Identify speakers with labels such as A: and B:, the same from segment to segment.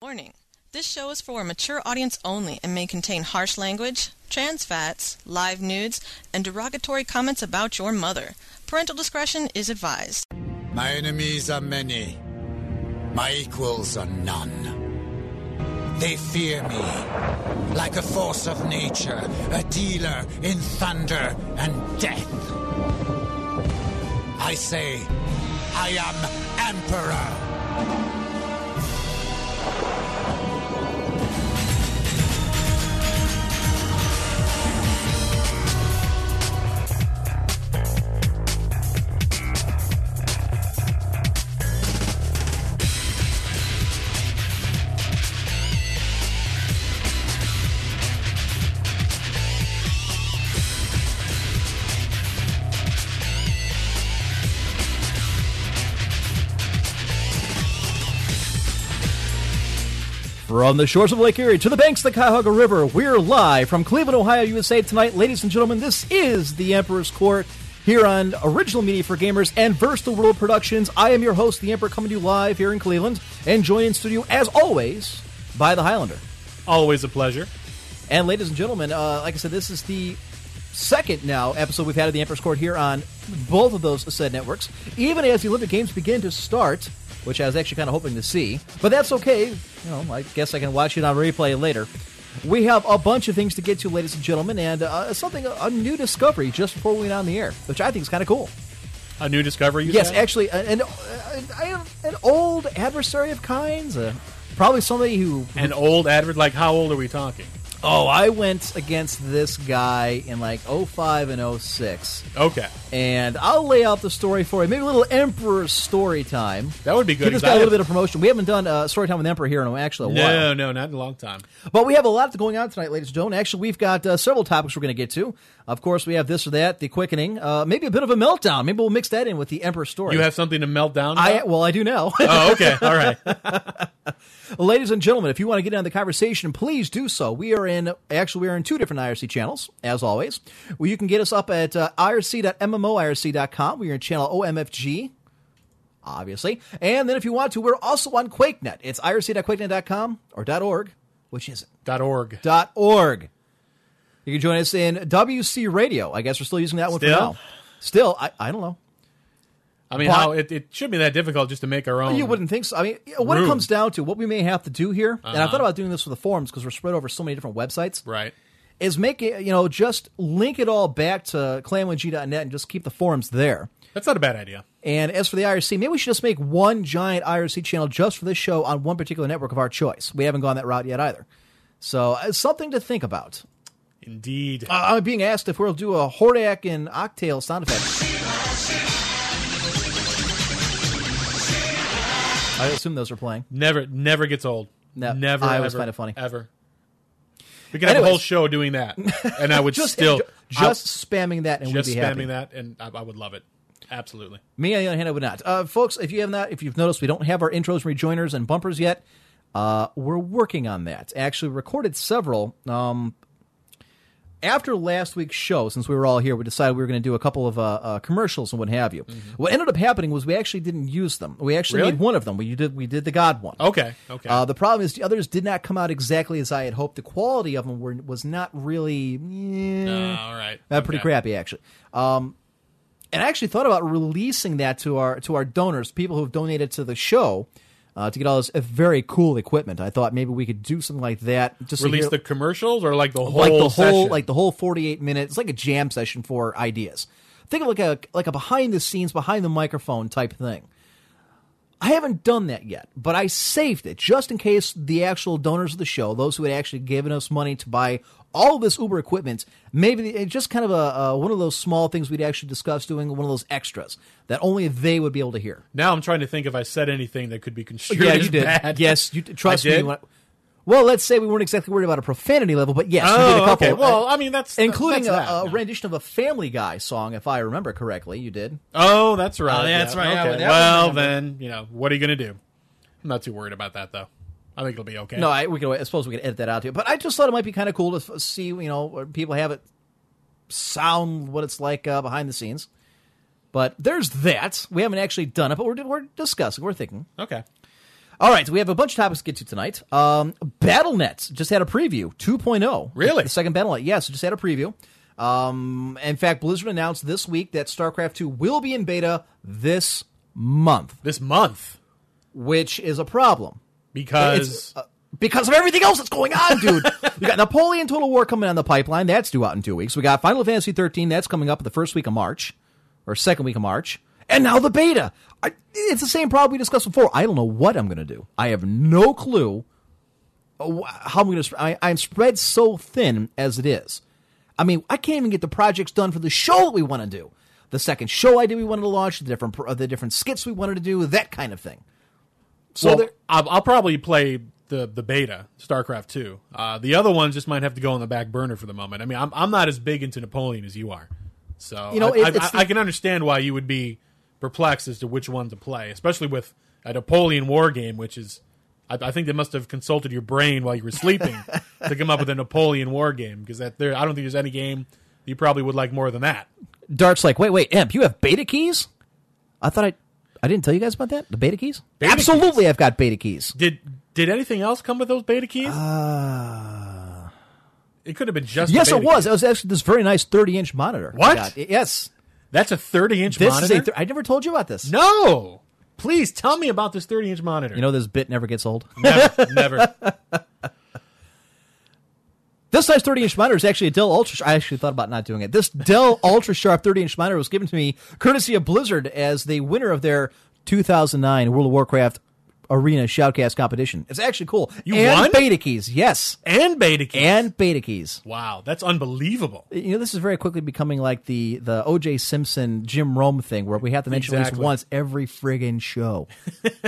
A: Warning This show is for a mature audience only and may contain harsh language, trans fats, live nudes, and derogatory comments about your mother. Parental discretion is advised.
B: My enemies are many. My equals are none. They fear me like a force of nature, a dealer in thunder and death. I say, I am Emperor.
C: From the shores of Lake Erie to the banks of the Cuyahoga River, we're live from Cleveland, Ohio, USA tonight. Ladies and gentlemen, this is The Emperor's Court here on Original Media for Gamers and Verse the World Productions. I am your host, The Emperor, coming to you live here in Cleveland and joined in studio, as always, by The Highlander.
D: Always a pleasure.
C: And ladies and gentlemen, uh, like I said, this is the second now episode we've had of the Emperor's Court here on both of those said networks. Even as the Olympic Games begin to start, which I was actually kind of hoping to see, but that's okay. You know, I guess I can watch it on replay later. We have a bunch of things to get to, ladies and gentlemen, and uh, something a new discovery just before we went on the air, which I think is kind of cool.
D: A new discovery. You
C: Yes,
D: said?
C: actually, an an- an, an old adversary of kinds, uh, probably somebody who
D: An old advert. Like, how old are we talking?
C: Oh, I went against this guy in like 05 and 06.
D: Okay,
C: And I'll lay out the story for you. Maybe a little Emperor's story time.
D: that would be
C: Give
D: good.
C: this
D: 'cause
C: guy
D: I
C: a little
D: have-
C: bit of promotion. We haven't done uh, story time with the Emperor here in actually a while.
D: No, no, not in a long time.
C: But we have a lot going on tonight, ladies and gentlemen. Actually, we've got uh, several topics we're going to get to. Of course, we have this or that, the quickening, uh, maybe a bit of a meltdown. Maybe we'll mix that in with the Emperor's story.
D: You have something to melt down.
C: I
D: about?
C: well, I do now.
D: oh, okay. All right.
C: Ladies and gentlemen, if you want to get in on the conversation, please do so. We are in, actually, we are in two different IRC channels, as always. Well, you can get us up at uh, irc.mmoirc.com. We are in channel OMFG, obviously. And then if you want to, we're also on QuakeNet. It's irc.quakenet.com or .org, which is
D: Dot org.
C: dot .org. You can join us in WC Radio. I guess we're still using that one
D: Still?
C: for now. Still, I, I don't know.
D: I mean,
C: But-
D: how it, it shouldn't be that difficult just to make our own.
C: You wouldn't think so. I mean, what it
D: Um, Room. Uh-huh.
C: comes down to, what we may have to do here, and I thought about doing this for the forums because we're spread over so many different websites,
D: Right.
C: is make it, you know, just link it all back to clamog.net and just keep the forums there.
D: That's not a bad idea.
C: And as for the IRC, maybe we should just make one giant IRC channel just for this show on one particular network of our choice. We haven't gone that route yet either. So it's something to think about.
D: Indeed.
C: Uh, I'm being asked if we'll do a Hordak and Octail sound effect. I assume those are playing.
D: never, never gets old.
C: No,
D: never.
C: I always
D: ever,
C: find it funny.
D: Ever. We could have a
C: Anyways.
D: whole show doing that, and I would
C: just
D: still
C: just spamming that and
D: I'll- just
C: we'd be happy.
D: spamming that, and I, I would love it. Absolutely.
C: Me on the other hand, I would not. Uh, folks, if you have not, if you've noticed, we don't have our intros, and rejoiners, and bumpers yet. Uh, we're working on that. Actually, recorded several. Um, after last week's show, since we were all here, we decided we were going to do a couple of uh, uh, commercials and what have you. What ended up happening was we actually didn't use them. We actually
D: Mm-hmm. Really?
C: made one of them. We did we did the God one.
D: Okay. Okay.
C: Uh, the problem is the others did not come out exactly as I had hoped. The quality of them were, was not really. eh,
D: Uh, all right.
C: uh, pretty
D: Okay.
C: crappy actually. Um, and I actually thought about releasing that to our to our donors, people who've donated to the show, uh, to get all this uh, very cool equipment. I thought maybe we could do something like that. Just to
D: Release
C: hear-
D: the commercials or like the whole
C: like the whole
D: session?
C: like the whole forty eight minutes. It's like a jam session for ideas. Think of like a like a behind the scenes, behind the microphone type thing. I haven't done that yet, but I saved it just in case the actual donors of the show, those who had actually given us money to buy all this Uber equipment, maybe it's just kind of a uh, one of those small things we'd actually discuss doing, one of those extras that only they would be able to hear.
D: Now I'm trying to think if I said anything that could be construed
C: yeah,
D: as
C: you did.
D: bad.
C: Yes, you trust
D: I did?
C: me. when I- well, let's say we weren't exactly worried about a profanity level, but yes, you did a
D: Oh,
C: couple.
D: okay. Well, I mean that's
C: including
D: that's
C: a, a
D: that.
C: rendition of a Family Guy song, if I remember correctly. You did.
D: Oh, that's right.
E: Oh, that's right. Yeah,
D: Okay.
E: well, that
D: well,
E: was-
D: then you know what are you gonna do? I'm not too worried about that though. I think it'll be okay.
C: No, I, we could. I suppose we could edit that out too. But I just thought it might be kind of cool to f- see, you know, where people have it sound what it's like uh, behind the scenes. But there's that. We haven't actually done it, but we're we're discussing. We're thinking.
D: okay.
C: All right, so we have a bunch of topics to get to tonight. Um, BattleNet just had a preview 2.0.
D: Really?
C: The second BattleNet. Yes, just had a preview. Um, in fact, Blizzard announced this week that StarCraft 2 will be in beta this month,
D: This month
C: which is a problem
D: because
C: uh, because of everything else that's going on, dude. we got Napoleon Total War coming down the pipeline. That's due out in two weeks. We got Final Fantasy 13. That's coming up the first week of March or second week of March. And now the beta. I, it's the same problem we discussed before. I don't know what I'm going to do. I have no clue uh, wh- how I'm going to. I'm spread so thin as it is. I mean, I can't even get the projects done for the show that we want to do. The second show idea we wanted to launch, the different pro- the different skits we wanted to do, that kind of thing. So
D: well,
C: there,
D: I'll, I'll probably play the the beta StarCraft two. Uh, the other ones just might have to go on the back burner for the moment. I mean, I'm I'm not as big into Napoleon as you are, so
C: You know,
D: I,
C: it-
D: I,
C: it's the-
D: I can understand why you would be perplexed as to which one to play, especially with a Napoleon War game, which is. I, I think they must have consulted your brain while you were sleeping to come up with a Napoleon War game because that there I don't think there's any game you probably would like more than that.
C: Dart's like, wait, wait, Imp, you have beta keys? I thought I, I didn't tell you guys about that. The beta keys?
D: Beta
C: Absolutely, I've got beta keys.
D: Did did anything else come with those beta keys? it could have been just the
C: Ah. Yes, it
D: beta
C: was.
D: keys.
C: It was actually this very nice thirty-inch monitor. I
D: What?
C: got. Yes,
D: That's a thirty inch
C: this
D: monitor.
C: is a. Th- I never told you about this.
D: no, please tell me about this thirty inch monitor.
C: You know this bit never gets old.
D: never, never.
C: This size 30 inch monitor is actually a Dell Ultra. I actually thought about not doing it. This Dell Ultra Sharp 30 inch monitor was given to me courtesy of Blizzard as the winner of their 2009 World of Warcraft Arena Shoutcast competition. It's actually cool.
D: You
C: and
D: won?
C: beta keys, yes,
D: And beta keys.
C: and beta keys.
D: wow, that's unbelievable.
C: you know this is very quickly becoming like the the OJ Simpson Jim Rome thing where we have to mention at
D: Exactly.
C: least once every friggin' show,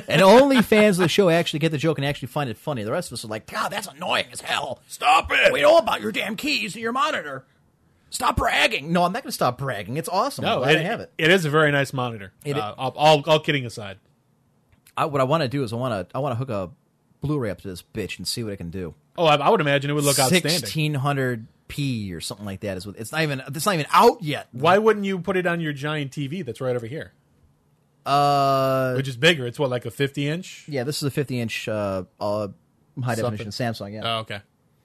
C: and only fans of the show actually get the joke and actually find it funny. The rest of us are like, God, that's annoying as hell.
D: Stop it.
C: We know about your damn keys and your monitor. Stop bragging. No, I'm not going to stop bragging. It's awesome. I'm
D: No,
C: glad
D: it,
C: Oh, I have it.
D: It is a very nice monitor.
C: It-
D: uh, all, all, all kidding aside,
C: I, what I want to do is I want to I want to hook a Blu-ray up to this bitch and see what it can do.
D: oh, I, I would imagine it would look outstanding.
C: 1600p or something like that is what it's not even it's not even out yet.
D: Why wouldn't you put it on your giant TV that's right over here,
C: Uh,
D: which is bigger? It's what like a fifty inch.
C: Yeah, this is a 50 inch uh, uh, high
D: Something.
C: definition Samsung. Yeah,
D: Oh, okay.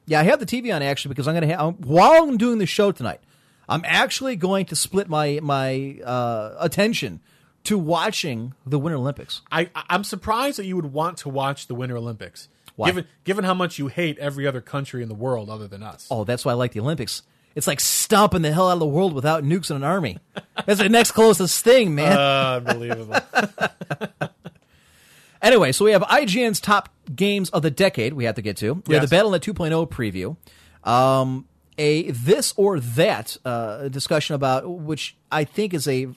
C: yeah. I have the TV on actually because I'm gonna ha- I'm, while I'm doing the show tonight, I'm actually going to split my my uh, attention to watching the Winter Olympics.
D: I, I- I'm surprised that you would want to watch the Winter Olympics.
C: Why?
D: Given, given how much you hate every other country in the world other than us.
C: Oh, that's why I like the Olympics. It's like stomping the hell out of the world without nukes and an army. That's the next closest thing, man.
D: Unbelievable.
C: Anyway, so we have IGN's top games of the decade we have to get to. We have
D: Yes.
C: the BattleNet 2.0 preview. Um, a this or that uh, discussion about which I think is a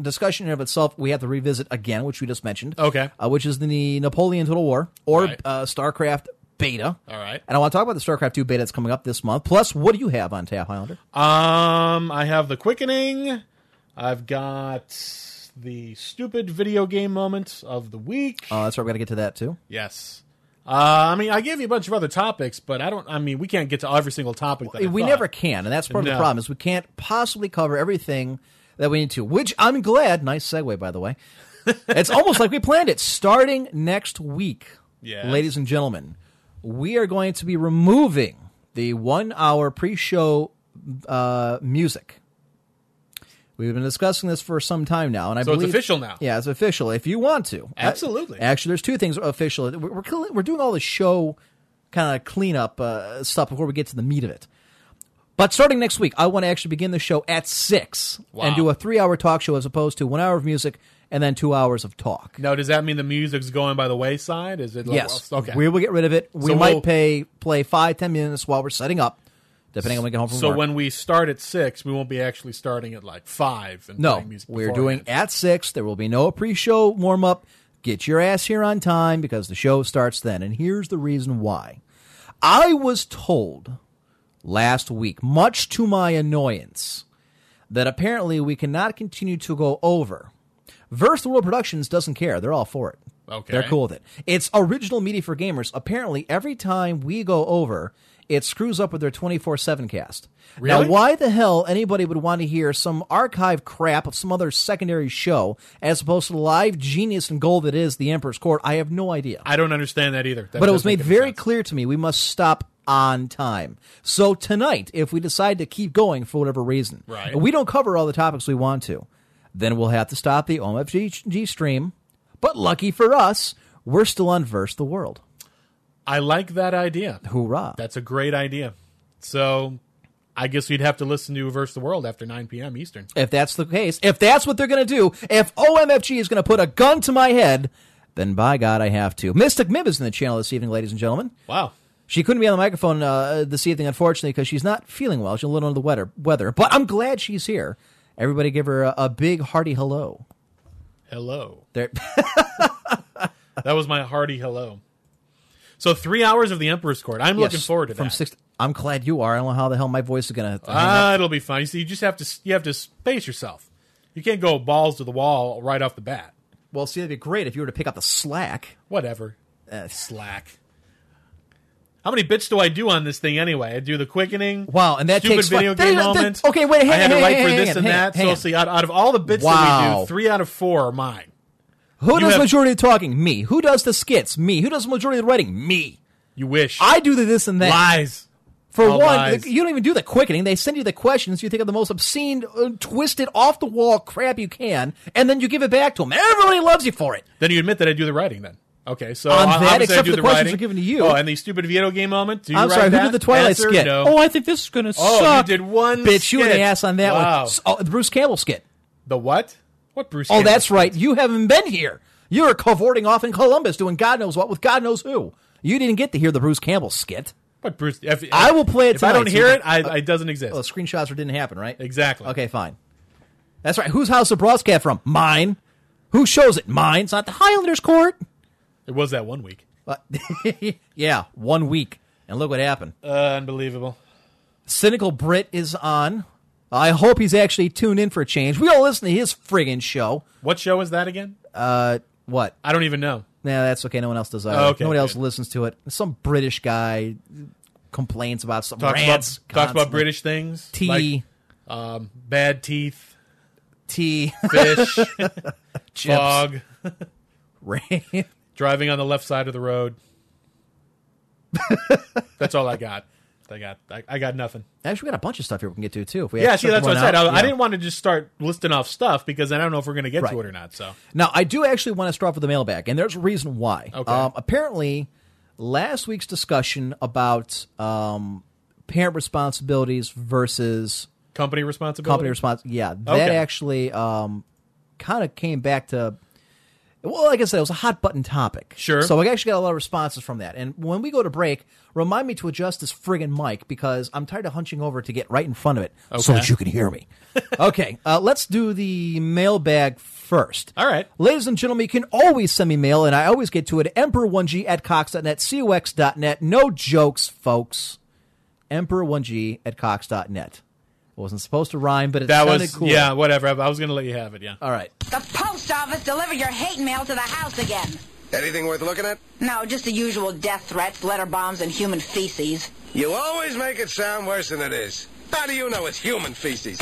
C: discussion in of itself we have to revisit again, which we just mentioned.
D: Okay.
C: Uh, which is the Napoleon Total War or
D: Right.
C: uh, StarCraft beta.
D: All right.
C: And I want to talk about the StarCraft 2 beta that's coming up this month. Plus, what do you have on tap, Highlander?
D: um, I have the quickening. I've got the stupid video game moment of the week.
C: Uh, that's right. We're going to get to that too.
D: yes. Uh, I mean, I gave you a bunch of other topics, but I don't. I mean, we can't get to every single topic. That I
C: we
D: thought.
C: never can, and that's part of the
D: No.
C: problem is we can't possibly cover everything that we need to. Which I'm glad. Nice segue, by the way. it's almost like we planned it. Starting next week,
D: Yes.
C: ladies and gentlemen, we are going to be removing the one-hour pre-show uh, music. We've been discussing this for some time now, and I
D: So it's
C: believe
D: official now.
C: Yeah, it's official. If you want to,
D: Absolutely.
C: Uh, actually, there's two things official. We're we're, cl- we're doing all the show kind of cleanup uh, stuff before we get to the meat of it. But starting next week, I want to actually begin the show at six
D: Wow.
C: and do a three-hour talk show as opposed to one hour of music and then two hours of talk.
D: Now, does that mean the music's going by the wayside? Is it? Like,
C: Yes.
D: well, okay.
C: We will get rid of it. We
D: So
C: might
D: we'll-
C: pay play five ten minutes while we're setting up, depending on when we get home from
D: so
C: work.
D: when we start at six, we won't be actually starting at like five. And
C: no,
D: playing music
C: we're
D: beforehand.
C: doing at six. There will be no pre-show warm-up. Get your ass here on time because the show starts then. And here's the reason why. I was told last week, much to my annoyance, that apparently we cannot continue to go over. Verse the World Productions doesn't care. They're all for it.
D: Okay.
C: They're cool with it. It's original media for gamers. Apparently, every time we go over, it screws up with their 24 7 cast.
D: Really?
C: Now, why the hell anybody would want to hear some archive crap of some other secondary show as opposed to the live genius and gold that is The Emperor's Court, I have no idea.
D: I don't understand that either. That
C: but it
D: doesn't
C: was made
D: make any
C: very
D: sense.
C: clear to me we must stop on time. So tonight, if we decide to keep going for whatever reason,
D: Right.
C: and we don't cover all the topics we want to, then we'll have to stop the OMFG stream. But lucky for us, we're still on Verse the World.
D: I like that idea.
C: Hoorah.
D: That's a great idea. So I guess we'd have to listen to Verse the World after 9 p.m. Eastern.
C: if that's the case, if that's what they're going to do, if OMFG is going to put a gun to my head, then by God, I have to. Mystic Mib is in the channel this evening, ladies and gentlemen.
D: Wow.
C: She couldn't be on the microphone uh, this evening, unfortunately, because she's not feeling well. She's a little under the weather, weather. But I'm glad she's here. Everybody give her a, a big, hearty hello.
D: Hello.
C: There.
D: That was my hearty hello. So three hours of the Emperor's Court. I'm looking
C: Yes,
D: forward to
C: from
D: that.
C: Six, I'm glad you are. I don't know how the hell my voice is going to.
D: ah, it'll be fine. You see, you just have to you have to space yourself. You can't go balls to the wall right off the bat.
C: well, see, that'd be great if you were to pick up the slack.
D: Whatever.
C: Uh,
D: Slack. How many bits do I do on this thing anyway? I do the quickening.
C: Wow, and that
D: stupid
C: takes-
D: video
C: that-
D: game
C: that-
D: moments.
C: okay, wait, hang
D: I had
C: on,
D: to
C: hang
D: write
C: on,
D: for
C: hang
D: this
C: on,
D: and
C: hang on,
D: that.
C: hang
D: So
C: on.
D: see, out, out of all the bits that we
C: Wow.
D: do, three out of four are mine.
C: Who
D: You
C: does
D: have-
C: majority of the talking? Me. Who does the skits? Me. Who does the majority of the writing? Me.
D: You wish.
C: I do the this and that.
D: lies.
C: For
D: All
C: one,
D: lies.
C: you don't even do the quickening. They send you the questions. You think of the most obscene, uh, twisted, off the wall crap you can, and then you give it back to them. Everybody loves you for it.
D: Then you admit that I do the writing. Then okay, so
C: On
D: I-
C: that,
D: obviously I
C: except
D: do
C: for the
D: the
C: questions
D: writing.
C: are given to you.
D: Oh, and the stupid video game moment. Do you
C: I'm
D: write
C: sorry.
D: that?
C: Who did the Twilight
D: Answer,
C: skit?
D: No.
C: Oh, I think this is going to
D: Oh,
C: suck.
D: you did one
C: Bitch, you in
D: skit.
C: the ass on that
D: Wow.
C: one. S- Oh, the Bruce Campbell skit.
D: The what? What Bruce?
C: Oh,
D: Campbell?
C: that's right. You haven't been here. You were cavorting off in Columbus doing God knows what with God knows who. You didn't get to hear the Bruce Campbell skit.
D: What Bruce? If,
C: I will play it
D: If I don't
C: tonight, Uh,
D: hear
C: so-
D: it, I, it doesn't exist.
C: Well, Oh, screenshots didn't happen, right?
D: Exactly.
C: Okay, fine. That's right. Whose house is broadcast from? Mine. Who shows it? Mine. It's not the Highlanders' court.
D: It was that one week.
C: But- yeah, one week. And look what happened.
D: Uh, unbelievable.
C: Cynical Brit is on. I hope he's actually tuned in for a change. We all listen to his friggin' show.
D: What show is that again?
C: Uh, What?
D: I don't even know.
C: Nah, that's okay. No one else does either.
D: Oh, okay,
C: Nobody else
D: good.
C: listens to it. Some British guy complains about some
D: Talks
C: rants.
D: about talks about
C: constantly.
D: British things.
C: tea.
D: like, um, bad teeth,
C: tea.
D: fish,
C: Chips.
D: fog,
C: rain.
D: driving on the left side of the road. that's all I got. I got. I, I got nothing.
C: Actually, we got a bunch of stuff here we can get to too. If we
D: Yeah,
C: have
D: see,
C: stuff
D: that's what I
C: going
D: said. I,
C: out.
D: I
C: Yeah.
D: didn't want to just start listing off stuff because I don't know if we're going to get
C: Right.
D: to it or not. So
C: Now, I do actually want to start off with the mailbag, and there's a reason why.
D: Okay.
C: Um, apparently, last week's discussion about um, parent responsibilities versus
D: company responsibility.
C: company response, yeah, that
D: Okay.
C: actually um, kind of came back to. Well, like I said, it was a hot button topic.
D: Sure.
C: So I actually got a lot of responses from that. And when we go to break, remind me to adjust this friggin' mic because I'm tired of hunching over to get right in front of it so
D: Okay.
C: that you can hear me. okay. Uh, let's do the mailbag first.
D: All right.
C: Ladies and gentlemen, you can always send me mail, and I always get to it. Emperor1g at cox.net, cox.net. No jokes, folks. Emperor1g at cox.net. It wasn't supposed to rhyme, but it
D: That
C: sounded
D: was
C: cool.
D: yeah, whatever. I, I was going to let you have it. Yeah.
C: All right.
E: The post office delivered your hate mail to the house again.
F: Anything worth looking at?
E: No, just the usual death threats, letter bombs, and human feces.
F: You always make it sound worse than it is. How do you know it's human feces?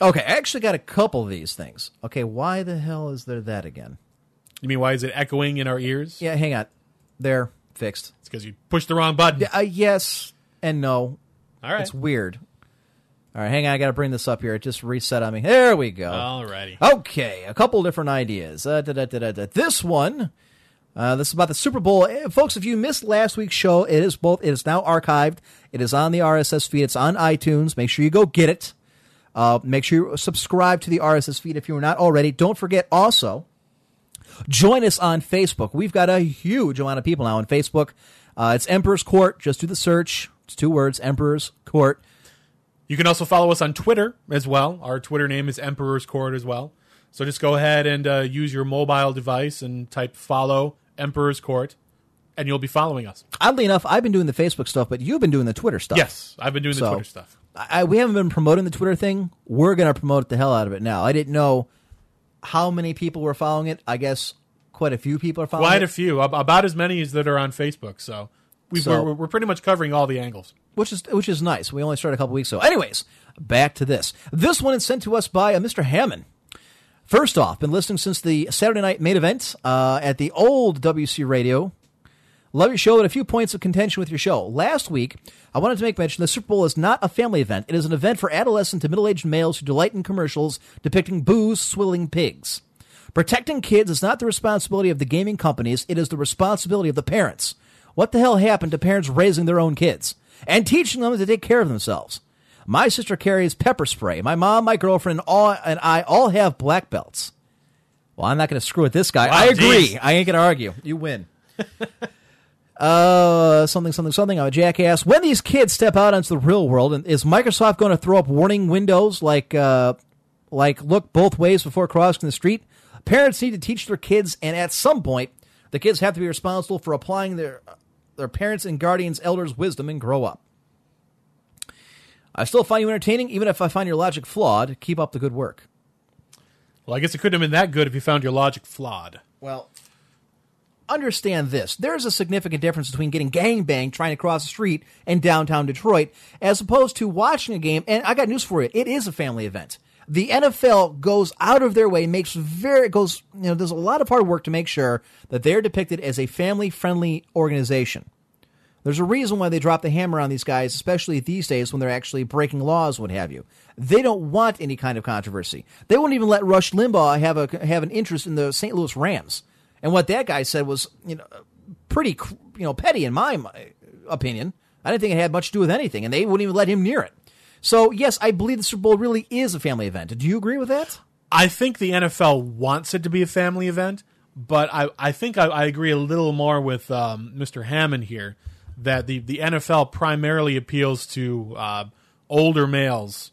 C: Okay, I actually got a couple of these things. Okay, why the hell is there that again?
D: You mean why is it echoing in our ears?
C: Yeah, hang on. There, fixed.
D: It's because you pushed the wrong button.
C: Uh, yes and no.
D: All right.
C: It's weird. All right, hang on. I got to bring this up here. It just reset on me. There we go.
D: Oh, Alrighty.
C: Okay, a couple different ideas. Uh, da, da, da, da, da. This one, uh, this is about the Super Bowl. Eh, folks, if you missed last week's show, it is both. It is now archived. It is on the RSS feed. It's on iTunes. Make sure you go get it. Uh, make sure you subscribe to the RSS feed if you are not already. Don't forget also join us on Facebook. We've got a huge amount of people now on Facebook. Uh, it's Emperor's Court. Just do the search. It's two words, Emperor's Court.
D: You can also follow us on Twitter as well. Our Twitter name is Emperor's Court as well. So just go ahead and uh, use your mobile device and type follow Emperor's Court, and you'll be following us.
C: Oddly enough, I've been doing the Facebook stuff, but you've been doing the Twitter stuff.
D: Yes, I've been doing the
C: So-
D: Twitter stuff.
C: I, I- we haven't been promoting the Twitter thing. We're going to promote the hell out of it now. I didn't know how many people were following it. I guess Quite a few people are following.
D: Quite
C: it,
D: a few, ab- about as many as that are on Facebook. So, we,
C: So-
D: we're, we're pretty much covering all the angles.
C: which is which is nice. We only started a couple weeks ago. Anyways, back to this. This one is sent to us by a Mr. Hammond. First off, been listening since the Saturday night main event uh, at the old WC Radio. Love your show and a few points of contention with your show. Last week, I wanted to make mention the Super Bowl is not a family event. It is an event for adolescent to middle aged males who delight in commercials depicting booze swilling pigs. Protecting kids is not the responsibility of the gaming companies, it is the responsibility of the parents. What the hell happened to parents raising their own kids and teaching them to take care of themselves? My sister carries pepper spray. My mom, my girlfriend, all, and I all have black belts. Well, I'm not going to screw with this guy.
D: Wow,
C: I agree.
D: geez.
C: I ain't going to argue. You win. uh, something, something, something. I'm a jackass. When these kids step out onto the real world, and is Microsoft going to throw up warning windows like, uh, like look both ways before crossing the street? Parents need to teach their kids, and at some point, the kids have to be responsible for applying their their parents and guardians' elders' wisdom and grow up. I still find you entertaining, even if I find your logic flawed. Keep up the good work.
D: Well, I guess it couldn't have been that good if you found your logic flawed.
C: Well, understand this. There's a significant difference between getting gangbanged trying to cross the street in downtown Detroit as opposed to watching a game. And I got news for you. It is a family event. The NFL goes out of their way, makes very goes, you know, there's a lot of hard work to make sure that they're depicted as a family-friendly organization. There's a reason why they drop the hammer on these guys, especially these days when they're actually breaking laws, what have you. They don't want any kind of controversy. They won't even let Rush Limbaugh have a have an interest in the St. Louis Rams. And what that guy said was, you know, pretty, cr- you know, petty in my mi- opinion. I didn't think it had much to do with anything, and they wouldn't even let him near it. So yes, I believe the Super Bowl really is a family event. Do you agree with that?
D: I think the NFL wants it to be a family event, but I, I think I, I agree a little more with um, Mr. Hammond here that the, the NFL primarily appeals to uh, older males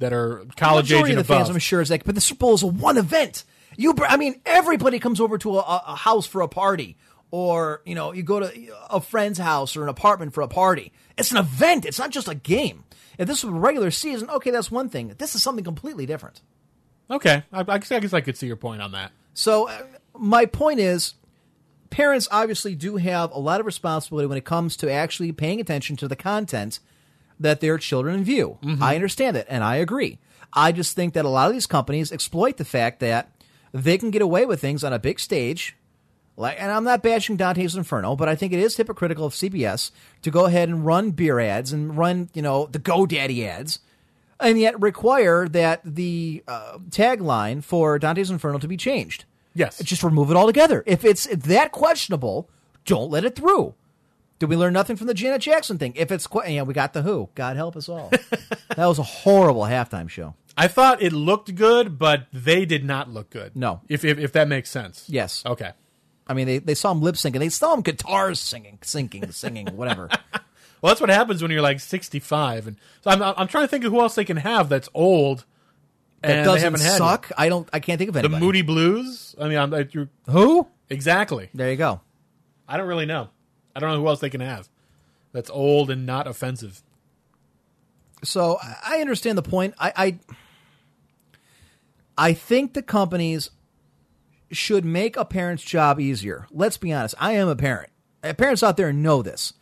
D: that are college age
C: majority
D: and
C: of the
D: above.
C: fans, I'm sure, is like, but the Super Bowl is a one event. You, br- I mean, everybody comes over to a, a a house for a party, or you know, you go to a friend's house or an apartment for a party. It's an event. It's not just a game. If this was a regular season, okay, that's one thing. This is something completely different.
D: Okay, I, I guess, I guess I could see your point on that.
C: So uh, my point is, parents obviously do have a lot of responsibility when it comes to actually paying attention to the content that their children view. I understand it, and I agree. I just think that a lot of these companies exploit the fact that they can get away with things on a big stage. Like, and I'm not bashing Dante's Inferno, but I think it is hypocritical of CBS to go ahead and run beer ads and run, you know, the GoDaddy ads and yet require that the uh, tagline for Dante's Inferno to be changed.
D: Yes.
C: Just remove it altogether. If it's that questionable, don't let it through. Did we learn nothing from the Janet Jackson thing? If it's, que- yeah, we got the Who. God help us all. that was a horrible halftime show.
D: I thought it looked good, but they did not look good.
C: No.
D: If, if, if that makes sense.
C: Yes.
D: Okay.
C: I mean, they, they saw him lip syncing. They saw him guitars singing, sinking, singing, whatever.
D: Well, that's what happens when you're like 65, and so I'm I'm trying to think of who else they can have that's old and
C: That
D: they
C: doesn't
D: haven't had
C: suck. I don't. I can't think of
D: The
C: anybody.
D: Moody Blues. I mean, I'm, I, you're,
C: Who?
D: exactly.
C: There you go.
D: I don't really know. I don't know who else they can have that's old and not offensive.
C: So I- I understand the point. I, I I think the companies should make a parent's job easier. Let's be honest. I am a parent. Uh, Parents out there know this.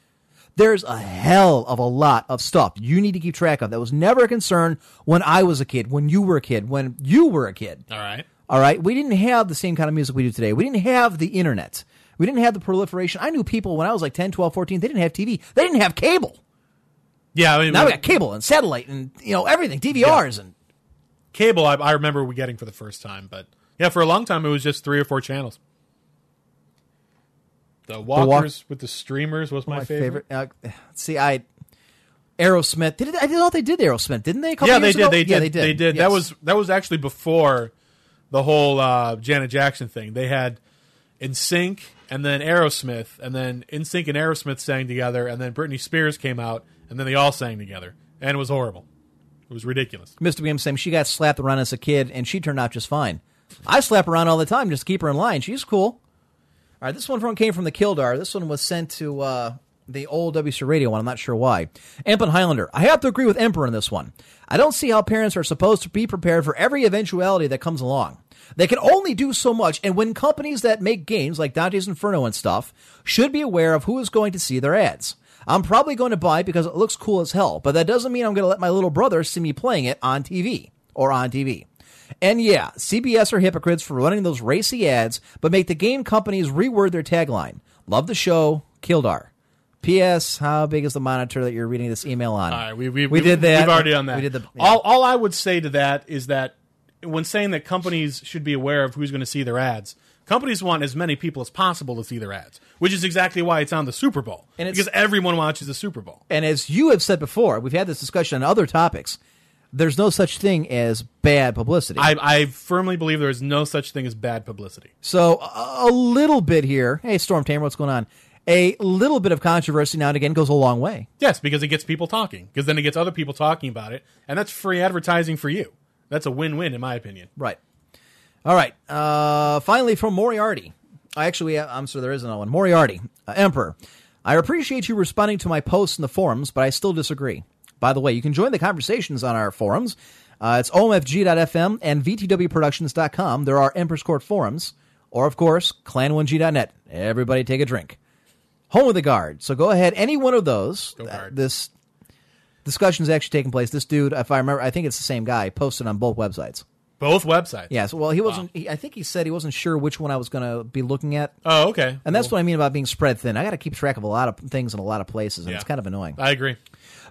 C: There's a hell of a lot of stuff you need to keep track of that was never a concern when I was a kid, when you were a kid, when you were a kid.
D: All right.
C: All right. We didn't have the same kind of music we do today. We didn't have the internet. We didn't have the proliferation. I knew people when I was like 10, 12, 14, they didn't have TV. They didn't have cable.
D: Yeah. I mean,
C: Now we got cable and satellite and, you know, everything, DVRs and
D: cable. I, I remember we getting for the first time, but yeah, for a long time it was just three or four channels. The
C: walk-
D: walkers with the streamers was my,
C: my
D: favorite.
C: favorite. Uh, see, I Aerosmith. Did it, I thought they did Aerosmith, didn't they? A couple
D: Yeah, they
C: years
D: did,
C: ago?
D: they did.
C: Yeah, they did.
D: That
C: yes.
D: was that was actually before the whole uh, Janet Jackson thing. They had In Sync and then Aerosmith, and then In Sync and Aerosmith sang together, and then Britney Spears came out, and then they all sang together, and it was horrible. It was ridiculous.
C: Mr. Williams saying she got slapped around as a kid and she turned out just fine. I slap around all the time just to keep her in line. She's cool. All right, this one from came from the Kildar. This one was sent to uh, the old WC Radio one. I'm not sure why. Amp and Highlander. I have to agree with Emperor in this one. I don't see how parents are supposed to be prepared for every eventuality that comes along. They can only do so much, and when companies that make games like Dante's Inferno and stuff should be aware of who is going to see their ads. I'm probably going to buy it because it looks cool as hell, but that doesn't mean I'm going to let my little brother see me playing it on TV or on TV. And yeah, CBS are hypocrites for running those racy ads, but make the game companies reword their tagline. Love the show, Kildar. P.S. How big is the monitor that you're reading this email on?
D: All right, we, we,
C: we did that.
D: We've already done that.
C: We did the
D: all, all I would say to that is that when saying that companies should be aware of who's going to see their ads, companies want as many people as possible to see their ads, which is exactly why it's on the Super Bowl.
C: And it's-
D: because everyone watches the Super Bowl.
C: And as you have said before, we've had this discussion on other topics. There's no such thing as bad publicity.
D: I, I firmly believe there is no such thing as bad publicity.
C: So a a little bit here. Hey, Storm Tamer, what's going on? A little bit of controversy now and again goes a long way.
D: Yes, because it gets people talking, because then it gets other people talking about it, and that's free advertising for you. That's a win win, in my opinion.
C: Right. All right. Uh, finally, from Moriarty. I actually, uh, I'm sorry, there is another one. Moriarty, uh, Emperor. I appreciate you responding to my posts in the forums, but I still disagree. By the way, you can join the conversations on our forums. Uh, it's omfg.fm and vtwproductions.com. There are Emperor's Court forums, or of course, clan1g.net. Everybody take a drink. Home of the Guard. So go ahead, any one of those. uh,
D: Go Guard.
C: this discussion is actually taking place. This dude, if I remember, I think it's the same guy, posted on both websites.
D: Both websites.
C: Yes. Well, he wasn't. He, I think he said he wasn't sure which one I was going to be looking at,
D: Oh, okay.
C: and that's what I mean about being spread thin. I got to keep track of a lot of things in a lot of places, and it's
D: Yeah.
C: kind of annoying.
D: I agree.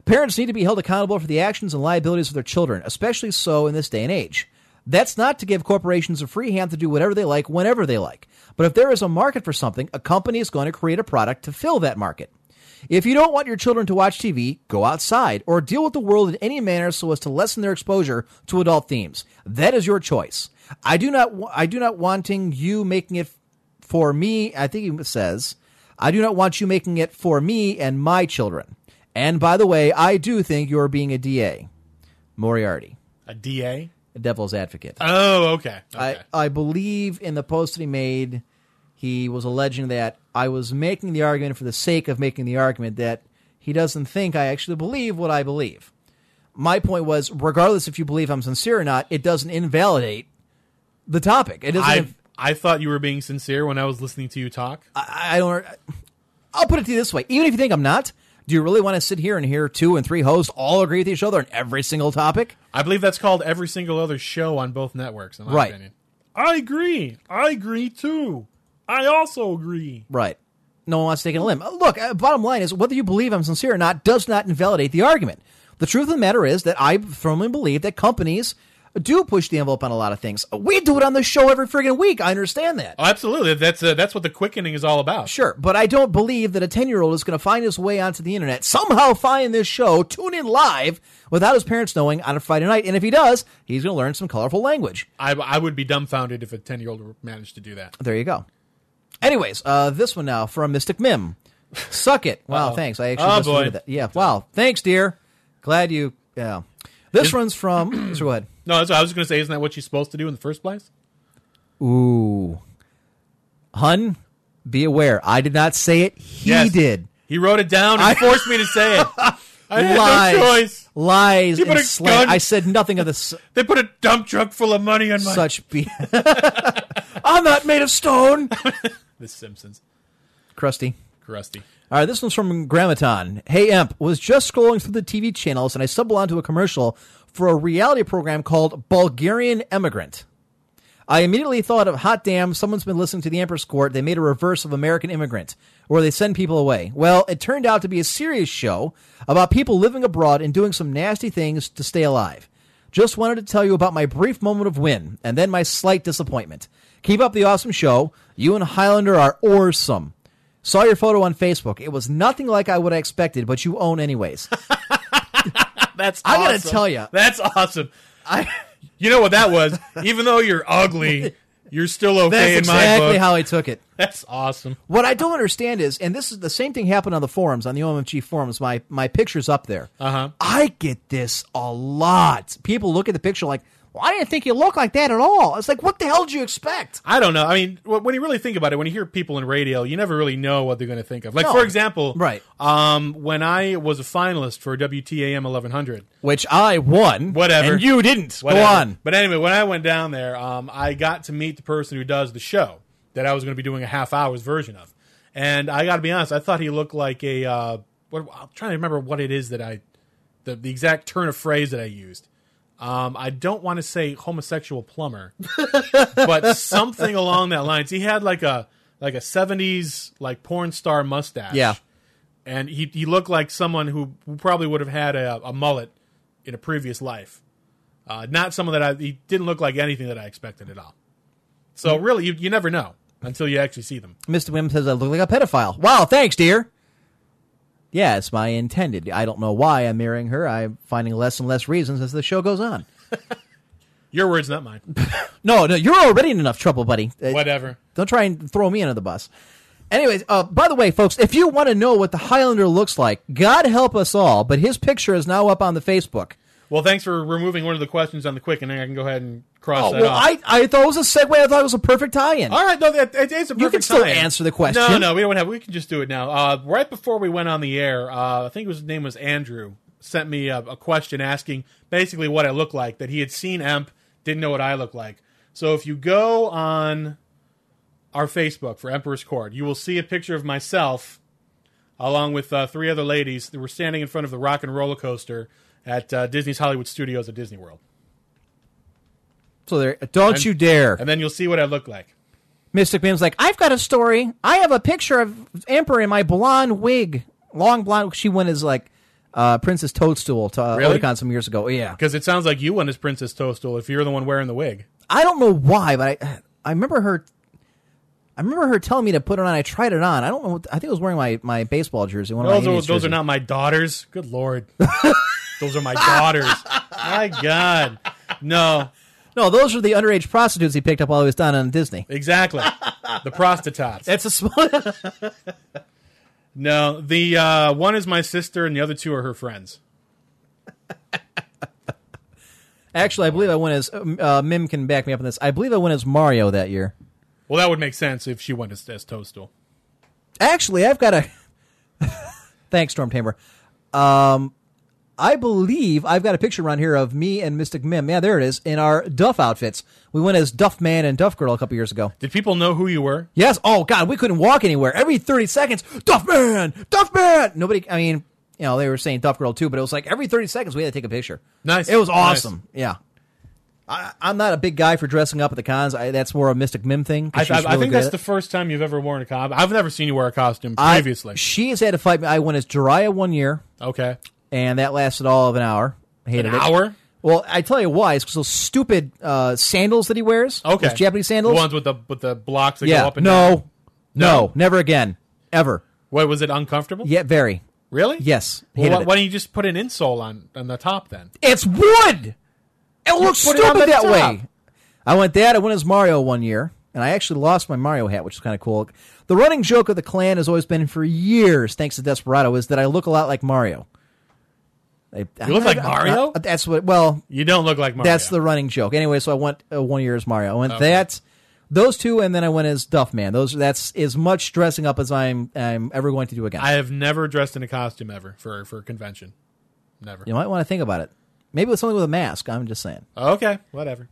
C: Parents need to be held accountable for the actions and liabilities of their children, especially so in this day and age. That's not to give corporations a free hand to do whatever they like whenever they like. But if there is a market for something, a company is going to create a product to fill that market. If you don't want your children to watch TV, go outside or deal with the world in any manner so as to lessen their exposure to adult themes. That is your choice. I do not wa- I do not wanting you making it for me, I think he says, I do not want you making it for me and my children. And by the way, I do think you're being a DA. Moriarty,
D: A DA?
C: a devil's advocate.
D: Oh, okay. okay.
C: I, I believe in the post that he made, he was alleging that I was making the argument for the sake of making the argument that he doesn't think I actually believe what I believe. My point was, regardless if you believe I'm sincere or not, it doesn't invalidate the topic. It doesn't.
D: I, I thought you were being sincere when I was listening to you talk.
C: I I don't. I'll put it to you this way: even if you think I'm not, do you really want to sit here and hear two and three hosts all agree with each other on every single topic?
D: I believe that's called every single other show on both networks, in my
C: Right.
D: opinion. I agree. I agree too. I also agree.
C: Right. No one wants to take a limb. Uh, Look, uh, bottom line is whether you believe I'm sincere or not does not invalidate the argument. The truth of the matter is that I firmly believe that companies do push the envelope on a lot of things. We do it on the show every friggin' week. I understand that.
D: Oh, absolutely. That's uh, that's what the quickening is all about.
C: Sure, but I don't believe that a 10 year old is going to find his way onto the internet, somehow find this show, tune in live without his parents knowing on a Friday night. And if he does, he's going to learn some colorful language.
D: I, I would be dumbfounded if a ten year old managed to do that.
C: There you go. Anyways, uh, this one now from Mystic Mim. Suck it. Wow,
D: Uh-oh.
C: thanks. I actually
D: Oh,
C: just
D: boy.
C: read that. Yeah, wow. Thanks, dear. Glad you. Yeah. This one's from. so go ahead.
D: No, that's what I was going to say. Isn't that what she's supposed to do in the first place?
C: Ooh. Hun, be aware. I did not say it. He
D: Yes.
C: did.
D: He wrote it down and forced me to say it. I had
C: Lies.
D: no choice.
C: Lies.
D: You put
C: and
D: a
C: slang.
D: gun-
C: I said nothing of this.
D: They put a dump truck full of money on my
C: such be. I'm not made of stone.
D: The Simpsons.
C: Krusty.
D: Crusty.
C: All right, this one's from Grammaton. Hey, Emp, was just scrolling through the TV channels and I stumbled onto a commercial for a reality program called Bulgarian Immigrant. I immediately thought of hot damn, someone's been listening to the Empress Court. They made a reverse of American Immigrant, where they send people away. Well, it turned out to be a serious show about people living abroad and doing some nasty things to stay alive. Just wanted to tell you about my brief moment of win and then my slight disappointment. Keep up the awesome show. You and Highlander are awesome. Saw your photo on Facebook. It was nothing like I would have expected, but you own anyways.
D: That's
C: I gotta
D: awesome.
C: tell ya.
D: That's awesome.
C: I,
D: You know what that was? Even though you're ugly, you're still okay
C: that's
D: in my
C: exactly
D: book.
C: how I took it.
D: that's awesome.
C: What I don't understand is, and this is the same thing happened on the forums, on the OMFG forums. My Uh-huh. my picture's up there. Uh huh. I get this a lot. People look at the picture like, Well, I didn't think you looked like that at all. It's like, what the hell did you expect?
D: I don't know. I mean, wh- when you really think about it, when you hear people in radio, you never really know what they're going to think of. Like,
C: No.
D: for example,
C: Right.
D: Um, when I was a finalist for WTAM 1100,
C: Which I won.
D: whatever.
C: And you didn't.
D: Whatever.
C: Go on.
D: But anyway, when I went down there, um, I got to meet the person who does the show that I was going to be doing a half hours version of, and I got to be honest, I thought he looked like a. Uh, what, I'm trying to remember what it is that I, the, the exact turn of phrase that I used. Um, I don't want to say homosexual plumber, but something along that lines. He had like a like a '70s like porn star mustache
C: Yeah.
D: and he he looked like someone who who probably would have had a, a mullet in a previous life. Uh, not someone that I he didn't look like anything that I expected at all. So
C: Mm-hmm.
D: really, you you never know until you actually see them.
C: Mr. Wim says I look like a pedophile. Wow, thanks, dear. Yeah, it's my intended. I don't know why I'm marrying her. I'm finding less and less reasons as the show goes on.
D: Your words, not mine.
C: No, no, you're already in enough trouble, buddy. Uh,
D: Whatever.
C: Don't try and throw me under the bus. Anyways, uh, by the way, folks, if you want to know what the Highlander looks like, God help us all, but his picture is now up on the Facebook.
D: Well, thanks for removing one of the questions on the quick, and then I can go ahead and cross
C: Oh,
D: that
C: well,
D: off.
C: I, I thought it was a segue. I thought it was a perfect tie-in.
D: All right, no, that, it, it's a perfect
C: You can still
D: time.
C: answer the question.
D: No, no, we don't have. We can just do it now. Uh, right before we went on the air, uh, I think his name was Andrew. Sent me a, a question asking basically what I look like. That he had seen Emp, didn't know what I look like. So if you go on our Facebook for Emperor's Court, you will see a picture of myself along with uh, three other ladies that were standing in front of the Rock and Roller Coaster at uh, Disney's Hollywood Studios at Disney World.
C: So there, don't
D: And-
C: you dare.
D: And then you'll see what I look like.
C: Mystic Man's like, I've got a story. I have a picture of Emperor in my blonde wig, long blonde. She went as like uh, Princess Toadstool to uh,
D: Really?
C: Otakon some years ago. Yeah,
D: Because it sounds like you went as Princess Toastal if you're the one wearing the wig.
C: I don't know why, but I I remember her. I remember her telling me to put it on. I tried it on. I don't know. What, I think I was wearing my, my baseball jersey. One of
D: Those
C: my
D: are,
C: Indians
D: those
C: jersey.
D: are not my daughters. Good lord, those are my daughters. my God, no,
C: No, those are the underage prostitutes he picked up while he was down on Disney.
D: exactly. The prostitutes.
C: That's a small.
D: No, the uh, one is my sister, and the other two are her friends.
C: Actually, I believe I went as uh, Mim can back me up on this. I believe I went as Mario that year.
D: Well, that would make sense if she went as, as Toadstool.
C: Actually, I've got a. Thanks, Storm Tamer. Um, I believe I've got a picture around here of me and Mystic Mim. Yeah, there it is in our Duff outfits. We went as Duff Man and Duff Girl a couple years ago.
D: Did people know who you were?
C: Yes. Oh God, we couldn't walk anywhere. Every thirty seconds, Duff Man, Duff Man. Nobody. I mean, you know, they were saying Duff Girl too, but it was like every thirty seconds we had to take a picture.
D: Nice.
C: It was
D: Nice.
C: awesome. Yeah. I, I'm not a big guy for dressing up at the cons. I, that's more a Mystic Mim thing. 'cause
D: I, I,
C: she's
D: I
C: really
D: think
C: good
D: that's
C: at
D: the
C: it.
D: first time you've ever worn a costume. I've never seen you wear a costume
C: I-
D: previously.
C: she has had to fight me. I went as Jiraiya one year.
D: okay,
C: and that lasted all of an hour. I hated
D: an
C: it.
D: hour.
C: Well, I tell you why. It's 'cause those stupid uh, sandals that he wears.
D: Okay,
C: Those Japanese sandals.
D: The ones with the with the blocks that
C: yeah.
D: go up and down.
C: no, no,
D: No.
C: never again, ever.
D: Wait, was it uncomfortable?
C: Yeah, very.
D: Really?
C: Yes.
D: Well,
C: Hated
D: why,
C: it.
D: why don't you just put an insole on on the top then?
C: It's wood. It looks
D: put it on
C: stupid
D: the
C: that
D: top.
C: way. I went that. I went as Mario one year, and I actually lost my Mario hat, which is kind of cool. The running joke of the clan has always been for years, thanks to Desperado, is that I look a lot like Mario. You
D: look like Mario?
C: that's what. Well,
D: You don't look like Mario.
C: That's the running joke. Anyway, so I went uh, one year as Mario. I went that, those two, and then I went as Duff Man. Those that's as much dressing up as I'm I'm ever going to do again.
D: I have never dressed in a costume ever for for a convention. Never.
C: you might want to think about it. Maybe with something with a mask. I'm just saying.
D: Okay, whatever.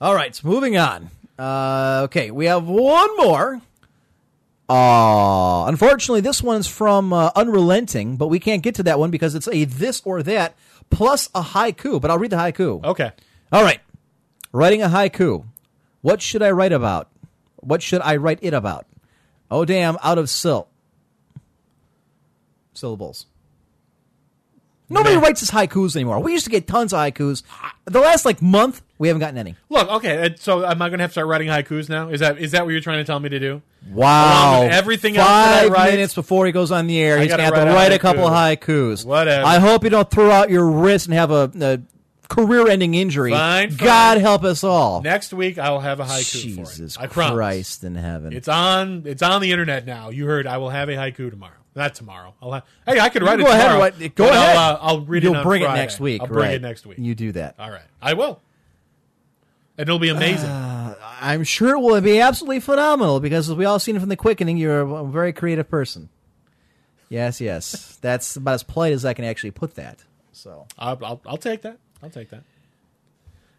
C: All right, so moving on. Uh, okay, we have one more. Uh, unfortunately, this one's from uh, Unrelenting, but we can't get to that one because it's a this or that plus a haiku. But I'll read the haiku.
D: Okay.
C: All right. Writing a haiku. What should I write about? What should I write it about? Oh, damn, out of sil. Syllables. Nobody
D: Man.
C: writes his haikus anymore. We used to get tons of haikus. The last like month, we haven't gotten any.
D: Look, okay. and So am I going to have to start writing haikus now? Is that is that what you're trying to tell me to do?
C: Wow!
D: Along with everything else that I
C: Five
D: write-
C: minutes before he goes on the air,
D: I
C: he's gonna have
D: gotta
C: to
D: write a
C: write a
D: haiku.
C: couple of haikus.
D: Whatever.
C: I hope you don't throw out your wrist and have a, a career-ending injury.
D: Fine, fine.
C: God help us all.
D: Next week I'll have a haiku
C: Jesus
D: for it. I promise.
C: Christ in heaven!
D: It's on it's on the internet now. You heard I will have a haiku tomorrow. Not tomorrow. I'll have, Hey, I could write
C: You
D: it
C: go ahead and
D: tomorrow.
C: write it. Go
D: but
C: ahead.
D: I'll, uh, I'll read
C: You'll
D: it on
C: bring
D: Friday.
C: it next week.
D: I'll bring
C: right.
D: it next week.
C: You do that.
D: All right. I will. and it'll be amazing.
C: I'm sure it will be absolutely phenomenal because, as we all seen from the quickening, you're a very creative person. Yes, yes, that's about as polite as I can actually put that. So,
D: I'll, I'll, I'll take that. I'll take that.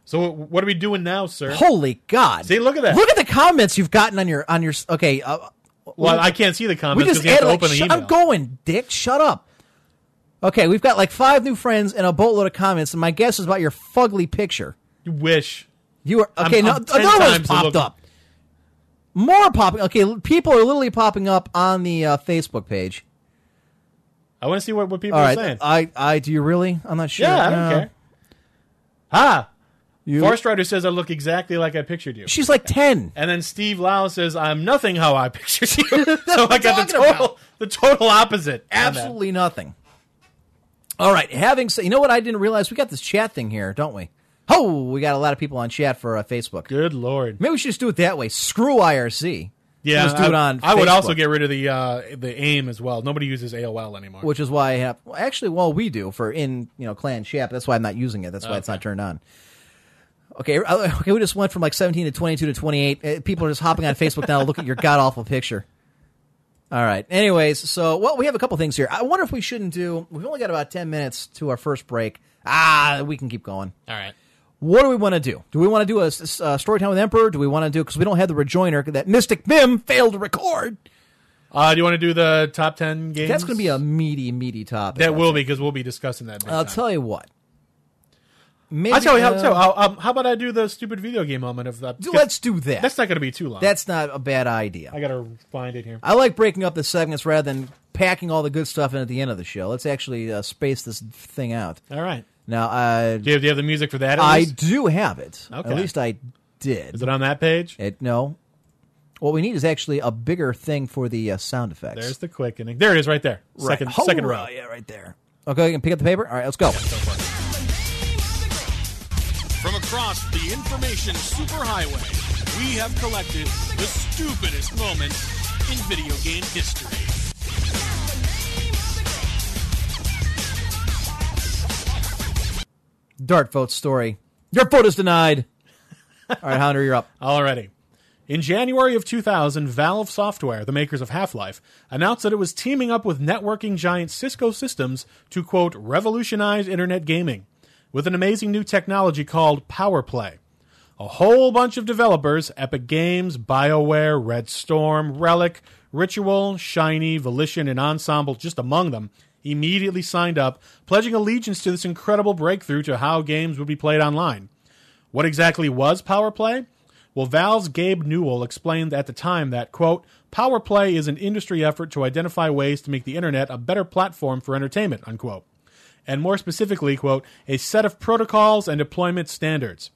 D: So wh- what are we doing now, sir?
C: holy God!
D: See, look at that.
C: Look at the comments you've gotten on your on your. Okay, uh,
D: well, I can't see the
C: we
D: comments
C: just
D: because you have
C: added.
D: to
C: Like,
D: open the
C: "Shut-
D: email.
C: I'm going, Dick. Shut up. Okay, we've got like five new friends and a boatload of comments, and my guess is about your fugly picture.
D: you wish.
C: You were
D: I'm-
C: okay. no,
D: I'm 10
C: another one's
D: times the
C: popped
D: look-
C: up. More popping. Okay, l- people are literally popping up on the uh, Facebook page.
D: I want to see what, what people
C: All
D: are
C: right,
D: saying.
C: I, I do you really? I'm not sure.
D: yeah, I don't
C: No.
D: care. Ha!
C: You-
D: Forest Rider says I look exactly like I pictured you.
C: She's like ten.
D: And then Steve Lau says I'm nothing how I pictured you. so I
C: I'm
D: got the
C: talking
D: total the total opposite. on that.
C: Absolutely nothing. All right. Having said, you know what? I didn't realize we got this chat thing here, don't we? Oh, we got a lot of people on chat for uh, Facebook.
D: Good lord.
C: Maybe we should just do it that way. Screw IRC.
D: Yeah,
C: Let's do
D: I,
C: it on.
D: I would
C: Facebook,
D: also get rid of the uh, the AIM as well. Nobody uses AOL anymore.
C: which is why I have well, actually. Well, we do for in you know clan chat. but That's why I'm not using it. That's why it's not turned on. Okay, uh, okay. We just went from like 17 to 22 to 28. Uh, People are just hopping on Facebook now. to Look at your god awful picture. All right. Anyways, so well, we have a couple things here. I wonder if we shouldn't do. We've only got about 10 minutes to our first break. Ah, we can keep going.
D: All right.
C: What do we want to do? Do we want to do a, s- uh, story time with Emperor? Do we want to do because we don't have the rejoiner that Mystic Mim failed to record?
D: Uh, do you want to do the top ten games?
C: That's going to be a meaty, meaty topic.
D: that will be because we'll be discussing that. big
C: I'll
D: time.
C: tell you what. Maybe,
D: I'll tell you how.
C: uh,
D: So, how, um, how about I do the stupid video game element of that?
C: do- let's do that.
D: That's not going to be too long.
C: That's not a bad idea.
D: I got to find it here.
C: I like breaking up the segments rather than packing all the good stuff in at the end of the show. Let's actually uh, space this thing out.
D: All right.
C: Now, uh,
D: Do you, have, do you have the music for that? at
C: I
D: least?
C: do have it.
D: Okay.
C: At least I
D: Is
C: did.
D: it on that page?
C: It, no. What we need is actually a bigger thing for the uh, sound effects.
D: There's the quickening. There it is, right there.
C: Right.
D: Second,
C: Oh,
D: second row.
C: Yeah, right there. Okay, you can pick up the paper. All right, let's go.
G: From across the information superhighway, we have collected the stupidest moments in video game history.
C: Dart vote story. Your vote is denied. All right, Hunter, you're up.
D: Alrighty. In January of 2000, Valve Software, the makers of Half Life, announced that it was teaming up with networking giant Cisco Systems to, quote, revolutionize internet gaming with an amazing new technology called PowerPlay. A whole bunch of developers Epic Games, BioWare, Red Storm, Relic, Ritual, Shiny, Volition, and Ensemble, just among them, immediately signed up, pledging allegiance to this incredible breakthrough to how games would be played online. What exactly was power play? Well, Valve's Gabe Newell explained at the time that, quote, power play is an industry effort to identify ways to make the internet a better platform for entertainment, unquote. And more specifically, quote, a set of protocols and deployment standards.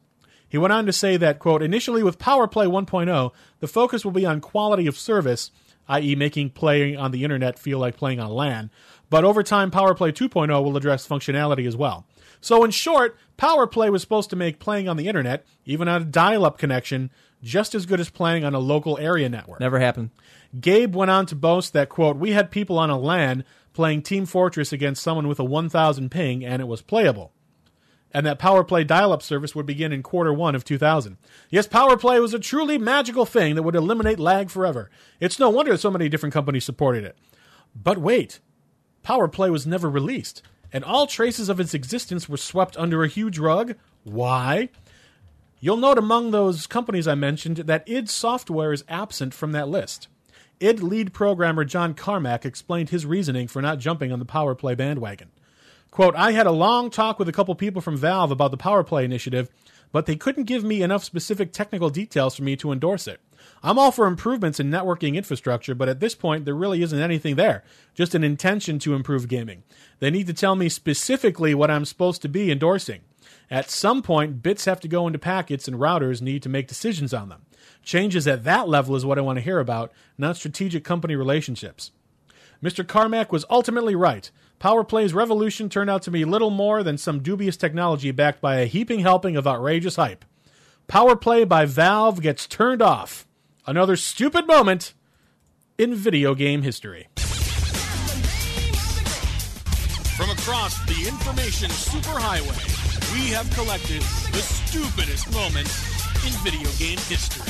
D: He went on to say that, quote, initially with Power Play 1.0, oh, the focus will be on quality of service, i.e., making playing on the internet feel like playing on LAN, but over time, Power Play 2.0 will address functionality as well. So, in short, Power Play was supposed to make playing on the internet, even on a dial up connection, just as good as playing on a local area network.
C: Never happened.
D: Gabe went on to boast that, quote, we had people on a LAN playing Team Fortress against someone with a 1,000 ping, and it was playable. And that Power Play dial up service would begin in quarter one of 2000. Yes, Power Play was a truly magical thing that would eliminate lag forever. It's no wonder so many different companies supported it. But wait, Power Play was never released, and all traces of its existence were swept under a huge rug. Why? You'll note among those companies I mentioned that id Software is absent from that list. id lead programmer John Carmack explained his reasoning for not jumping on the Power Play bandwagon. Quote, I had a long talk with a couple people from Valve about the Power Play initiative, but they couldn't give me enough specific technical details for me to endorse it. I'm all for improvements in networking infrastructure, but at this point, there really isn't anything there, just an intention to improve gaming. They need to tell me specifically what I'm supposed to be endorsing. At some point, bits have to go into packets and routers need to make decisions on them. Changes at that level is what I want to hear about, not strategic company relationships. Mr. Carmack was ultimately right. Power Play's revolution turned out to be little more than some dubious technology backed by a heaping helping of outrageous hype. Power Play by Valve gets turned off. Another stupid moment in video game history.
G: From across the information superhighway, we have collected the stupidest moments in video game history.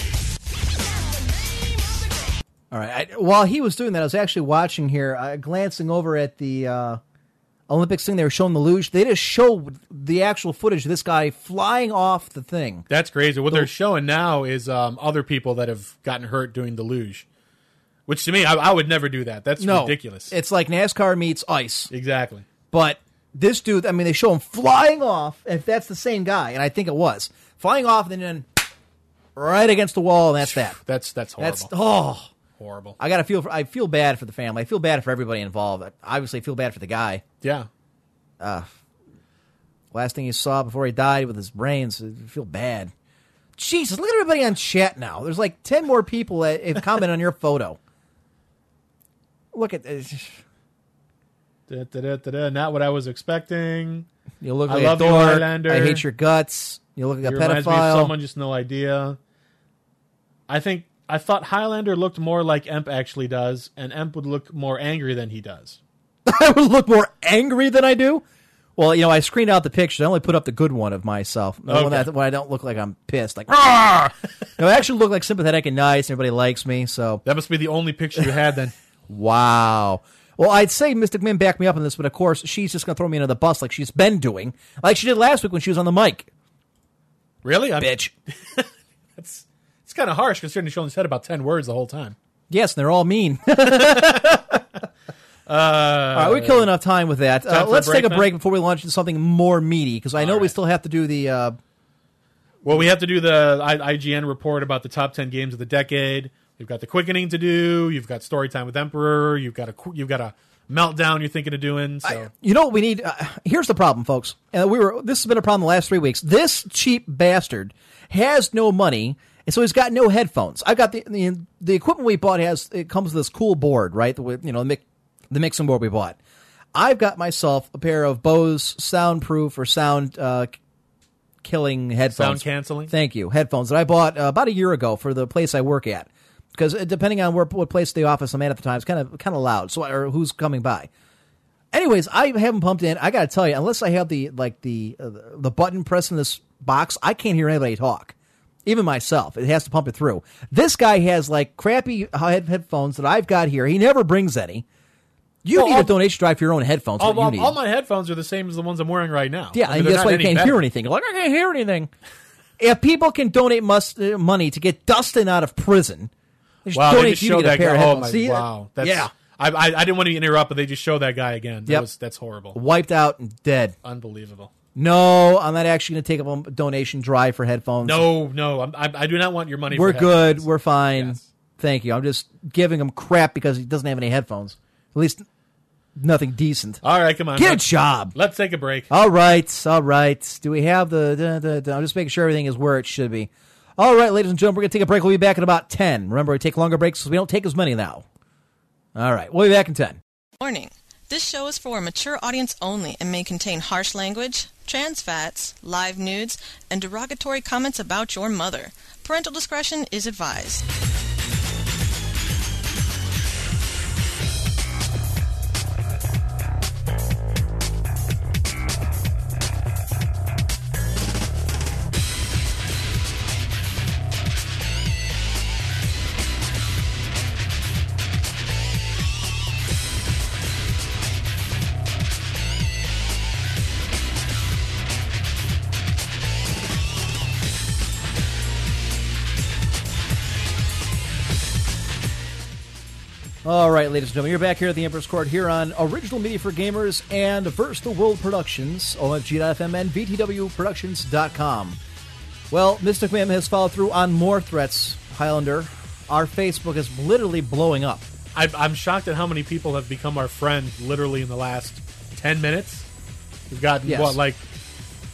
C: All right. I, while he was doing that, I was actually watching here, uh, glancing over at the uh, Olympics thing. They were showing the luge. They just showed the actual footage of this guy flying off the thing.
D: That's crazy. What they're showing now is um, other people that have gotten hurt doing the luge, which to me, I, I would never do that. That's
C: No,
D: ridiculous.
C: It's like NASCAR meets ice.
D: exactly.
C: But this dude, I mean, they show him flying off. If that's the same guy, and I think it was flying off, and then right against the wall, and that's that.
D: That's that's horrible.
C: That's oh.
D: horrible.
C: I gotta feel. For, I feel bad for the family. I feel bad for everybody involved. I obviously feel bad for the guy.
D: yeah.
C: Last thing he saw before he died with his brains. I feel bad. Jesus, look at everybody on chat now. There's like ten more people that have commented on your photo. Look at uh, this.
D: Da, da, da, da, da. Not what I was expecting.
C: You look
D: I
C: like
D: love
C: a
D: you,
C: dork.
D: Highlander.
C: I hate your guts. You look like a
D: It reminds me of
C: pedophile.
D: someone, just no idea. I think I thought Highlander looked more like Emp actually does, and Emp would look more angry than he does.
C: I would look more angry than I do. Well, you know, I screened out the pictures. I only put up the good one of myself. The one
D: Okay.
C: that when I don't look like I'm pissed, like "Rah!" no, I actually look like sympathetic and nice. Everybody likes me, so
D: That must be the only picture you had then.
C: wow. Well, I'd say Mystic Min backed me up on this, but of course she's just gonna throw me under the bus like she's been doing, like she did last week when she was on the mic,
D: Really? I'm-
C: bitch.
D: It's kind of harsh considering he's only said about 10 words the whole time.
C: Yes, and they're all mean. all right, we kill enough time with that. Uh,
D: Uh, for a
C: let's
D: break,
C: take a
D: man?
C: break before we launch into something more meaty because I know we
D: right.
C: still have to do the. Uh,
D: Well, we have to do the I- IGN report about the top 10 games of the decade. You've got the quickening to do. You've got story time with Emperor. You've got a qu- you've got a meltdown you're thinking of doing. So
C: You know what we need? Uh, here's the problem, folks. And we were. This has been a problem the last three weeks. This cheap bastard has no money, and so he's got no headphones. I got the the, the equipment we bought has it comes with this cool board, right? The, you know, the, mic, the mixing board we bought. I've got myself a pair of Bose soundproof or sound uh, killing headphones.
D: canceling?
C: Thank you. Headphones that I bought uh, about a year ago for the place I work at. Because depending on where, what place the office I'm at at the time, it's kind of kind of loud. So or who's coming by? Anyways, I haven't pumped in. I gotta tell you, unless I have the like the uh, the button pressed in this box, I can't hear anybody talk, even myself. It has to pump it through. This guy has like crappy head- headphones that I've got here. He never brings any. You
D: Well,
C: need
D: all-
C: a donation drive for your own headphones.
D: all,
C: what you
D: all,
C: need.
D: all my headphones are the same as the ones I'm wearing right now.
C: Yeah,
D: I mean,
C: and
D: they're
C: that's
D: not
C: why you
D: any
C: can't
D: better.
C: hear anything. Like I can't hear anything. if people can donate must, uh, money to get Dustin out of prison, they should
D: Wow,
C: donate
D: they just
C: you to
D: showed
C: get a
D: that
C: pair
D: guy.
C: of
D: Oh
C: headphones.
D: my
C: See, that-
D: wow! That's,
C: yeah,
D: I, I I didn't want to interrupt, but they just showed that guy again. That
C: Yep.
D: was that's horrible,
C: wiped out and dead.
D: unbelievable.
C: No, I'm not actually going to take up a donation drive for headphones.
D: No, no, I'm, I, I do not want your money.
C: we're
D: for
C: good.
D: headphones.
C: We're fine.
D: Yes.
C: Thank you. I'm just giving him crap because he doesn't have any headphones. At least nothing decent.
D: all right. Come on,
C: Get a
D: let's-
C: job.
D: Let's take a break.
C: All right, all right. Do we have the? Da, da, da- I'm just making sure everything is where it should be. All right, ladies and gentlemen, we're gonna take a break. We'll be back in about ten. Remember, we take longer breaks because we don't take as many now. All right, we'll be back in ten.
A: Warning. This show is for a mature audience only and may contain harsh language, trans fats, live nudes, and derogatory comments about your mother. Parental discretion is advised.
C: All right, ladies and gentlemen, you're back here at the Empress Court here on Original Media for Gamers and Verse the World Productions, OMG.FM and VTWProductions.com. Well, Mystic Ma'am has followed through on more threats, Highlander. Our Facebook is literally blowing up.
D: I, I'm shocked at how many people have become our friend literally in the last 10 minutes. We've gotten,
C: Yes.
D: what, like,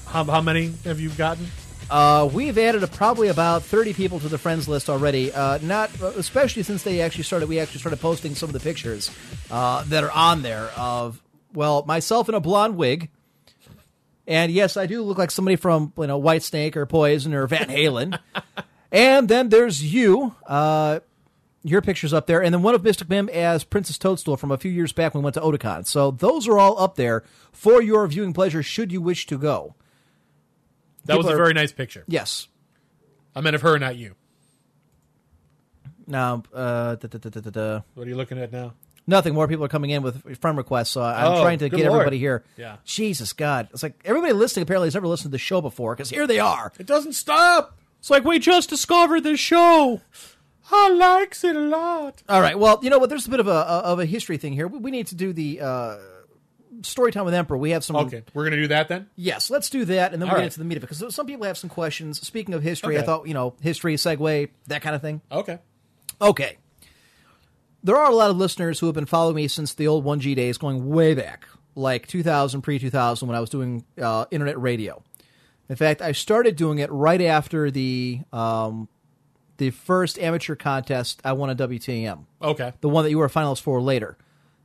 D: how, how many have you gotten?
C: Uh, we've added a, probably about 30 people to the friends list already. Uh, not especially since they actually started. We actually started posting some of the pictures uh, that are on there of well, myself in a blonde wig, and yes, I do look like somebody from you know White Snake or Poison or Van Halen. and then there's you. Uh, your pictures up there, and then one of Mystic Mim as Princess Toadstool from a few years back when we went to Otakon. So those are all up there for your viewing pleasure, should you wish to go.
D: That was
C: People
D: a
C: are-
D: very nice picture.
C: Yes,
D: I meant of her, not you.
C: No, uh, da, da, da, da, da, da.
D: What are you looking at now?
C: nothing. More people are coming in with friend requests, so I'm
D: Oh,
C: trying to
D: good
C: get
D: lord.
C: everybody here.
D: Yeah.
C: Jesus God, it's like everybody listening apparently has never listened to the show before because here they are.
D: It doesn't stop. It's like we just discovered this show. I likes it a lot.
C: All right. Well, you know what? There's a bit of a of a history thing here. We we need to do the uh, story time with Emperor. We have some.
D: Okay, we're gonna do that then.
C: Yes, let's do that, and then
D: All
C: we'll
D: right.
C: get into the meat of it because some people have some questions. Speaking of history, I
D: Okay.
C: thought you know history segue that kind of thing.
D: Okay.
C: Okay. There are a lot of listeners who have been following me since the old 1G days, going way back, like 2000, pre 2000, when I was doing uh, internet radio. In fact, I started doing it right after the um, the first amateur contest I won at WTM,
D: Okay.
C: the one that you were a finalist for later.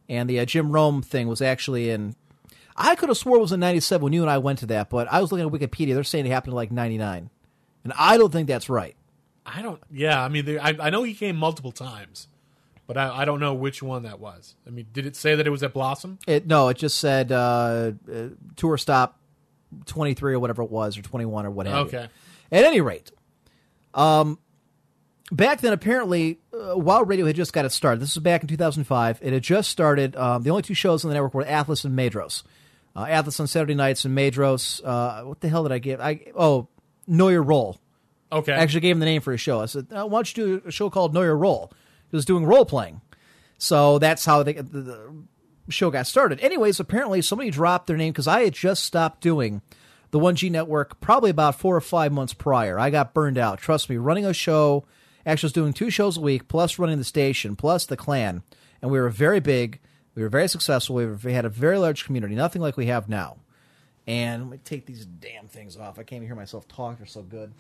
C: And the uh, Jim Rome thing was actually in. I could have swore it was in 97 when you and I went to that, but I was looking at Wikipedia. They're saying it happened in like 99. And I don't think that's right.
D: I don't. Yeah, I mean, there, I, I know he came multiple times, but I, I don't know which one that was. I mean, did it say that it was at Blossom?
C: It no, it just said uh, uh, tour stop twenty three or whatever it was, or twenty one or whatever.
D: Okay.
C: At any rate, um, back then apparently uh, Wild Radio had just got it started. This was back in two thousand five. It had just started. Um, the only two shows on the network were Atlas and Madros. Uh, Atlas on Saturday nights and Madros. Uh, what the hell did I give? I oh, Know Your Role.
D: Okay.
C: I actually gave him the name for his show. I said, uh, "Why don't you do a show called Know Your Role?" He was doing role playing, so that's how they, the, the show got started. Anyways, apparently somebody dropped their name because I had just stopped doing the One G Network probably about four or five months prior. I got burned out. Trust me, running a show, actually I was doing two shows a week, plus running the station, plus the clan, and we were very big. We were very successful. We were- We had a very large community, nothing like we have now. And let me take these damn things off. I can't even hear myself talk. They're so good.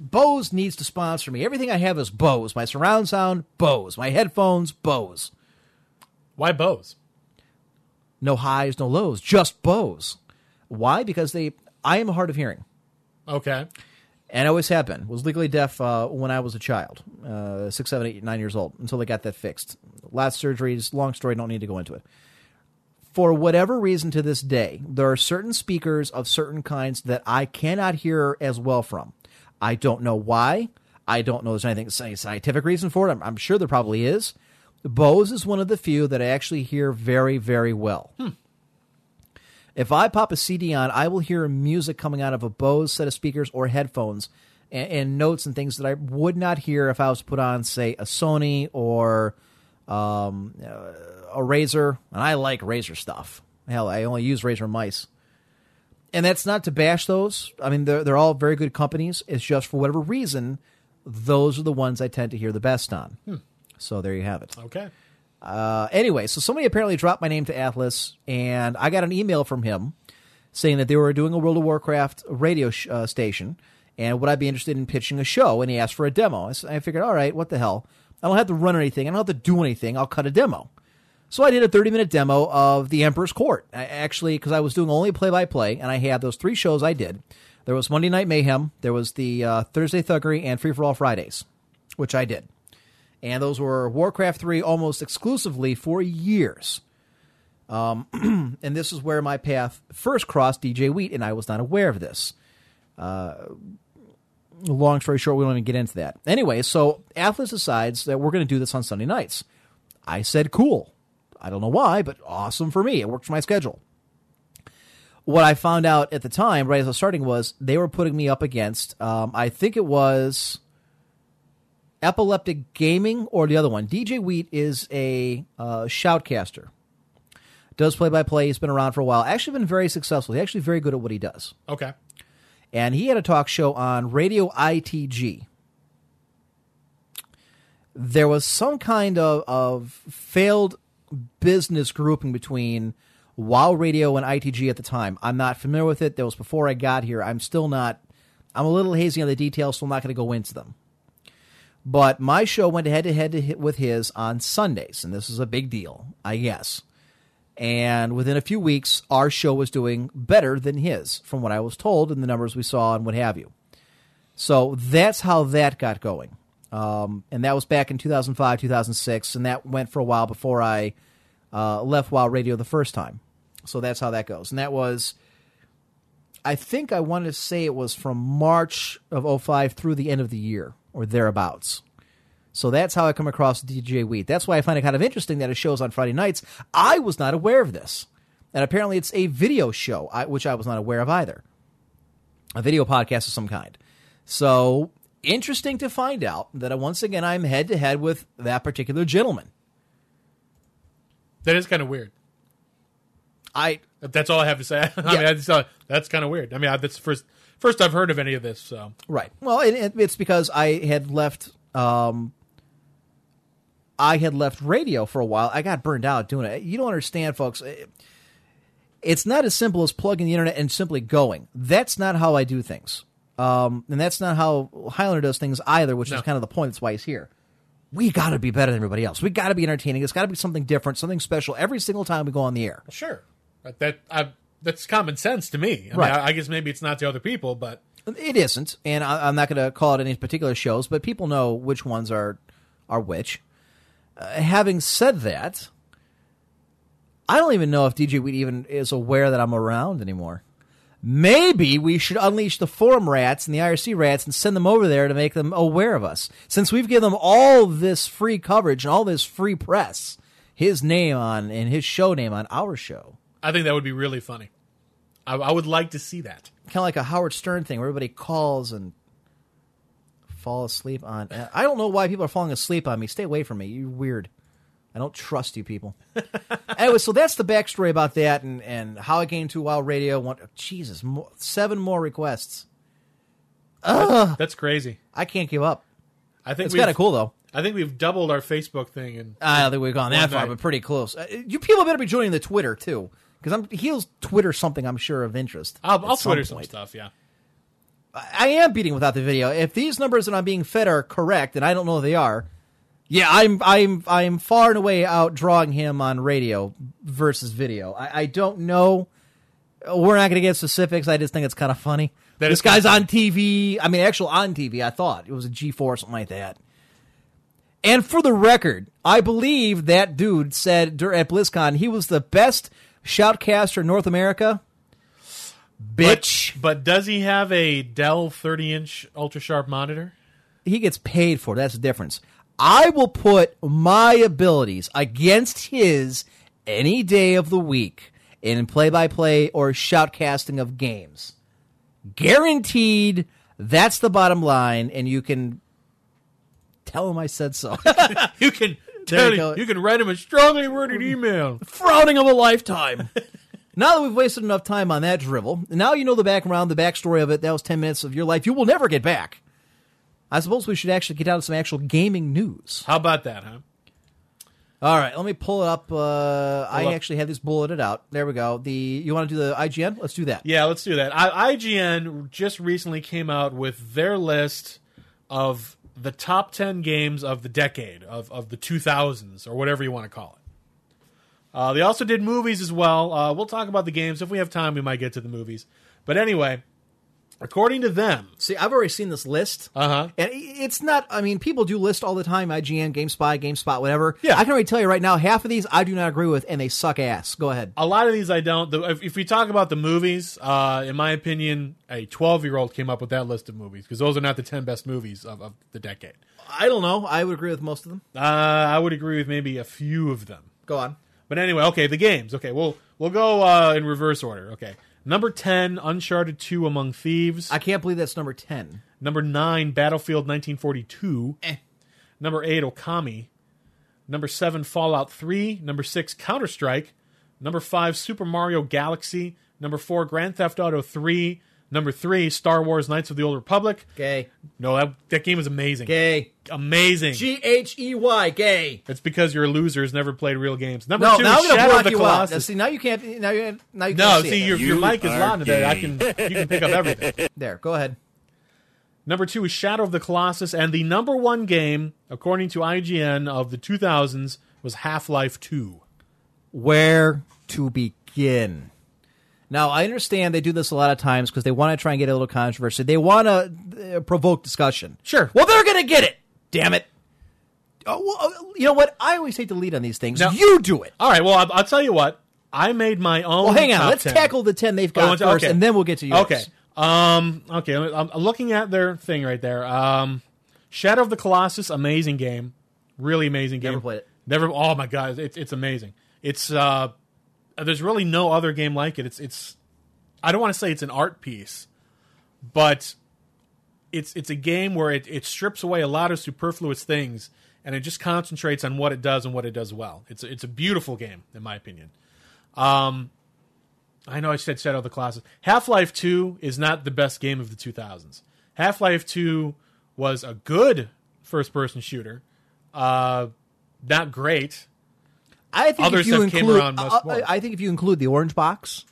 C: Bose needs to sponsor me. Everything I have is Bose. My surround sound, Bose. My headphones, Bose.
D: Why Bose?
C: No highs, no lows, just Bose. Why? Because they. I am hard of hearing,
D: Okay.
C: and I always have been. Was legally deaf uh, when I was a child, uh, six, seven, eight, nine years old, until they got that fixed. Last surgeries, long story. Don't need to go into it. For whatever reason, to this day, there are certain speakers of certain kinds that I cannot hear as well from. I don't know why. I don't know if there's anything any scientific reason for it. I'm, I'm sure there probably is. Bose is one of the few that I actually hear very, very well. If I pop a CD on, I will hear music coming out of a Bose set of speakers or headphones and, and notes and things that I would not hear if I was to put on, say, a Sony or um, uh, a Razor. And I like Razor stuff. Hell, I only use Razor mice. And that's not to bash those. I mean, they're, they're all very good companies. It's just for whatever reason, those are the ones I tend to hear the best on. So there you have it.
D: Okay.
C: Uh, anyway, so somebody apparently dropped my name to Atlas, and I got an email from him saying that they were doing a World of Warcraft radio sh- uh, station, and would I be interested in pitching a show? And he asked for a demo. I, s- I figured, all right, what the hell? I don't have to run anything. I don't have to do anything. I'll cut a demo. So I did a 30 minute demo of The Emperor's Court. I actually, because I was doing only play by play, and I had those three shows I did. There was Monday Night Mayhem, there was the uh, Thursday Thuggery, and Free for All Fridays, which I did and those were Warcraft 3 almost exclusively for years. Um, and this is where my path first crossed DJ Wheat, and I was not aware of this. Uh, long story short, we don't even get into that. Anyway, so Atlas decides that we're going to do this on Sunday nights. I said, cool. I don't know why, but awesome for me. It worked for my schedule. What I found out at the time, right as I was starting, was they were putting me up against, um, I think it was. Epileptic Gaming or the other one. DJ Wheat is a uh, shoutcaster. Does play by play. He's been around for a while. Actually, been very successful. He's actually very good at what he does.
D: Okay.
C: And he had a talk show on Radio ITG. There was some kind of, of failed business grouping between WoW Radio and ITG at the time. I'm not familiar with it. That was before I got here. I'm still not, I'm a little hazy on the details, so I'm not going to go into them. But my show went head to head with his on Sundays, and this is a big deal, I guess. And within a few weeks, our show was doing better than his, from what I was told and the numbers we saw and what have you. So that's how that got going. Um, and that was back in 2005, 2006, and that went for a while before I uh, left Wild Radio the first time. So that's how that goes. And that was I think I want to say it was from March of 05 through the end of the year or thereabouts. So that's how I come across DJ Wheat. That's why I find it kind of interesting that it shows on Friday nights. I was not aware of this. And apparently it's a video show, I- which I was not aware of either. A video podcast of some kind. So interesting to find out that uh, once again I'm head to head with that particular gentleman.
D: That is kind of weird.
C: I
D: That's all I have to say. I mean,
C: Yeah.
D: I just, uh, that's kind of weird. I mean, I, that's the first first I've heard of any of this. So
C: Right. Well, it, it, it's because I had left. Um, I had left radio for a while. I got burned out doing it. You don't understand, folks. It- it's not as simple as plugging the internet and simply going. That's not how I do things, um, and that's not how Highlander does things either. Which is
D: No.
C: kind of the point. That's why he's here. We got to be better than everybody else. We got to be entertaining. It's got to be something different, something special every single time we go on the air.
D: sure, that, that I, that's common sense to me. I
C: Right.
D: mean, I, I guess maybe it's not to other people, but
C: It isn't, and I, I'm not going to call it any particular shows, but people know which ones are are which. Uh, having said that, I don't even know if DJ Weed even is aware that I'm around anymore. Maybe we should unleash the forum rats and the IRC rats and send them over there to make them aware of us. Since we've given them all this free coverage and all this free press, his name on and his show name on our show.
D: I think that would be really funny. I, I would like to see that.
C: kind of like a Howard Stern thing where everybody calls and fall asleep on. I don't know why people are falling asleep on me. Stay away from me. You're weird. I don't trust you people. anyway, so that's the backstory about that and, and how I came to Wild Radio. One, Jesus, mo seven more requests.
D: That's crazy.
C: I can't give up.
D: I think
C: It's
D: we've-
C: kind of cool though.
D: I think we've doubled our Facebook thing, and
C: I don't think we've gone that
D: One
C: far,
D: night.
C: but pretty close. Uh, you people better be joining the Twitter too, because I'm he'll Twitter something I'm sure of interest.
D: I'll,
C: at
D: I'll
C: some
D: Twitter some
C: point.
D: stuff. Yeah,
C: I am beating without the video. If these numbers that I'm being fed are correct, and I don't know they are, yeah, I'm I'm I'm far and away outdrawing him on radio versus video. I, I don't know. We're not going to get specifics. I just think it's kind of funny.
D: That
C: this
D: is kinda
C: guy's on TV. I mean, actual on TV. I thought it was a G four or something like that. And for the record, I believe that dude said dur- at BlizzCon he was the best shoutcaster in North America. Bitch.
D: But, but does he have a Dell 30-inch ultra sharp monitor?
C: he gets paid for. it. That's the difference. I will put my abilities against his any day of the week in play-by-play or shoutcasting of games. Guaranteed. That's the bottom line, and you can tell him I said so.
D: You can
C: There you
D: tell
C: go.
D: you can write him a strongly worded email.
C: frowning of a lifetime. now that we've wasted enough time on that drivel, now you know the background, the backstory of it. That was 10 minutes of your life you will never get back. I suppose we should actually get out of some actual gaming news.
D: How about that, huh?
C: All right, let me pull up. Uh, I
D: up.
C: actually had this bulleted out. There we go. The you want to do the IGN? Let's do that.
D: Yeah, let's do that. I, IGN just recently came out with their list of the top 10 games of the decade, of, of the 2000s, or whatever you want to call it. Uh, they also did movies as well. Uh, we'll talk about the games. If we have time, we might get to the movies. But anyway, according to them,
C: See, I've already seen this list. Uh
D: Uh-huh.
C: And i- it's not. I mean, people do list all the time. IGN, GameSpy, GameSpot, whatever.
D: Yeah.
C: I can already tell you right now, half of these I do not agree with, and they suck ass. Go ahead.
D: a lot of these I don't. The, if, if we talk about the movies, uh, in my opinion, a 12 year old came up with that list of movies because those are not the 10 best movies of, of the decade.
C: I don't know. I would agree with most of them.
D: Uh, I would agree with maybe a few of them.
C: Go on.
D: But anyway, okay, the games. Okay, we'll we'll go uh, in reverse order. Okay, number ten, Uncharted Two: Among Thieves.
C: I can't believe that's number ten.
D: number nine, Battlefield 1942.
C: Eh.
D: Number eight, Okami. Number seven, Fallout Three. Number six, Counter Strike. Number five, Super Mario Galaxy. Number four, Grand Theft Auto Three. Number three, Star Wars: Knights of the Old Republic.
C: Gay.
D: No, that that game is amazing.
C: Gay.
D: Amazing.
C: G H E Y. Gay.
D: it's because you're losers, never played real games. Number
C: No,
D: two,
C: now I'm gonna
D: Shadow of
C: block
D: the
C: you out.
D: Colossus.
C: Now, See, now you can't. Now you. Now you
D: No,
C: can't
D: see,
C: it.
D: your, your mic is loud today. I can you can pick up everything.
C: there. Go ahead.
D: Number two is Shadow of the Colossus, and the number one game, according to IGN, of the 2000s was Half Life 2.
C: where to begin. Now, I understand they do this a lot of times because they want to try and get a little controversy. They want to uh, provoke discussion.
D: Sure.
C: Well, they're going to get it. Damn it. uh, Oh, well, uh, you know what? I always hate to lead on these things.
D: No.
C: You do it.
D: All right, well, I'll, I'll tell you what. I made my own.
C: Well, hang on.
D: top
C: Let's
D: 10.
C: tackle the ten they've
D: Oh,
C: got
D: it's-
C: first,
D: okay.
C: and then we'll get to yours.
D: Okay. Um. Okay. I'm I'm looking at their thing right there. Um. Shadow of the Colossus, amazing game, really amazing game.
C: Never played it.
D: Never. Oh my god, it's it's amazing. It's uh, there's really no other game like it. It's it's, I don't want to say it's an art piece, but it's it's a game where it, it strips away a lot of superfluous things and it just concentrates on what it does and what it does well. It's a- it's a beautiful game in my opinion. Um, I know I said Shadow of the Colossus. Half Life Two is not the best game of the 2000s. Half Life Two was a good first person shooter, uh, not great.
C: I think
D: Others
C: if you
D: have came
C: include,
D: around much
C: I-
D: more.
C: I, I think if you include the orange box,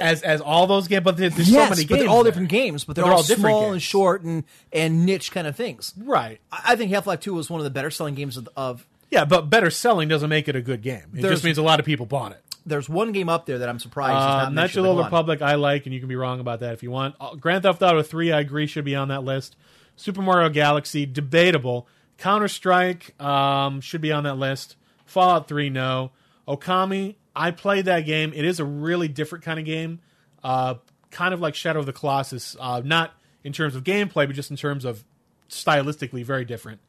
D: as as all those games, but there- there's
C: yes,
D: so many
C: but
D: games.
C: they're all
D: there.
C: different games, but they're,
D: They're
C: all,
D: all different
C: small
D: games.
C: and short and and niche kind of things.
D: right?
C: I, I think Half Life Two was one of the better selling games of, of.
D: Yeah, but better selling doesn't make it a good game. It
C: There's-
D: just means a lot of people bought it.
C: There's one game up there that I'm surprised. is
D: Uh,
C: not mentioned,
D: Natural
C: but
D: Old
C: go on.
D: Republic, I like, and you can be wrong about that if you want. Uh, Grand Theft Auto 3, I agree, should be on that list. Super Mario Galaxy, debatable. Counter Strike um, should be on that list. Fallout 3, no. Okami, I played that game. It is a really different kind of game, uh, kind of like Shadow of the Colossus, uh, not in terms of gameplay, but just in terms of stylistically very different.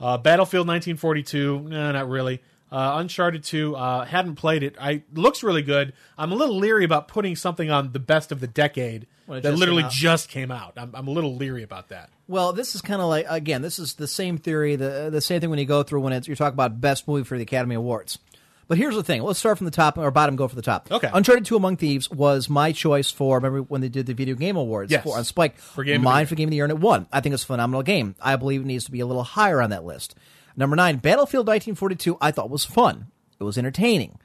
D: Uh, Battlefield 1942, no, not really. Uh, Uncharted 2, uh, hadn't played it. I looks really good. I'm a little leery about putting something on the best of the decade
C: When it
D: that
C: just
D: literally
C: came out.
D: just came out. I'm, I'm a little leery about that.
C: Well, this is kind of like again, this is the same theory, the uh, the same thing when you go through when it's you're talking about best movie for the Academy Awards. But here's the thing. Let's start from the top or bottom. Go for the top.
D: Okay.
C: Uncharted Two: Among Thieves was my choice for. Remember when they did the video game awards
D: Yes.
C: for, on Spike?
D: For Game of the
C: Mine
D: Year.
C: for Game of the Year, and it won. I think it's a phenomenal game. I believe it needs to be a little higher on that list. Number nine, Battlefield 1942. I thought was fun. It was entertaining.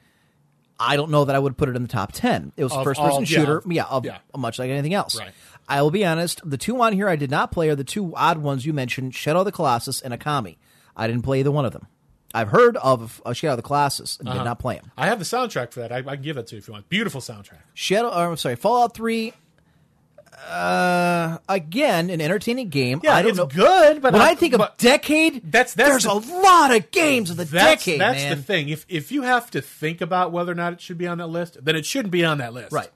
C: I don't know that I would put it in the top ten. It was a
D: Of
C: first person
D: all- yeah,
C: shooter.
D: of-
C: Yeah, of,
D: yeah.
C: much like anything else.
D: Right.
C: I will be honest, the two on here I did not play are the two odd ones you mentioned, Shadow of the Colossus and Akami. I didn't play either one of them. I've heard of uh, Shadow of the Colossus
D: Uh-huh.
C: and did not play him.
D: I have the soundtrack for that. I, I can give that to you if you want. Beautiful soundtrack.
C: Shadow, or, I'm sorry, Fallout 3, uh, again, an entertaining game.
D: Yeah,
C: I don't
D: it's
C: know.
D: good, but
C: when
D: I-
C: I think of
D: but-
C: decade,
D: That's- that's
C: there's
D: the-
C: a lot of games of the
D: That's,
C: decade,
D: that's
C: man.
D: the thing. If if you have to think about whether or not it should be on that list, then it shouldn't be on that list.
C: Right.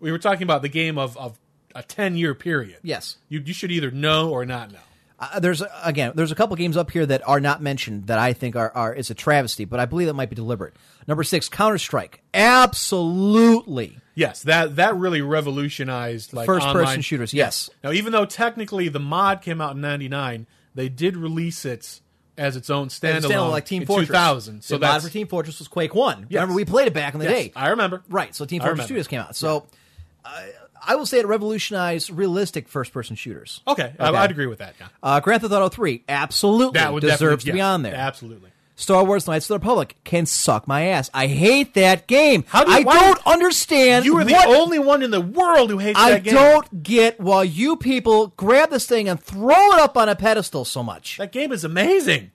D: We were talking about the game of, of a 10 year period.
C: Yes.
D: You, you should either know or not know.
C: Uh, there's uh, again, there's a couple games up here that are not mentioned that I think are are is a travesty, but I believe that might be deliberate. Number six, Counter Strike, absolutely.
D: Yes, that that really revolutionized like
C: First-person
D: online-
C: shooters, yes.
D: Now, even though technically the mod came out in '99, they did release it as its own standalone,
C: Standalone, like Team
D: in
C: Fortress.
D: 2000. So
C: the mod
D: that's
C: for Team Fortress was Quake One.
D: Yes.
C: Remember, we played it back in the
D: Yes,
C: day.
D: I remember.
C: Right. So Team
D: I
C: Fortress
D: remember.
C: Two just came out. So I, I will say it revolutionized realistic first-person shooters.
D: okay. I,
C: Okay.
D: I'd agree with that. Yeah.
C: Uh, Grand Theft Auto Three absolutely
D: that would
C: deserves
D: definitely-
C: to be
D: yes,
C: on there.
D: Absolutely.
C: Star Wars: Knights of the Republic can suck my ass. I hate that game.
D: How do you-
C: I
D: why-
C: don't understand.
D: You were the
C: what
D: only one in the world who hates
C: I
D: that game.
C: don't get why you people grab this thing and throw it up on a pedestal so much.
D: That game is amazing.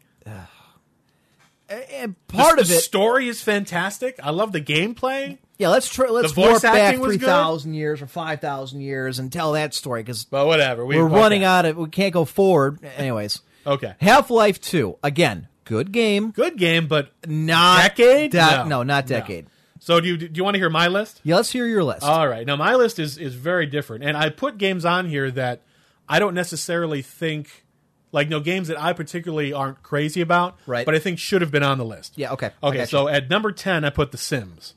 C: And part
D: the,
C: of
D: the
C: it,
D: story is fantastic. I love the gameplay.
C: yeah. Let's try, let's
D: voice
C: warp back
D: acting was
C: three
D: good.
C: thousand years or five thousand years and tell that story because
D: But whatever. We,
C: we're
D: okay.
C: running out of we can't go forward. Anyways,
D: Okay.
C: Half Life Two again, good game,
D: Good game, but
C: not
D: decade?
C: da- no. not decade.
D: So do you do you want to hear my list?
C: Yeah, let's hear your list.
D: All right. Now my list is is very different, and I put games on here that I don't necessarily think like no games that I particularly aren't crazy about,
C: Right.
D: But I think should have been on the list.
C: Yeah, okay. I
D: Okay.
C: got
D: So at number ten, I put The Sims.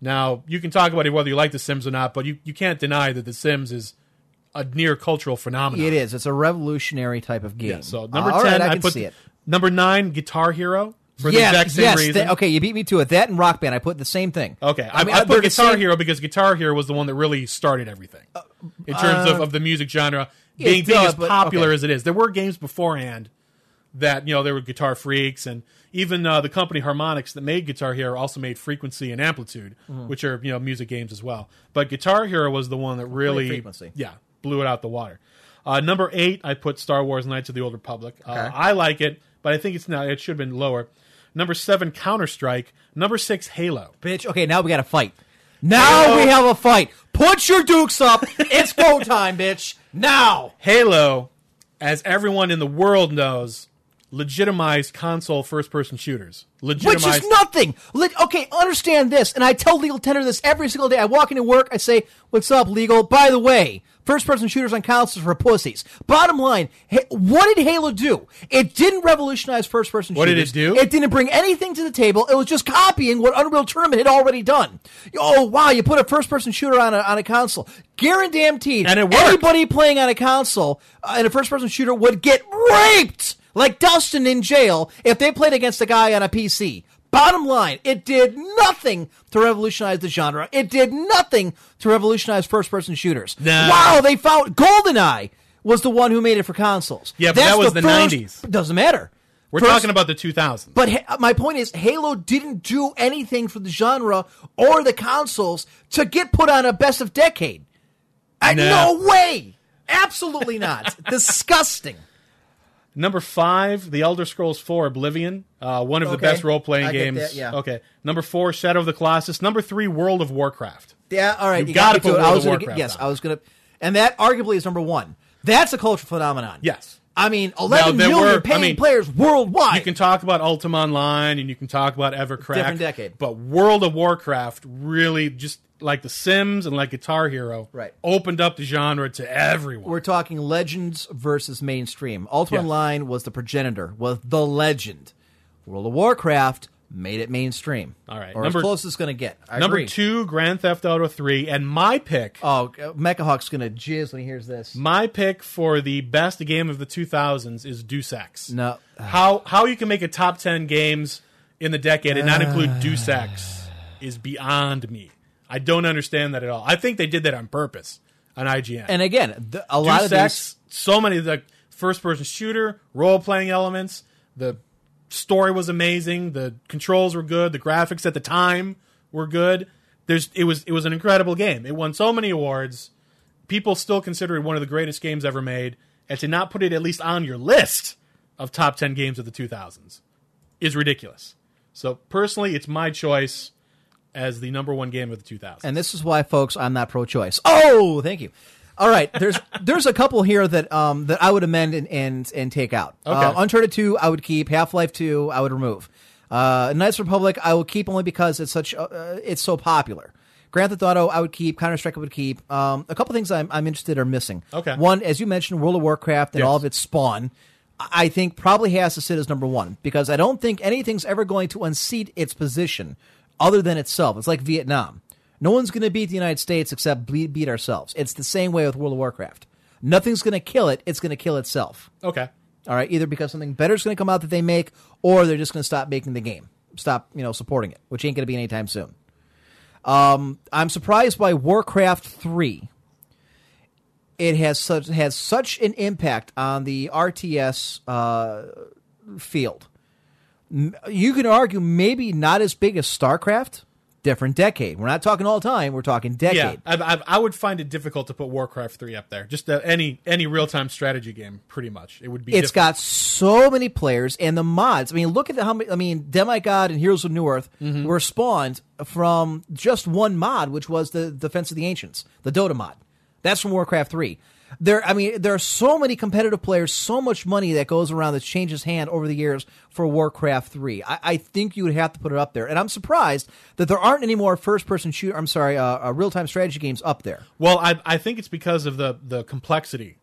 D: Now you can talk about it whether you like The Sims or not, but you you can't deny that The Sims is a near cultural phenomenon.
C: it is. It's a revolutionary type of game. Uh,
D: So number
C: All
D: ten,
C: right, I,
D: I,
C: can
D: put
C: see it.
D: number nine, Guitar Hero. For the
C: yes,
D: exact same
C: yes.
D: reason.
C: th- okay, you beat me to it. That and Rock Band, I put the same thing.
D: Okay, I, I,
C: they're
D: put
C: the
D: Guitar
C: same-
D: Hero because Guitar Hero was the one that really started everything in terms of, of the music genre being, being
C: Uh, does,
D: as
C: but-
D: popular
C: okay.
D: as it is. There were games beforehand that you know there were Guitar Freaks and even uh, the company Harmonix that made Guitar Hero also made Frequency and Amplitude,
C: Mm-hmm.
D: which are you know music games as well. But Guitar Hero was the one that really
C: Frequency.
D: yeah blew it out the water. Uh, number eight, I put Star Wars: Knights of the Old Republic. Uh, I like it, but I think it's not. It should have been lower. Number seven, Counter Strike. Number six, Halo.
C: bitch. Okay, now we got a fight. Now
D: Halo.
C: we have a fight. Put your dukes up. it's go time, bitch. Now.
D: Halo, as everyone in the world knows, legitimize console first person shooters.
C: Which
D: Legitimize
C: is nothing. Lit- okay, understand this. And I tell legal tender this every single day. I walk into work, I say, What's up, legal? By the way, first person shooters on consoles are pussies. Bottom line, Ha- what did Halo do? It didn't revolutionize first person
D: What did
C: shooters.
D: it do?
C: It didn't bring anything to the table. It was just copying what Unreal Tournament had already done. Oh, wow, you put a first person shooter on a, on a console. Guaranteed.
D: And it worked.
C: Anybody playing on a console uh, in a first person shooter would get raped like Dustin in jail if they played against a guy on a PC. Bottom line, it did nothing to revolutionize the genre. It did nothing to revolutionize first person shooters.
D: Nah.
C: Wow, they found GoldenEye was the one who made it for consoles.
D: Yeah, but that was the 90s.
C: Doesn't matter.
D: We're
C: First-
D: talking about the 2000s.
C: but ha- my point is, Halo didn't do anything for the genre or the consoles to get put on a best of decade. I,
D: Nah.
C: No way! Absolutely not. Disgusting.
D: Number five, The Elder Scrolls Four: Oblivion, uh, one of the
C: Okay.
D: best role playing
C: I get
D: games.
C: that, yeah.
D: Okay. Number four, Shadow of the Colossus. Number three, World of Warcraft.
C: Yeah, all right.
D: You
C: got
D: gotta
C: me
D: put
C: to it.
D: World
C: I
D: of
C: was gonna,
D: Warcraft
C: Yes,
D: on.
C: I was going to. And that arguably is number one. That's a cultural phenomenon.
D: Yes.
C: I mean, 11
D: there
C: million
D: were- I
C: paying
D: mean,
C: players worldwide.
D: You can talk about Ultima Online and you can talk about Evercrack.
C: Different decade.
D: But World of Warcraft really just like The Sims and like Guitar Hero,
C: Right.
D: opened up the genre to everyone.
C: We're talking legends versus mainstream. Ultimate
D: Yeah.
C: Online was the progenitor, was the legend. World of Warcraft made it mainstream.
D: All right,
C: or
D: number-
C: as close as it's going to get. I
D: Number
C: agree.
D: two, Grand Theft Auto 3. And my pick,
C: Oh, uh, Mechahawk's going to jizz when he hears this.
D: my pick for the best game of the 2000s is Deus Ex.
C: No.
D: How, how you can make a top 10 games in the decade and not include Deus Ex is beyond me. I don't understand that at all. I think they did that on purpose on IGN.
C: And again, th- a lot
D: Deus
C: of these.
D: Ex, so many like first person shooter, role playing elements. The story was amazing. The controls were good. The graphics at the time were good. There's it was it was an incredible game. It won so many awards. People still consider it one of the greatest games ever made. And to not put it at least on your list of top ten games of the 2000s is ridiculous. So personally, it's my choice as the number one game of the 2000s.
C: And this is why, folks, I'm not pro-choice. Oh, thank you. All right, there's there's a couple here that um that I would amend and and, and take out. Uh,
D: Okay.
C: Uncharted two, I would keep. Half Life two, I would remove. Uh, Knights Republic, I will keep only because it's such uh, it's so popular. Grand Theft Auto, I would keep. Counter Strike, I would keep. Um, a couple things I'm I'm interested are missing.
D: Okay.
C: one as you mentioned, World of Warcraft and
D: Yes.
C: all of its spawn. I I think probably has to sit as number one because I don't think anything's ever going to unseat its position other than itself. It's like Vietnam. No one's going to beat the United States except ble- beat ourselves. It's the same way with World of Warcraft. Nothing's going to kill it. It's going to kill itself.
D: okay.
C: All right, either because something better is going to come out that they make, or they're just going to stop making the game, stop you know supporting it, which ain't going to be anytime soon. Um, I'm surprised by Warcraft three. It has such has such an impact on the RTS uh, field. M- You can argue maybe not as big as StarCraft, different decade. We're not talking all time. We're talking
D: Yeah,
C: decade.
D: I, I, I would find it difficult to put Warcraft three up there. Just uh, any any real time strategy game, pretty much. It would be.
C: It's
D: difficult.
C: got so many players and the mods. I mean, look at the, how many. I mean, Demigod and Heroes of New Earth
D: Mm-hmm.
C: were spawned from just one mod, which was the Defense of the Ancients, the Dota mod. That's from Warcraft Three. There, I mean, there are so many competitive players, so much money that goes around that changes hand over the years for Warcraft Three. I, I think you would have to put it up there, and I'm surprised that there aren't any more first-person shooter. I'm sorry, uh, uh, real-time strategy games up there.
D: Well, I I think it's because of the the complexity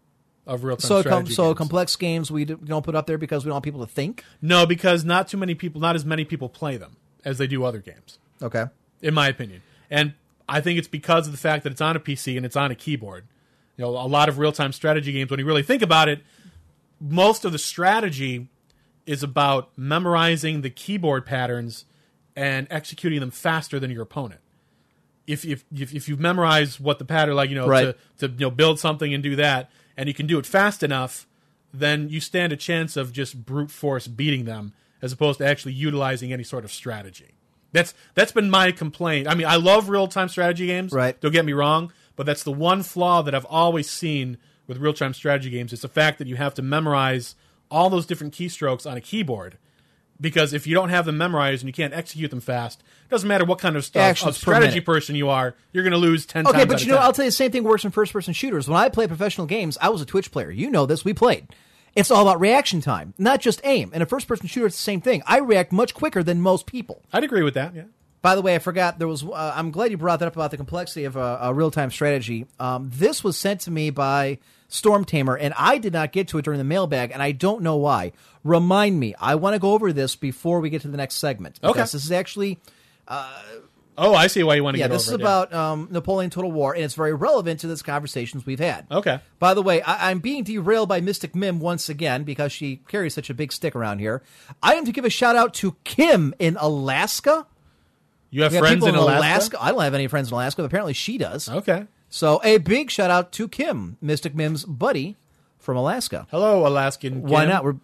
D: of real time
C: So,
D: strategy.
C: com- so
D: games.
C: complex games we d- don't put up there because we don't want people to think.
D: No, because not too many people, not as many people play them as they do other games,
C: Okay.
D: in my opinion. And I think it's because of the fact that it's on a PC and it's on a keyboard. You know, a lot of real time strategy games. When you really think about it, most of the strategy is about memorizing the keyboard patterns and executing them faster than your opponent. If if if, if you memorize what the pattern like, you know,
C: Right.
D: to, to you know build something and do that, and you can do it fast enough, then you stand a chance of just brute force beating them as opposed to actually utilizing any sort of strategy. That's that's been my complaint. I mean, I love real time strategy games.
C: Right.
D: Don't get me wrong, but that's the one flaw that I've always seen with real time strategy games. It's the fact that you have to memorize all those different keystrokes on a keyboard. Because if you don't have them memorized and you can't execute them fast, it doesn't matter what kind of, stuff,
C: Actions
D: of
C: per
D: strategy
C: minute.
D: person you are, you're going to lose 10 times.
C: Okay,
D: out
C: but
D: of
C: you know,
D: 10.
C: I'll tell you the same thing works in first person shooters. When I play professional games, I was a Twitch player. You know this. We played. It's all about reaction time, not just aim. In a first person shooter, it's the same thing. I react much quicker than most people.
D: I'd agree with that. Yeah.
C: By the way, I forgot there was. Uh, I'm glad you brought that up about the complexity of a, a real time strategy. Um, this was sent to me by Storm Tamer, and I did not get to it during the mailbag, and I don't know why. Remind me. I want to go over this before we get to the next segment.
D: Okay.
C: because This is actually
D: Oh, I see why you want to
C: yeah.
D: get
C: This is
D: over it,
C: about um, Napoleon Total War, and it's very relevant to this conversations we've had.
D: Okay.
C: By the way, I- I'm being derailed by Mystic Mim once again because she carries such a big stick around here. I am to give a shout out to Kim in Alaska.
D: You have
C: We got
D: friends
C: people
D: in Alaska?
C: I don't have any friends in Alaska, but apparently she does.
D: Okay.
C: So a big shout out to Kim, Mystic Mim's buddy from Alaska.
D: Hello, Alaskan.
C: Why
D: Kim.
C: not? We're,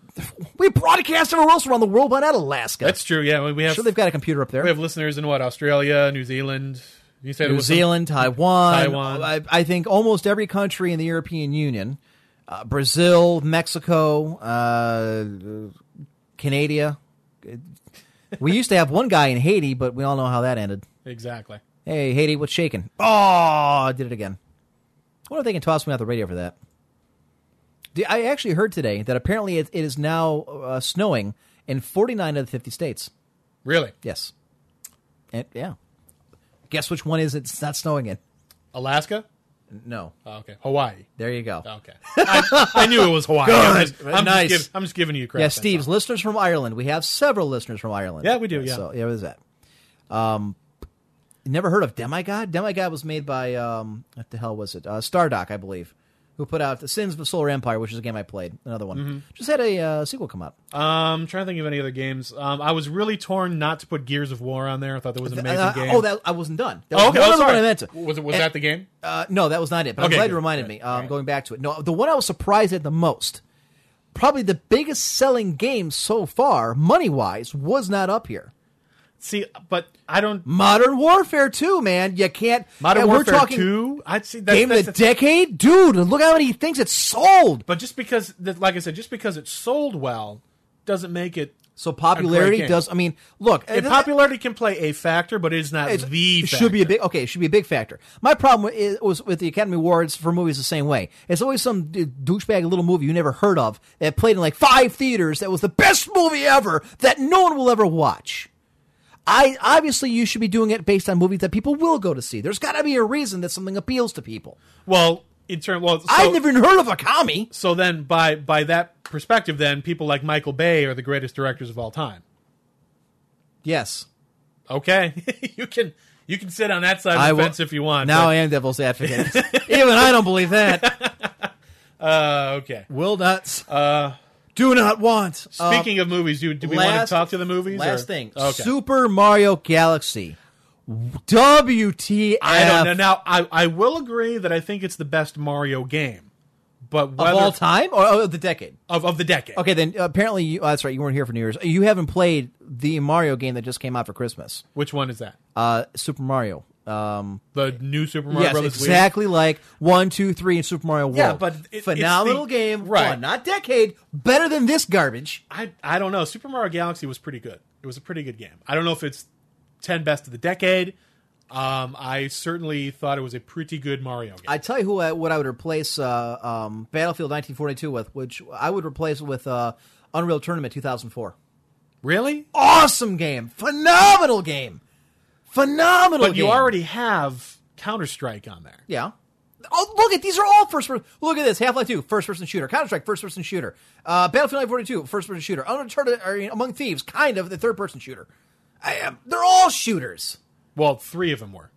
C: we broadcast everywhere else around the world, why not Alaska?
D: That's true. Yeah, we have
C: sure, they've got a computer up there.
D: we have listeners in what Australia, New Zealand. You said it
C: New
D: was some-
C: Zealand, Taiwan,
D: Taiwan.
C: I, I think almost every country in the European Union, uh, Brazil, Mexico, uh, Canada. We used to have one guy in Haiti, but we all know how that ended.
D: exactly.
C: Hey, Haiti, what's shaking? Oh, I did it again. I wonder if they can toss me out the radio for that. The- I actually heard today that apparently it, it is now uh, snowing in 49 of the 50 states.
D: Really,
C: Yes. And, yeah. Guess which one is it's not snowing in?
D: Alaska.
C: No.
D: Oh, okay, Hawaii. Oh,
C: There you go.
D: Okay, I, I knew it was Hawaii. I'm just, I'm
C: Nice.
D: Just giv- I'm just giving you credit.
C: yeah,
D: that's
C: Steve's
D: all.
C: listeners from Ireland. We have several listeners from Ireland.
D: Yeah, we do, yeah.
C: So, yeah, what is that? Um, never heard of Demigod? Demigod was made by, um, what the hell was it? Uh, Stardock, I believe, who put out The Sins of the Solar Empire, which is a game I played. Another one.
D: Mm-hmm.
C: Just had a uh, sequel come out.
D: Um, I'm trying to think of any other games. Um, I was really torn not to put Gears of War on there. I thought that was an amazing
C: Uh,
D: game.
C: Oh, that I wasn't done. That
D: Oh,
C: was
D: okay.
C: one
D: oh,
C: other
D: sorry.
C: one I meant to.
D: Was, was
C: And-
D: that the game?
C: Uh, no, that was not it. But
D: Okay,
C: I'm glad
D: good.
C: you reminded
D: Right,
C: me. Um,
D: right.
C: Going back to it, no, the one I was surprised at the most, probably the biggest selling game so far, money wise, was not up here.
D: See, but I don't.
C: Modern Warfare 2, man. You can't.
D: Modern
C: and
D: Warfare
C: we're talking
D: Two. I'd see that's,
C: Game
D: that's
C: of the decade, dude. Look how many things it sold.
D: But just because, that, like I said, just because it sold well doesn't make it.
C: So popularity
D: game.
C: does. I mean, look,
D: And
C: uh,
D: popularity can play a factor, but it is not
C: it's-
D: the.
C: it
D: Factor.
C: should be a big okay. It should be a big factor. My problem is, was with the Academy Awards for movies the same way. It's always some d- douchebag little movie you never heard of that played in like five theaters that was the best movie ever that no one will ever watch. I obviously you should be doing it based on movies that people will go to see. There's got to be a reason that something appeals to people.
D: Well, in terms, well, so,
C: I've never even heard of Akami.
D: So then, by by that perspective, then people like Michael Bay are the greatest directors of all time.
C: Yes,
D: Okay, you can you can sit on that side of the
C: I will-
D: fence if you want.
C: Now I am devil's advocate. Even I don't believe that.
D: but, uh, okay.
C: Will not. Uh, do not want. uh,
D: Speaking of movies, do, do we want to talk to the movies?
C: Last
D: or-
C: thing.
D: Okay.
C: Super Mario Galaxy. WTF?
D: I don't know. Now I I will agree that I think it's the best Mario game, but whether
C: of all time or of the decade?
D: of, of the decade.
C: Okay, then apparently you. Oh, that's right. You weren't here for New Year's. You haven't played the Mario game that just came out for Christmas.
D: Which one is that?
C: Uh, Super Mario.
D: the new Super Mario
C: yes,
D: Brothers. Wii?
C: exactly like one, two, three, and Super Mario World.
D: Yeah, but it- it's
C: phenomenal
D: the-
C: game.
D: right.
C: One, not decade. Better than this garbage.
D: I I don't know. Super Mario Galaxy was pretty good. It was a pretty good game. I don't know if it's ten best of the decade. Um, I certainly thought it was a pretty good Mario game.
C: I tell you who I, what I would replace uh, um, Battlefield 1942 with, which I would replace with uh, Unreal Tournament 2004.
D: really?
C: Awesome game, phenomenal game, phenomenal.
D: But you
C: game.
D: already have Counter Strike on there.
C: yeah. Oh, look at these are all first person. Look at this Half Life 2, first person shooter. Counter Strike, first person shooter. Uh, Battlefield 1942, first person shooter. Uncharted or, you know, Among Thieves, kind of the third person shooter. I am. They're all shooters.
D: Well, three of them were.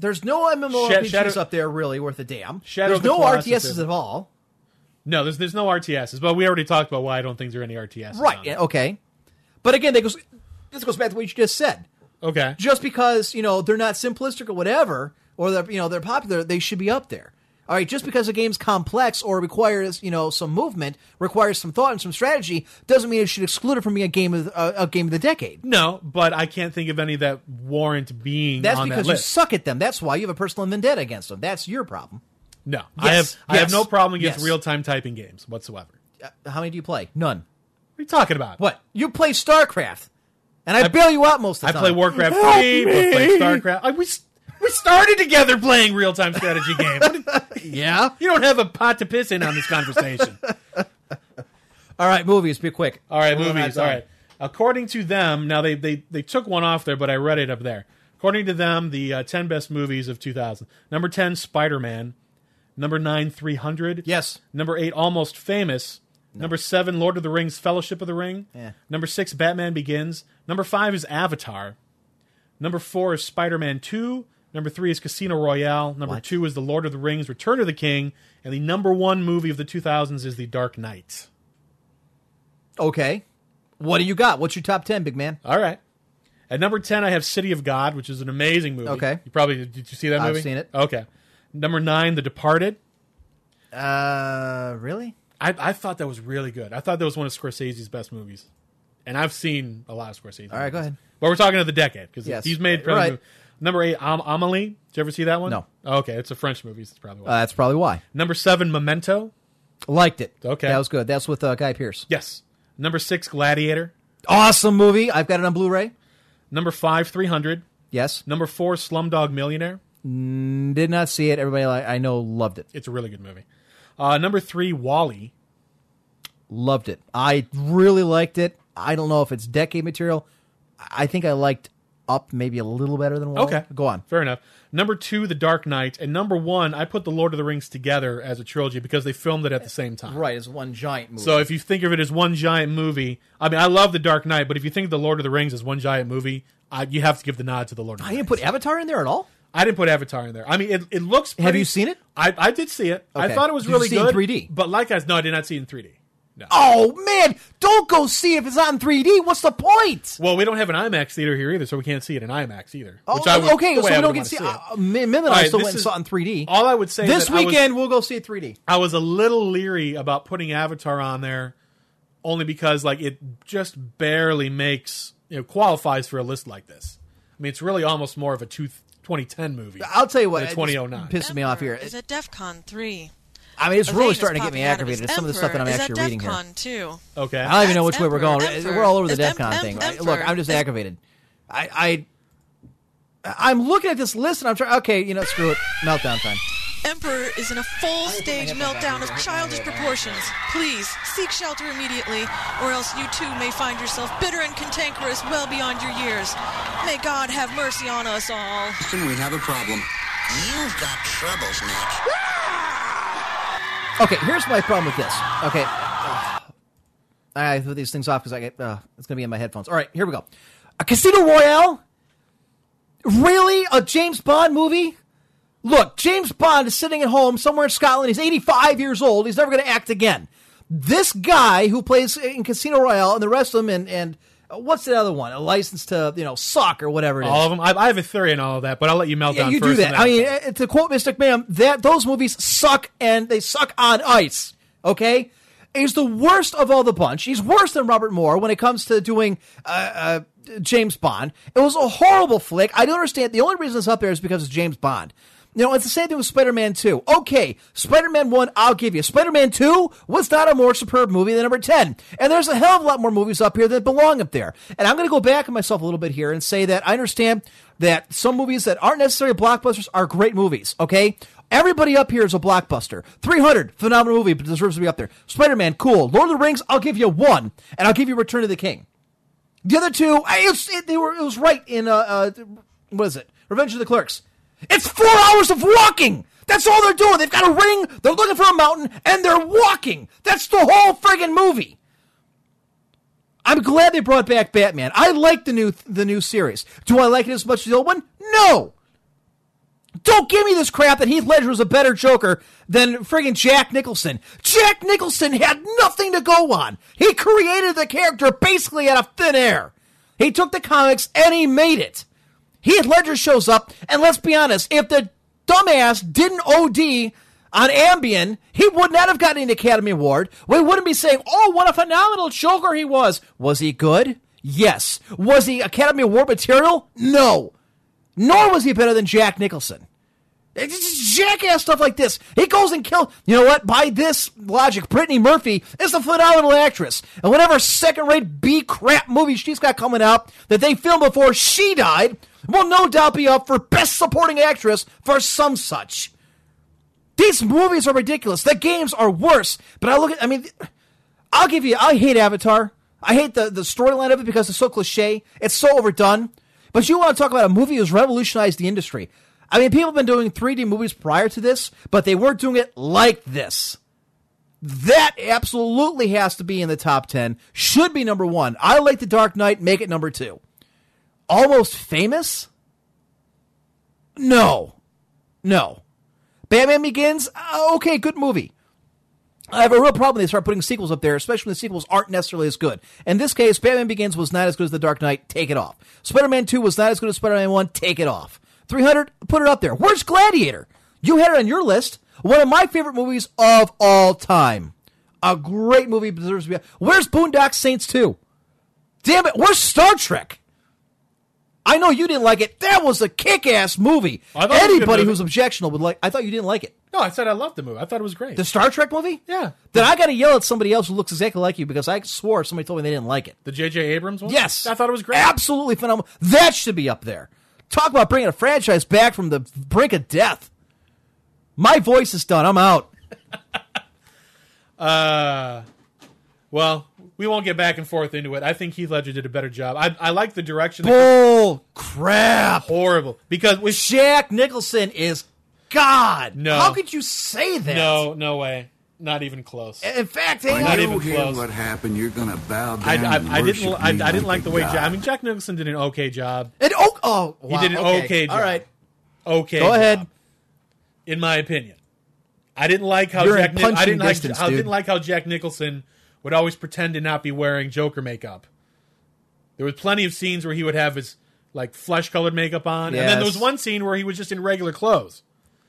C: There's no
D: Sha-
C: MMORPGs
D: Shadow-
C: up there really worth a damn.
D: Shadow of
C: There's
D: the
C: no
D: Colossus is-
C: RTSs at all.
D: No, there's there's no RTSs. But we already talked about why I don't think there are any RTSs.
C: Right.
D: on
C: yeah,
D: there.
C: Okay. But again, that goes. This goes back to what you just said.
D: Okay.
C: Just because you know they're not simplistic or whatever, or they're you know they're popular, they should be up there. All right. Just because a game's complex or requires you know some movement, requires some thought and some strategy, doesn't mean it should exclude it from being a game of uh, a game of the decade.
D: No, but I can't think of any that warrant being
C: That's
D: on
C: because
D: that
C: you
D: list.
C: suck at them. That's why you have a personal vendetta against them. That's your problem.
D: no, I have
C: Yes,
D: I have
C: yes,
D: no problem against
C: yes.
D: real time typing games whatsoever. What
C: Uh, How many do you play? None.
D: are you talking about?
C: What you play StarCraft, and I, bail you out most of
D: I
C: the
D: play
C: time.
D: Warcraft
C: Help
D: three, but play
C: me!
D: Starcraft. I, we s- we started together playing real time strategy games.
C: Yeah.
D: you don't have a pot to piss in on this conversation.
C: All right, movies. Be quick.
D: All right,
C: We're running out
D: movies.
C: of
D: All
C: time.
D: right. According to them, now they, they they took one off there, but I read it up there. According to them, the uh, ten best movies of 2000. Number ten, Spider Man. Number nine, 300.
C: Yes.
D: Number eight, Almost Famous. Number seven, Lord of the Rings: Fellowship of the Ring.
C: Yeah.
D: Number six, Batman Begins. Number five is Avatar. Number four is Spider Man Two. Number three is Casino Royale. Number
C: What?
D: two is The Lord of the Rings: Return of the King. And the number one movie of the 2000s is The Dark Knight.
C: Okay. What do you got? What's your top ten, big man?
D: All right. At number ten, I have City of God, which is an amazing movie.
C: Okay.
D: you probably did you see that
C: I've
D: movie?
C: seen it.
D: Okay. Number nine, The Departed.
C: Uh, really?
D: I, I thought that was really good. I thought that was one of Scorsese's best movies, and I've seen a lot of Scorsese.
C: All right, go ahead.
D: But we're talking of the decade because
C: Yes.
D: he's made
C: Right.
D: movies. number eight, Am- Amelie. Did you ever see that one?
C: No.
D: Okay, it's a French movie. so It's probably why.
C: Uh, that's probably why.
D: number seven, Memento.
C: Liked it.
D: Okay.
C: that was good. That's with uh, Guy Pierce.
D: Yes. Number six, Gladiator.
C: Awesome movie. I've got it on Blu-ray.
D: Number five, Three Hundred.
C: Yes.
D: Number four, Slumdog Millionaire.
C: Did not see it. Everybody I I know loved it.
D: It's a really good movie. Uh, number three, Wally.
C: Loved it. I really liked it. I don't know if it's decade material. I think I liked Up maybe a little better than Wall-E.
D: Okay.
C: Go on.
D: Fair enough. Number two, The Dark Knight. And number one, I put The Lord of the Rings together as a trilogy because they filmed it at the same time.
C: Right, it's one giant movie.
D: So if you think of it as one giant movie, I mean, I love The Dark Knight, but if you think of The Lord of the Rings as one giant movie, I, you have to give the nod to The Lord of the
C: I didn't
D: Rings.
C: put Avatar in there at all.
D: I didn't put Avatar in there. I mean, it, it looks pretty.
C: Have you seen it?
D: I, I did see it. I
C: Okay.
D: thought it was
C: Did you
D: really
C: see it in
D: good.
C: 3D?
D: But like I no, I did not see it in 3D. No.
C: Oh man, don't go see if it's on 3D. What's the point?
D: Well, we don't have an IMAX theater here either, so we can't see it in IMAX either.
C: Oh,
D: which I would,
C: okay,
D: the
C: so
D: way I
C: we
D: would
C: don't
D: wanna
C: get to see.
D: it.
C: Uh, me- Min and
D: All
C: I
D: right,
C: still
D: this
C: went and
D: is-
C: saw it in 3D.
D: All I would say is
C: this
D: that I was-
C: weekend we'll go see it 3D.
D: I was a little leery about putting Avatar on there, only because like it just barely makes you know qualifies for a list like this. I mean, it's really almost more of a two, 2010 movie.
C: I'll tell you what,
D: than a
C: it's
D: 2009.
C: pissing me off here.
A: Is at DEF CON 3.
C: I mean, it's
A: A
C: really
A: vein is
C: starting to get me
A: popping out of his
C: aggravated. Some of the stuff that I'm
A: emperor is
C: actually
A: at
C: reading
A: DEF
C: here.
A: CON 2.
D: okay,
C: I don't even know which
A: That's
C: way we're going.
A: Emperor, Emperor.
C: We're all over the
A: It's
C: DEF CON
A: Em-
C: thing.
A: Em-
C: right? Look,
A: Emperor.
C: I'm just
A: It's-
C: aggravated. I, I, I'm looking at this list and I'm trying. Okay, you know, screw it. Meltdown time.
A: Emperor is in a full stage meltdown of childish proportions. Please seek shelter immediately, or else you too may find yourself bitter and cantankerous well beyond your years. May God have mercy on us all.
F: We have a problem.
H: You've got troubles, Nick.
C: Okay, here's my problem with this. Okay, I put these things off because I get uh, it's gonna be in my headphones. All right, here we go. A Casino Royale. Really, a James Bond movie? Look, James Bond is sitting at home somewhere in Scotland. He's 85 years old. He's never going to act again. This guy who plays in Casino Royale and the rest of them, and and uh, what's the other one? A license to you know suck or whatever it is.
D: all of them. I, I have a theory on all of that, but I'll let you melt
C: Yeah,
D: down
C: you
D: first.
C: do that.
D: and then
C: I
D: I'll
C: mean,
D: tell you.
C: uh, to quote Mr. McMahon, that those movies suck and they suck on ice. Okay, he's the worst of all the bunch. He's worse than Robert Moore when it comes to doing uh, uh, James Bond. It was a horrible flick. I don't understand. The only reason it's up there is because it's James Bond. You know, it's the same thing with Spider Man 2. Okay, Spider Man 1, I'll give you. Spider Man 2 was not a more superb movie than number 10. And there's a hell of a lot more movies up here that belong up there. And I'm going to go back on myself a little bit here and say that I understand that some movies that aren't necessarily blockbusters are great movies, okay? Everybody up here is a blockbuster. 300, phenomenal movie, but deserves to be up there. Spider Man, cool. Lord of the Rings, I'll give you one. And I'll give you Return of the King. The other two, I, it's, it, they were, it was right in, uh, uh, what is it? Revenge of the Clerks. It's four hours of walking! That's all they're doing. They've got a ring, they're looking for a mountain, and they're walking. That's the whole friggin' movie. I'm glad they brought back Batman. I like the new the new series. Do I like it as much as the old one? No. Don't give me this crap that Heath Ledger was a better Joker than friggin' Jack Nicholson. Jack Nicholson had nothing to go on. He created the character basically out of thin air. He took the comics and he made it. Heath Ledger shows up, and let's be honest, if the dumbass didn't OD on Ambien, he would not have gotten an Academy Award. We wouldn't be saying, oh, what a phenomenal Joker he was. Was he good? Yes. Was he Academy Award material? No. Nor was he better than Jack Nicholson. It's just jackass stuff like this. He goes and kills. You know what? By this logic, Brittany Murphy is a phenomenal actress. And whatever second rate B crap movie she's got coming out that they filmed before she died will no doubt be up for Best Supporting Actress for some such. These movies are ridiculous. The games are worse. But I look at, I mean, I'll give you. I hate Avatar. I hate the the storyline of it because it's so cliche. It's so overdone. But you want to talk about a movie that's revolutionized the industry? I mean, people have been doing 3D movies prior to this, but they weren't doing it like this. That absolutely has to be in the top ten. Should be number one. I like The Dark Knight. Make it number two. Almost Famous. No, no. Batman Begins. uh, Okay, good movie. I have a real problem when they start putting sequels up there, especially when the sequels aren't necessarily as good. In this case, Batman Begins was not as good as The Dark Knight. Take it off. Spider Man 2 was not as good as Spider Man 1. Take it off. 300, put it up there. Where's Gladiator? You had it on your list. One of my favorite movies of all time. A great movie deserves to be. Where's Boondock Saints 2? Damn it, where's Star Trek? I know you didn't like it. That was a kick ass movie.
D: I thought it was a good
C: Anybody
D: movie.
C: who's objectionable would like. I thought you didn't like it.
D: No, I said I loved the movie. I thought it was great.
C: The Star Trek movie?
D: Yeah.
C: Then I got to yell at somebody else who looks exactly like you because I swore somebody told me they didn't like it.
D: the J.J. Abrams one.
C: Yes.
D: I thought it was great.
C: Absolutely phenomenal. That should be up there. Talk about bringing a franchise back from the brink of death. My voice is done. I'm out.
D: Well, we won't get back and forth into it. I think Heath Ledger did a better job. I, I like the direction.
C: Bull crap.
D: horrible because with
C: Jack Nicholson is God.
D: No.
C: How could you say that?
D: no, no way, not even close.
C: In fact, hang
D: Not
C: on.
D: even close.
I: happened. You're gonna bow down.
D: I, I, I didn't. li- I, I didn't like the way. Jack, I mean, Jack Nicholson did an okay job.
C: And oh, oh, wow,
D: did an okay job.
C: All right.
D: Okay,
C: Go ahead.
D: job, in my opinion, I didn't like how
C: You're
D: Jack.
C: in
D: Ni- I
C: punching
D: didn't like.
C: distance,
D: I
C: dude.
D: didn't like how Jack Nicholson would always pretend to not be wearing Joker makeup. There was plenty of scenes where he would have his like flesh colored makeup on, and then there was
C: Yes.
D: one scene where he was just in regular clothes.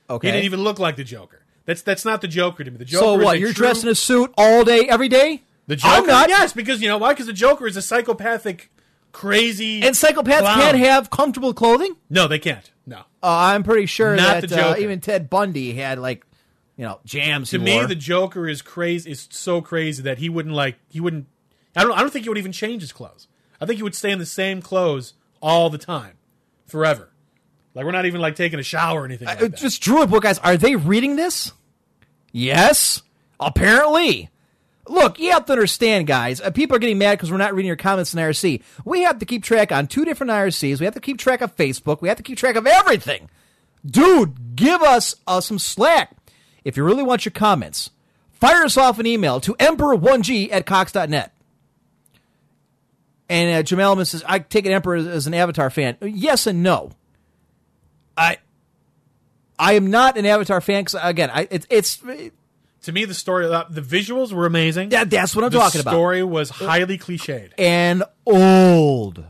C: Okay.
D: He didn't even look like the Joker. That's that's not the Joker to me. The Joker.
C: so
D: is
C: what?
D: a
C: You're
D: true-
C: dressed in a suit all day, every day.
D: The Joker,
C: I'm not.
D: Yes, because you know why? Because the Joker is a psychopathic, crazy.
C: And psychopaths
D: clown.
C: can't have comfortable clothing.
D: No, they can't. No.
C: Uh, I'm pretty sure
D: Not
C: that
D: the Joker.
C: uh, even Ted Bundy had like, you know, jams.
D: to
C: he
D: me,
C: wore.
D: the Joker is crazy. Is so crazy that he wouldn't like. He wouldn't. I don't. I don't think he would even change his clothes. I think he would stay in the same clothes all the time, forever. Like we're not even like taking a shower or anything. Like
C: Uh,
D: that.
C: just Druid book guys. Are they reading this? Yes, apparently. Look, you have to understand, guys. Uh, people are getting mad because we're not reading your comments in IRC. We have to keep track on two different IRCs. We have to keep track of Facebook. We have to keep track of everything. Dude, give us uh, some slack. If you really want your comments, fire us off an email to emperor1g at cox.net. And uh, Jamal Elman says, I take an emperor as, as an Avatar fan. Yes and no. I I am not an Avatar fan because, again, I, it, it's
D: to me, the story, uh, the visuals were amazing.
C: that, that's what I'm
D: the
C: talking about.
D: story was highly cliched.
C: and old.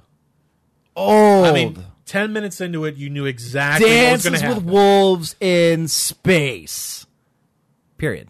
C: Old.
D: I mean, ten minutes into it, you knew exactly what was
C: Dances
D: going to
C: with
D: happen.
C: wolves in space. Period.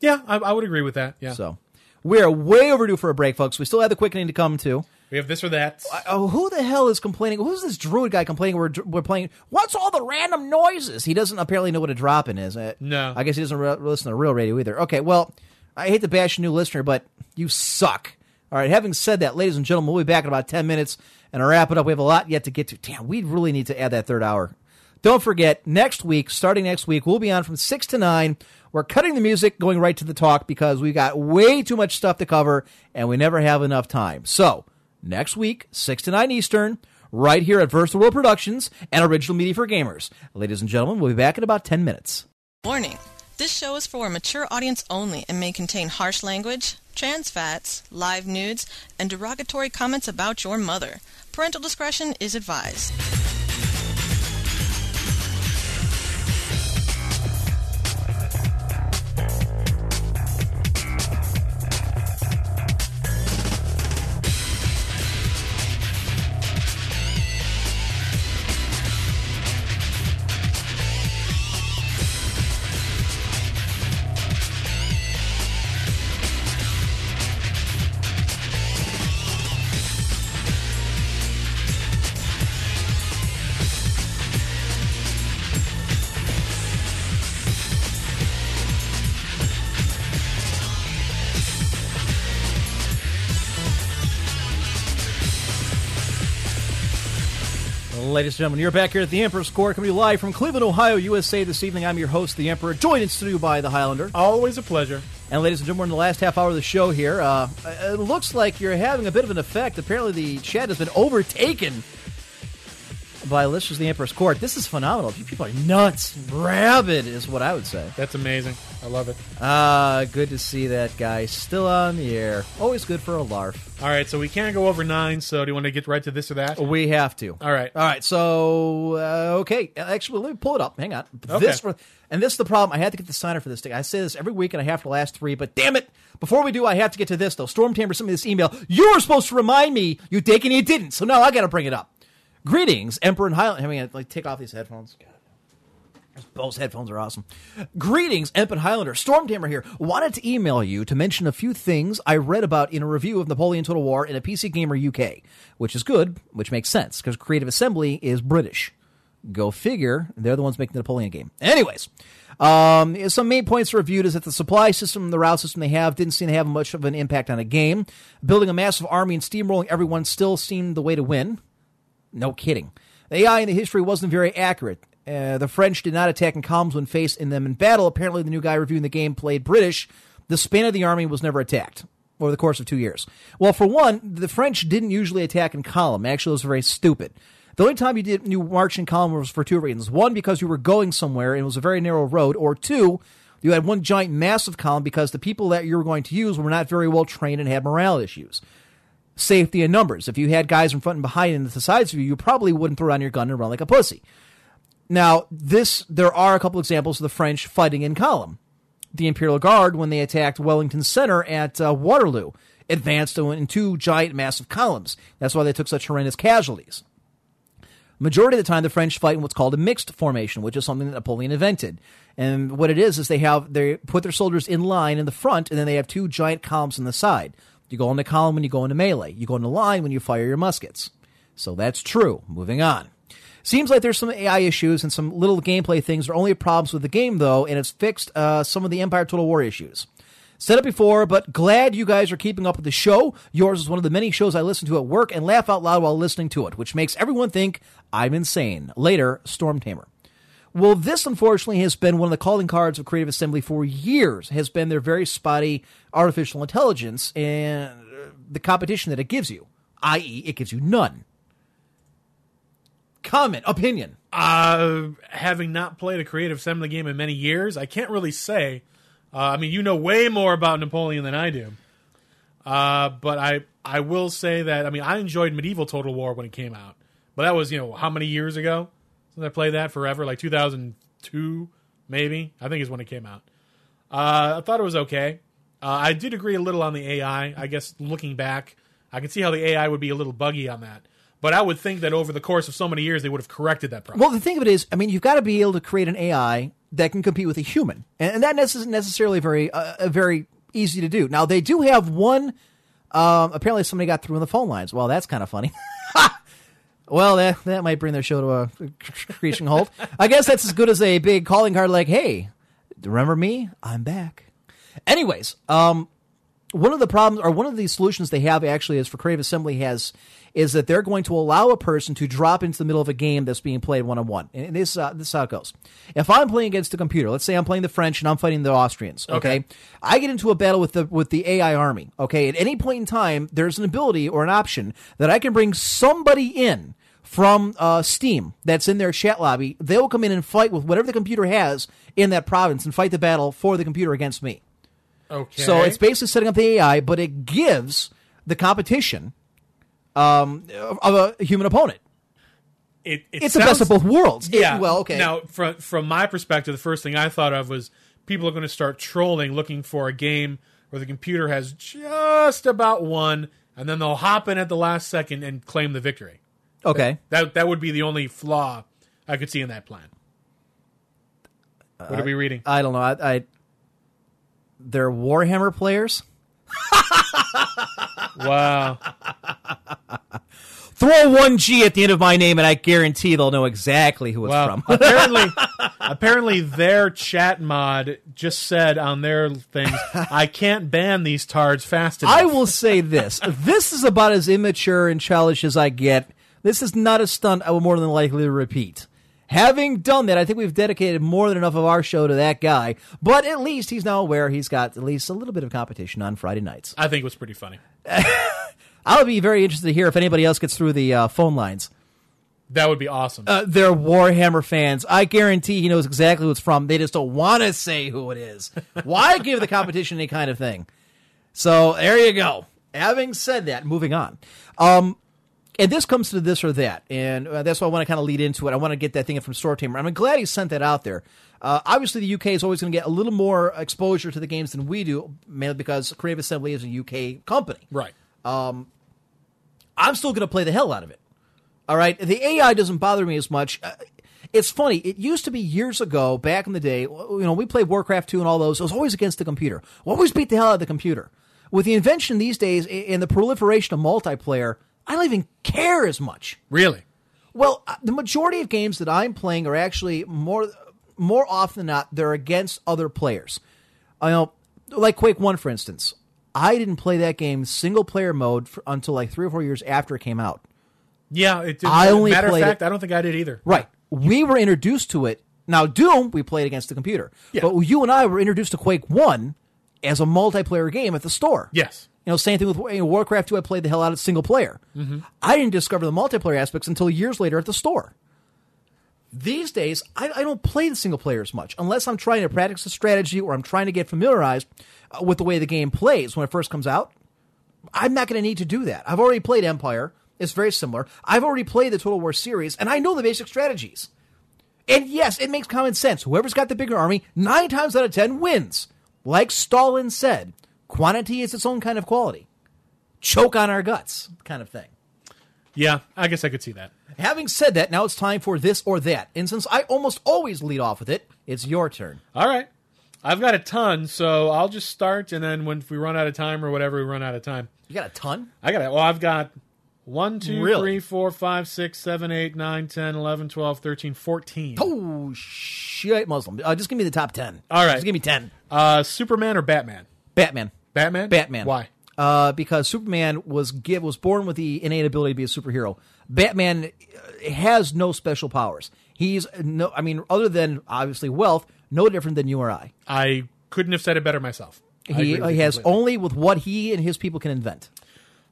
D: yeah, I, I would agree with that. Yeah,
C: So we're way overdue for a break, folks. We still have the quickening to come to.
D: we have this or that.
C: Oh, who the hell is complaining? Who's this druid guy complaining? We're, we're playing. What's all the random noises? He doesn't apparently know what a drop in is. Uh,
D: No.
C: I guess he doesn't re- listen to real radio either. Okay, well, I hate to bash a new listener, but you suck. All right, having said that, ladies and gentlemen, we'll be back in about 10 minutes and to wrap it up. We have a lot yet to get to. Damn, we really need to add that third hour. Don't forget, next week, starting next week, we'll be on from 6 to 9. We're cutting the music, going right to the talk because we got way too much stuff to cover and we never have enough time. So, next week, 6 to 9 Eastern, right here at Versa World Productions and Original Media for Gamers. Ladies and gentlemen, we'll be back in about 10 minutes.
J: Warning This show is for a mature audience only and may contain harsh language, trans fats, live nudes, and derogatory comments about your mother. Parental discretion is advised.
C: ladies and gentlemen. You're back here at the Emperor's Court, coming to you live from Cleveland, Ohio, USA this evening. I'm your host, the Emperor, joined in studio by the Highlander.
D: Always a pleasure.
C: And ladies and gentlemen, we're in the last half hour of the show here. Uh, it looks like you're having a bit of an effect. Apparently, the chat has been overtaken by listeners of the Emperor's Court. This is phenomenal. You people are nuts, rabid, is what I would say.
D: That's amazing. I love it.
C: Ah, good to see that guy still on the air. Always good for a larf.
D: All right, so we can't go over nine. So do you want to get right to this or that?
C: We have to.
D: All right.
C: Oh. All right. So uh, okay, actually, let me pull it up. Hang on.
D: Okay.
C: This and this is the problem. I had to get the signer for this thing. I say this every week, and I have for the last three. But damn it! Before we do, I have to get to this though. Storm Tamper sent me this email. You were supposed to remind me, you dick, and you didn't. So now I got to bring it up. Greetings, Emperor and Highlander. I mean, like take off these headphones. God. Those headphones are awesome. Greetings, Emp and Highlander. Stormtamer here. Wanted to email you to mention a few things I read about in a review of Napoleon Total War in a PC Gamer UK, which is good, which makes sense, because Creative Assembly is British. Go figure. They're the ones making the Napoleon game. Anyways, um, some main points reviewed is that the supply system, the route system they have, didn't seem to have much of an impact on a game. Building a massive army and steamrolling everyone still seemed the way to win. No kidding. The AI in the history wasn't very accurate. Uh, the French did not attack in columns when faced in them in battle. Apparently, the new guy reviewing the game played British. The span of the army was never attacked over the course of two years. Well, for one, the French didn't usually attack in column. Actually, it was very stupid. The only time you did you marched in column was for two reasons: one, because you were going somewhere and it was a very narrow road, or two, you had one giant massive column because the people that you were going to use were not very well trained and had morale issues safety in numbers. If you had guys in front and behind and to the sides of you, you probably wouldn't throw down your gun and run like a pussy. Now, this there are a couple examples of the French fighting in column. The Imperial Guard, when they attacked Wellington Center at uh, Waterloo, advanced in two giant, massive columns. That's why they took such horrendous casualties. Majority of the time, the French fight in what's called a mixed formation, which is something that Napoleon invented. And what it is is they have they put their soldiers in line in the front, and then they have two giant columns on the side. You go into column when you go into melee. You go into line when you fire your muskets. So that's true. Moving on. Seems like there's some AI issues and some little gameplay things are only problems with the game though, and it's fixed uh, some of the Empire Total War issues. Said it before, but glad you guys are keeping up with the show. Yours is one of the many shows I listen to at work and laugh out loud while listening to it, which makes everyone think I'm insane. Later, Storm Tamer. Well, this unfortunately has been one of the calling cards of Creative Assembly for years. Has been their very spotty artificial intelligence and uh, the competition that it gives you, i.e., it gives you none. Comment, opinion.
D: Uh, having not played a Creative Assembly game in many years, I can't really say. Uh, I mean, you know way more about Napoleon than I do. Uh, but I I will say that I mean I enjoyed Medieval Total War when it came out, but that was you know how many years ago since I played that forever, like 2002 maybe I think is when it came out. Uh, I thought it was okay. Uh, I did agree a little on the AI. I guess looking back, I can see how the AI would be a little buggy on that. But I would think that over the course of so many years, they would have corrected that problem.
C: Well, the thing of it is, I mean, you've got to be able to create an AI that can compete with a human, and, and that isn't necessarily very uh, very easy to do. Now they do have one. Um, apparently, somebody got through on the phone lines. Well, that's kind of funny. well, that that might bring their show to a screeching halt. I guess that's as good as a big calling card, like, "Hey, remember me? I'm back." Anyways, um, one of the problems or one of the solutions they have actually is for Creative Assembly has is that they're going to allow a person to drop into the middle of a game that's being played one on one. And this uh, this is how it goes. If I'm playing against a computer, let's say I'm playing the French and I'm fighting the Austrians, okay?
D: Okay.
C: I get into a battle with the with the AI army, okay? At any point in time, there's an ability or an option that I can bring somebody in from uh, Steam that's in their chat lobby. They will come in and fight with whatever the computer has in that province and fight the battle for the computer against me.
D: Okay.
C: So it's basically setting up the AI, but it gives the competition um, of a human opponent.
D: it, it
C: it's the best of both worlds. It-
D: Yeah.
C: well, okay.
D: Now, from from my perspective, the first thing I thought of was people are going to start trolling, looking for a game where the computer has just about won, and then they'll hop in at the last second and claim the victory.
C: okay.
D: That that would be the only flaw I could see in that plan. What are we reading?
C: I don't know. I, I they're Warhammer players. uh,
D: wow.
C: Throw one G at the end of my name, and I guarantee they'll know exactly who it's
D: Wow.
C: from.
D: apparently, apparently, their chat mod just said on their things, "I can't ban these tards fast enough."
C: I will say this: this is about as immature and childish as I get This is not a stunt I will more than likely repeat. Having done that, I think we've dedicated more than enough of our show to that guy, but at least he's now aware he's got at least a little bit of competition on Friday nights.
D: I think it was pretty funny.
C: I'll be very interested to hear if anybody else gets through the uh, phone lines.
D: That would be awesome.
C: Uh, they're Warhammer fans. I guarantee he knows exactly who it's from. They just don't want to say who it is. Why give the competition any kind of thing? So there you go. Having said that, moving on. Um, and this comes to this or that, and uh, that's why I want to kind of lead into it. I want to get that thing from Store Tamer. I'm glad he sent that out there. Uh, obviously, the UK is always going to get a little more exposure to the games than we do, mainly because Creative Assembly is a UK company.
D: Right.
C: Um, I'm still going to play the hell out of it. All right. The AI doesn't bother me as much. Uh, it's funny. It used to be years ago, back in the day, you know, we played Warcraft 2 and all those. It was always against the computer. We always beat the hell out of the computer. With the invention these days and the proliferation of multiplayer, I don't even care as much.
D: Really?
C: Well, uh, the majority of games that I'm playing are actually more more often than not they're against other players. I know, like Quake One, for instance. I didn't play that game single player mode for, until like three or four years after it came out.
D: Yeah, it, it,
C: I only
D: matter of
C: played
D: fact,
C: it-
D: I don't think I did either.
C: Right. We were introduced to it. Now, Doom, we played against the computer.
D: Yeah.
C: But you and I were introduced to Quake 1 as a multiplayer game at the store.
D: Yes.
C: You know, same thing with you know, Warcraft 2. I played the hell out of single player. I didn't discover the multiplayer aspects until years later at the store. These days, I, I don't play the single player as much unless I'm trying to practice a strategy or I'm trying to get familiarized uh, with the way the game plays when it first comes out. I'm not going to need to do that. I've already played Empire. It's very similar. I've already played the Total War series, and I know the basic strategies. And yes, it makes common sense. Whoever's got the bigger army, nine times out of ten wins. Like Stalin said, quantity is its own kind of quality. Choke on our guts, kind of thing.
D: Yeah, I guess I could see that.
C: Having said that, now it's time for this or that. And since I almost always lead off with it, it's your turn.
D: All right. I've got a ton, so I'll just start, and then when if we run out of time or whatever, we run out of time.
C: You got a ton?
D: I got it. Well, I've got one, two,
C: Really?
D: three, four, five, six, seven, eight, nine, 10, 11, 12, 13, 14.
C: Oh, shit, Muslim. Uh, just give me the top 10.
D: All right.
C: Just give me 10.
D: Uh, Superman or Batman?
C: Batman.
D: Batman?
C: Batman.
D: Why?
C: Uh, because Superman was give, was born with the innate ability to be a superhero. Batman uh, has no special powers. He's no, I mean, other than obviously wealth, no different than you or I.
D: I couldn't have said it better myself. I agree
C: He,
D: with
C: he
D: you
C: has
D: completely.
C: only with what he and his people can invent.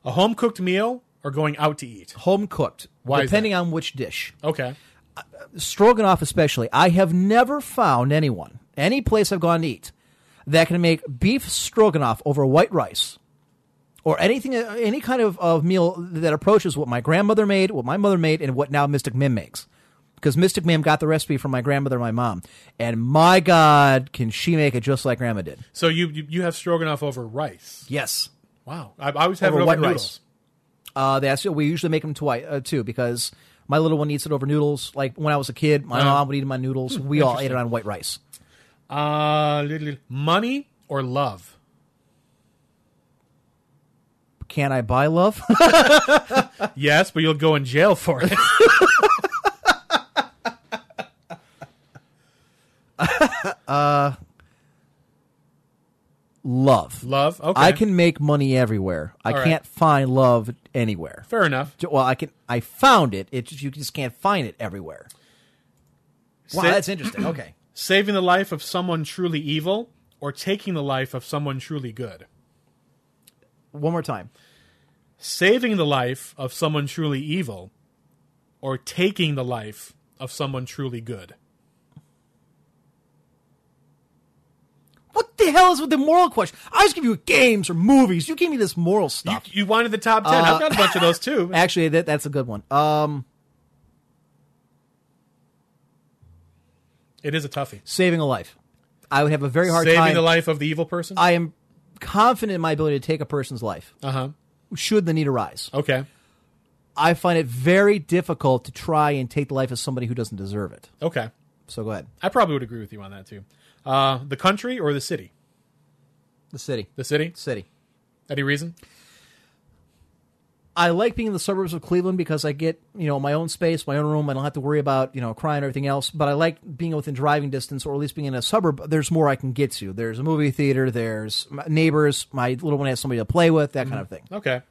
D: a home cooked meal or going out to eat.
C: Home cooked,
D: Why is
C: depending on which dish.
D: Okay.
C: Stroganoff, especially, I have never found anyone, any place I've gone to eat, that can make beef stroganoff over white rice or anything, any kind of, of meal that approaches what my grandmother made, what my mother made, and what now Mystic Mim makes. Because Mystic Mim got the recipe from my grandmother and my mom. And my God, can she make it just like grandma did?
D: So you you, you have stroganoff over rice.
C: Yes.
D: Wow. I, I always have
C: Over
D: it over
C: white
D: noodles.
C: rice. Uh, that's we usually make them twice uh, too because my little one eats it over noodles. Like when I was a kid, my
D: Oh.
C: mom would eat my noodles. We all ate it on white rice.
D: Uh, li- li- money or love?
C: Can I buy love?
D: Yes, but you'll go in jail for it.
C: love.
D: love. Okay.
C: I can make money everywhere. I
D: All right.
C: can't find love anywhere.
D: Fair enough.
C: J- Well, I can. I found it. It just, you just can't find it everywhere. Wow,
D: Sa-
C: that's interesting. Okay.
D: Saving the life of someone truly evil or taking the life of someone truly good.
C: One more time.
D: Saving the life of someone truly evil or taking the life of someone truly good.
C: What the hell is with the moral question? I just give you games or movies. You give me this moral
D: You,
C: stuff.
D: you wanted the top 10. I've got a bunch of those too.
C: Actually, that that's a good one. Um,
D: It is a toughie.
C: saving a life. I would have a very hard
D: Saving
C: time.
D: the life of the evil person?
C: I am confident in my ability to take a person's life
D: Uh huh.
C: should the need arise.
D: Okay.
C: I find it very difficult to try and take the life of somebody who doesn't deserve it.
D: Okay.
C: So go ahead.
D: I probably would agree with you on that too. Uh, the country or the city?
C: The city.
D: The city.
C: City.
D: Any reason?
C: I like being in the suburbs of Cleveland because I get, you know, my own space, my own room. I don't have to worry about, you know, crime and everything else. But I like being within driving distance or at least being in a suburb. There's more I can get to. There's a movie theater. There's my neighbors. My little one
D: Mm-hmm.
C: has somebody to play with, that kind of thing.
D: Okay.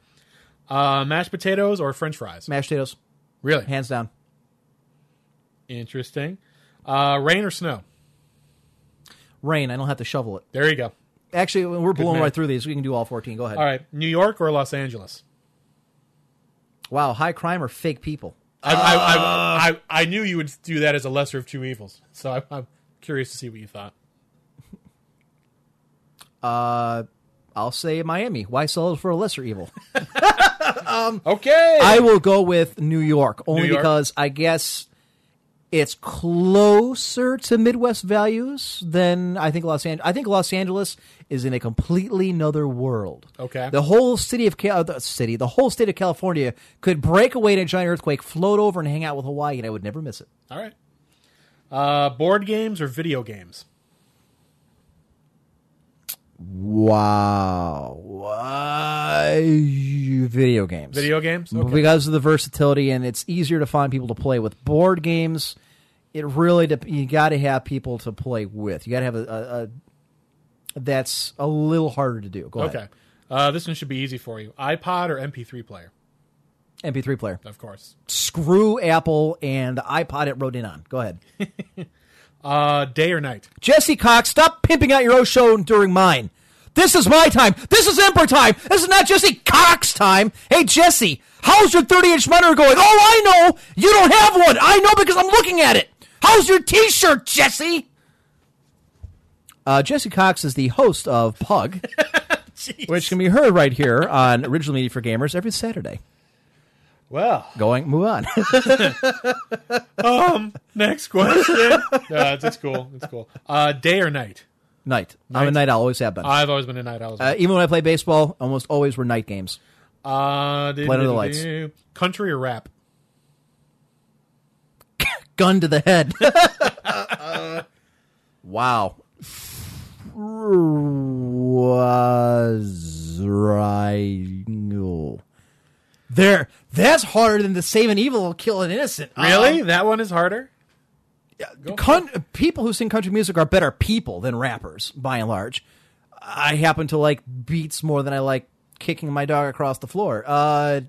D: Uh, mashed potatoes or French fries?
C: Mashed potatoes.
D: Really?
C: Hands down.
D: Interesting. Uh, rain or snow?
C: Rain. I don't have to shovel it.
D: There you go.
C: Actually, we're
D: Good
C: blowing
D: man.
C: right through these. We can do all 14. Go ahead.
D: All right. New York or Los Angeles?
C: Wow, high crime or fake people?
D: I, I, I, I, I knew you would do that as a lesser of two evils, so I, I'm curious to see what you thought.
C: Uh, I'll say Miami. Why sell it for a lesser evil?
D: Okay.
C: I will go with New York only
D: New York.
C: because I guess it's closer to Midwest values than I think Los Angeles. I think Los Angeles is in a completely another world.
D: Okay.
C: the whole city of Cal- the city, the whole state of California could break away in a giant earthquake, float over and hang out with Hawaii, and I would never miss it.
D: All right. Uh, board games or video games?
C: Wow, Why you- video games,
D: Video games? Okay.
C: because of the versatility and it's easier to find people to play with. Board games, it really dep you got to have people to play with. You got to have a, a, a that's a little harder to do. Go
D: Okay. Uh, this one should be easy for you. iPod or MP3 player?
C: ahead, MP3 player.
D: Of course.
C: Screw Apple and the iPod it rode in on. Go ahead,
D: Uh, day or night?
C: Jesse Cox. Stop pimping out your own show during mine. This is my time. This is Emperor time. This is not Jesse Cox time. Hey Jesse, how's your 30-inch monitor going? Oh, I know. You don't have one. I know because I'm looking at it. How's your T-shirt, Jesse? Uh, Jesse Cox is the host of Pug, which can be heard right here on Original Media for Gamers every Saturday.
D: Well,
C: Going, move on.
D: um, next question. uh, it's, it's cool. It's cool. Uh, day or night?
C: night. I'm a night owl. Always have been.
D: I've always been a night owl. as well.
C: Uh, even when I play baseball, almost always were night games.
D: Uh, do-
C: Planet of
D: do-
C: the
D: do-
C: Lights.
D: do. Country or rap?
C: gun to the head. wow. Was There, that's harder than the same and evil will kill an innocent.
D: Uh-huh. Really?
C: Um,
D: that one is harder?
C: con- people who sing country music are better people than rappers, by and large. I happen to like beats more than I like kicking my dog across the floor. Uh,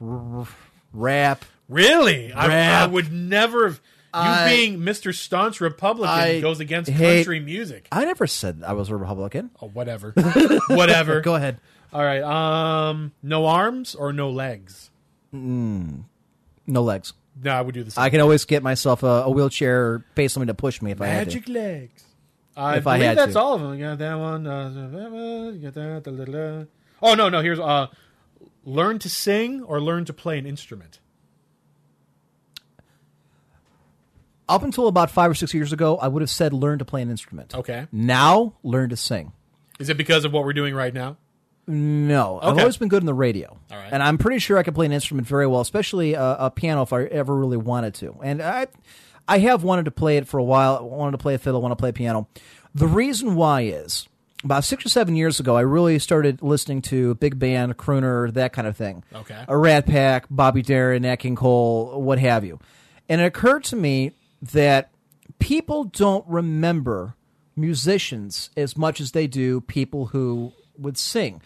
C: rap.
D: Really? I, I
C: Rap.
D: would never have. You
C: I-
D: being Mr. Staunch Republican
C: I
D: goes against
C: hate-
D: country music.
C: I never said I was a Republican.
D: Oh, whatever. whatever.
C: Go ahead.
D: All right. Um, no arms or no legs?
C: No legs.
D: No, I would do the same.
C: I can always get myself a, a wheelchair or pay someone to push me if I had
D: Magic
C: to.
D: legs. I
C: If I
D: believe
C: had
D: that's
C: to.
D: all of them. You got that one. Uh, you got that. da, da, da. Oh no, no. Here's uh, learn to sing or learn to play an instrument.
C: Up until about five or six years ago, I would have said learn to play an instrument.
D: Okay.
C: Now, learn to sing.
D: Mm. Is it because of what we're doing right now?
C: No, I've
D: Okay.
C: always been good in the radio,
D: All right.
C: and I'm pretty sure I could play an instrument very well, especially a, a piano if I ever really wanted to. And I, I have wanted to play it for a while. I wanted to play a fiddle. I want to play piano. The reason why is about six or seven years ago, I really started listening to big band, crooner, that kind of thing.
D: Okay.
C: a Rat Pack, Bobby Darin, Nat King Cole, what have you. And it occurred to me that people don't remember musicians as much as they do people who would sing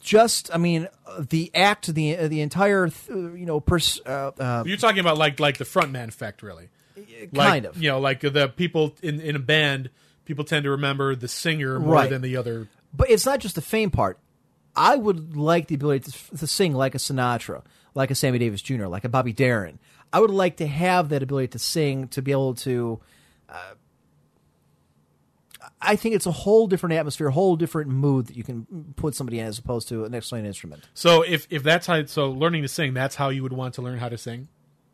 C: just I mean uh, the act the uh, the entire th- uh, you know pers- uh, uh,
D: You're talking about like like the frontman effect, really. Like,
C: kind of
D: You know, like the people in in a band. People tend to remember the singer more
C: Right.
D: than the other.
C: but it's not just the fame part. I would like the ability to, to sing like a Sinatra, like a Sammy Davis Jr., like a Bobby Darin. I would like to have that ability to sing, to be able to. Uh, I think it's a whole different atmosphere, a whole different mood that you can put somebody in as opposed to an excellent instrument.
D: So if if that's how so learning to sing, that's how you would want to learn how to sing.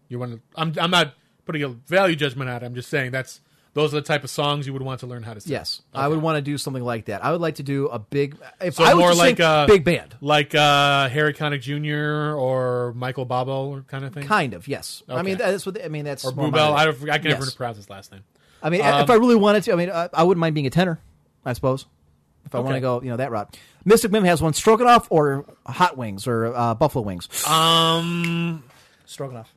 D: You want to. I'm I'm not putting a value judgment on it. I'm just saying that's those are the type of songs you would want to learn how to sing.
C: Yes, I would want to do something like that. I would like to do a big, if
D: So
C: I was
D: more
C: to
D: like
C: sing,
D: uh,
C: big band,
D: like uh, Harry Connick Jr. or Michael Bobo or kind of thing,
C: Kind of, yes. I mean,
D: Okay.
C: that's what I mean. That's
D: or
C: more
D: Bubel.
C: my-
D: I, don't, I can never
C: Yes.
D: pronounce his last name.
C: I mean, if I
D: Um,
C: really wanted to, I mean, uh, I, I wouldn't mind being a tenor, I suppose. If I want
D: Okay.
C: to go, you know, that route. Mystic Mim has one: stroganoff or hot wings or uh, buffalo wings.
D: Um,
C: Stroganoff.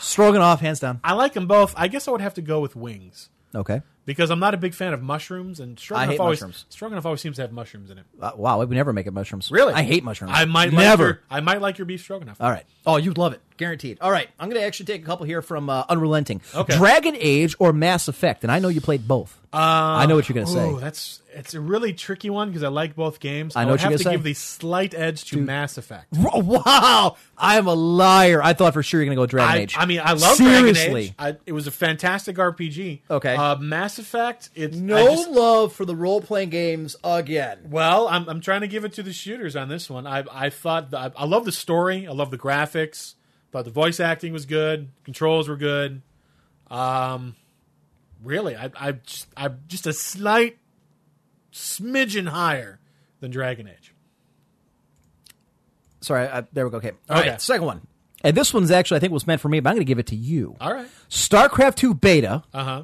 C: Stroganoff, hands down.
D: I like them both. I guess I would have to go with Wings
C: Okay.
D: because I'm not a big fan of mushrooms, and strong
C: I
D: enough
C: hate
D: always
C: mushrooms.
D: strong enough always seems to have mushrooms in it.
C: Uh, wow, I would never make it mushrooms. I hate mushrooms.
D: I might
C: never.
D: Like your, I might like your beef stroganoff.
C: All right. Oh, you'd love it, guaranteed. All right, I'm going to actually take a couple here from uh, Unrelenting.
D: Okay.
C: Dragon Age or Mass Effect, and I know you played both. Uh, I know what you're going to
D: Ooh,
C: say.
D: that's it's a really tricky one because I like both games.
C: I know
D: would
C: what you're
D: have to
C: gonna say.
D: give the slight edge to Mass Effect.
C: Whoa, Wow, I'm a liar. I thought for sure you're going to go Dragon
D: I,
C: Age.
D: I mean, I love
C: seriously.
D: Dragon Age. I, it was a fantastic RPG.
C: Okay.
D: uh, Mass Effect. It's I
C: No
D: just-
C: love for the role playing games again.
D: Well, I'm, I'm trying to give it to the shooters on this one. I I thought I, I love the story. I love the graphics. Thought the voice acting was good. Controls were good. Um, really, I I just, I'm just a slight smidgen higher than Dragon Age.
C: Sorry, I, there we go. Okay. All right,
D: Okay.
C: second one. And this one's actually, I think, was meant for me, but I'm going to give it to you.
D: All right.
C: StarCraft 2 Beta
D: Uh huh.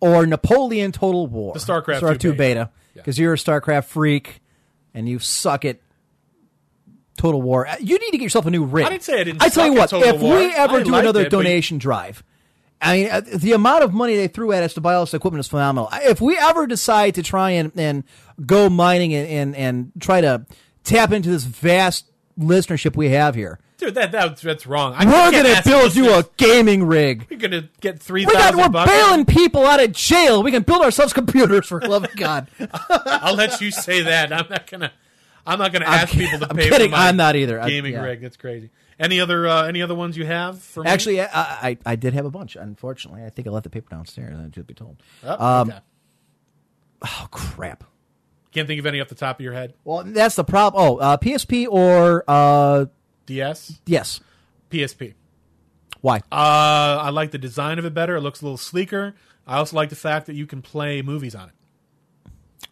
C: or Napoleon Total War?
D: The StarCraft 2
C: 2
D: Beta.
C: Beta. Because you're a StarCraft freak and you suck at Total War. Uh, You need to get yourself a new ring.
D: I didn't say I didn't
C: I tell
D: suck
C: you
D: at
C: what,
D: Total
C: if
D: War.
C: we ever
D: I
C: do
D: liked
C: another
D: it, but you-
C: donation drive, I mean, uh, the amount of money they threw at us to buy all this equipment is phenomenal. I- If we ever decide to try and, and go mining and, and, and try to tap into this vast listenership we have here,
D: Dude, that, that that's wrong. I
C: we're
D: can't
C: going to
D: ask
C: build you
D: listeners-
C: a gaming rig.
D: You're gonna get three
C: We got,
D: thousand.
C: we're
D: bucks.
C: bailing people out of jail. We can build ourselves computers, for love of God.
D: I'll let you say that. I'm not gonna. I'm not gonna
C: I'm
D: ask
C: kid-
D: people to
C: I'm
D: pay.
C: kidding.
D: For my
C: I'm not either. I-
D: Gaming
C: yeah.
D: rig. That's crazy. Any other uh, any other ones you have? For me?
C: Actually, I, I I did have a bunch. Unfortunately, I think I left the paper downstairs. I should be told.
D: Oh,
C: um,
D: okay.
C: Oh crap!
D: Can't think of any off the top of your head.
C: Well, that's the problem. Oh, uh, PSP or uh,
D: DS,
C: yes.
D: PSP.
C: Why?
D: Uh, I like the design of it better. It looks a little sleeker. I also like the fact that you can play movies on it.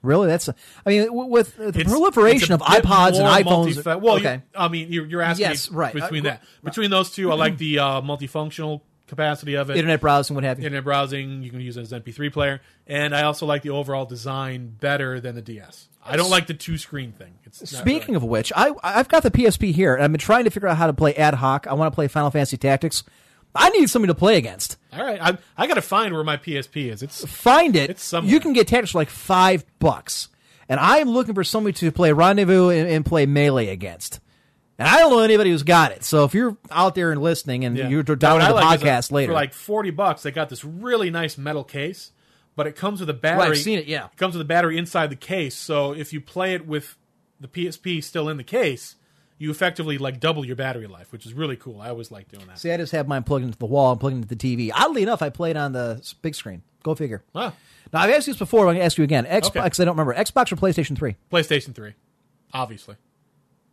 C: really? That's. A, I mean, w- with uh, the
D: It's- it's
C: proliferation
D: a
C: of
D: bit
C: iPods and
D: more
C: iPhones.
D: multifa- well, you-
C: okay.
D: I mean, you're, you're asking
C: Yes,
D: me
C: right.
D: between
C: Uh,
D: that between those two. I like the uh, multifunctional capacity of it.
C: Internet browsing, what have you?
D: internet browsing. You can use it as an MP3 player, and I also like the overall design better than the DS. I don't like the two screen thing. It's not
C: Speaking
D: really-
C: of which, I I've got the PSP here, and I've been trying to figure out how to play ad hoc. I want to play Final Fantasy Tactics. I need somebody to play against.
D: all right, I, I got to find where my PSP is. It's
C: find it.
D: It's somewhere.
C: You can get tactics for like five bucks, and I'm looking for somebody to play Rendezvous and, and play Melee against. And I don't know anybody who's got it. So if you're out there and listening, and
D: yeah.
C: you're
D: Now, what
C: downloading
D: I
C: the
D: like is that
C: podcast later,
D: for like forty bucks. They got this really nice metal case, but it comes with a battery.
C: Right, I've seen it, yeah.
D: it comes with a battery inside the case. So if you play it with the PSP still in the case, you effectively like double your battery life, which is really cool. I always like doing that.
C: see, I just have mine plugged into the wall and plugged into the TV. Oddly enough, I played on the s- big screen. Go figure.
D: Wow.
C: Now I've asked you this before. But I'm going to ask you again. Xbox.
D: Okay.
C: I don't remember. Xbox or PlayStation Three.
D: PlayStation 3, obviously,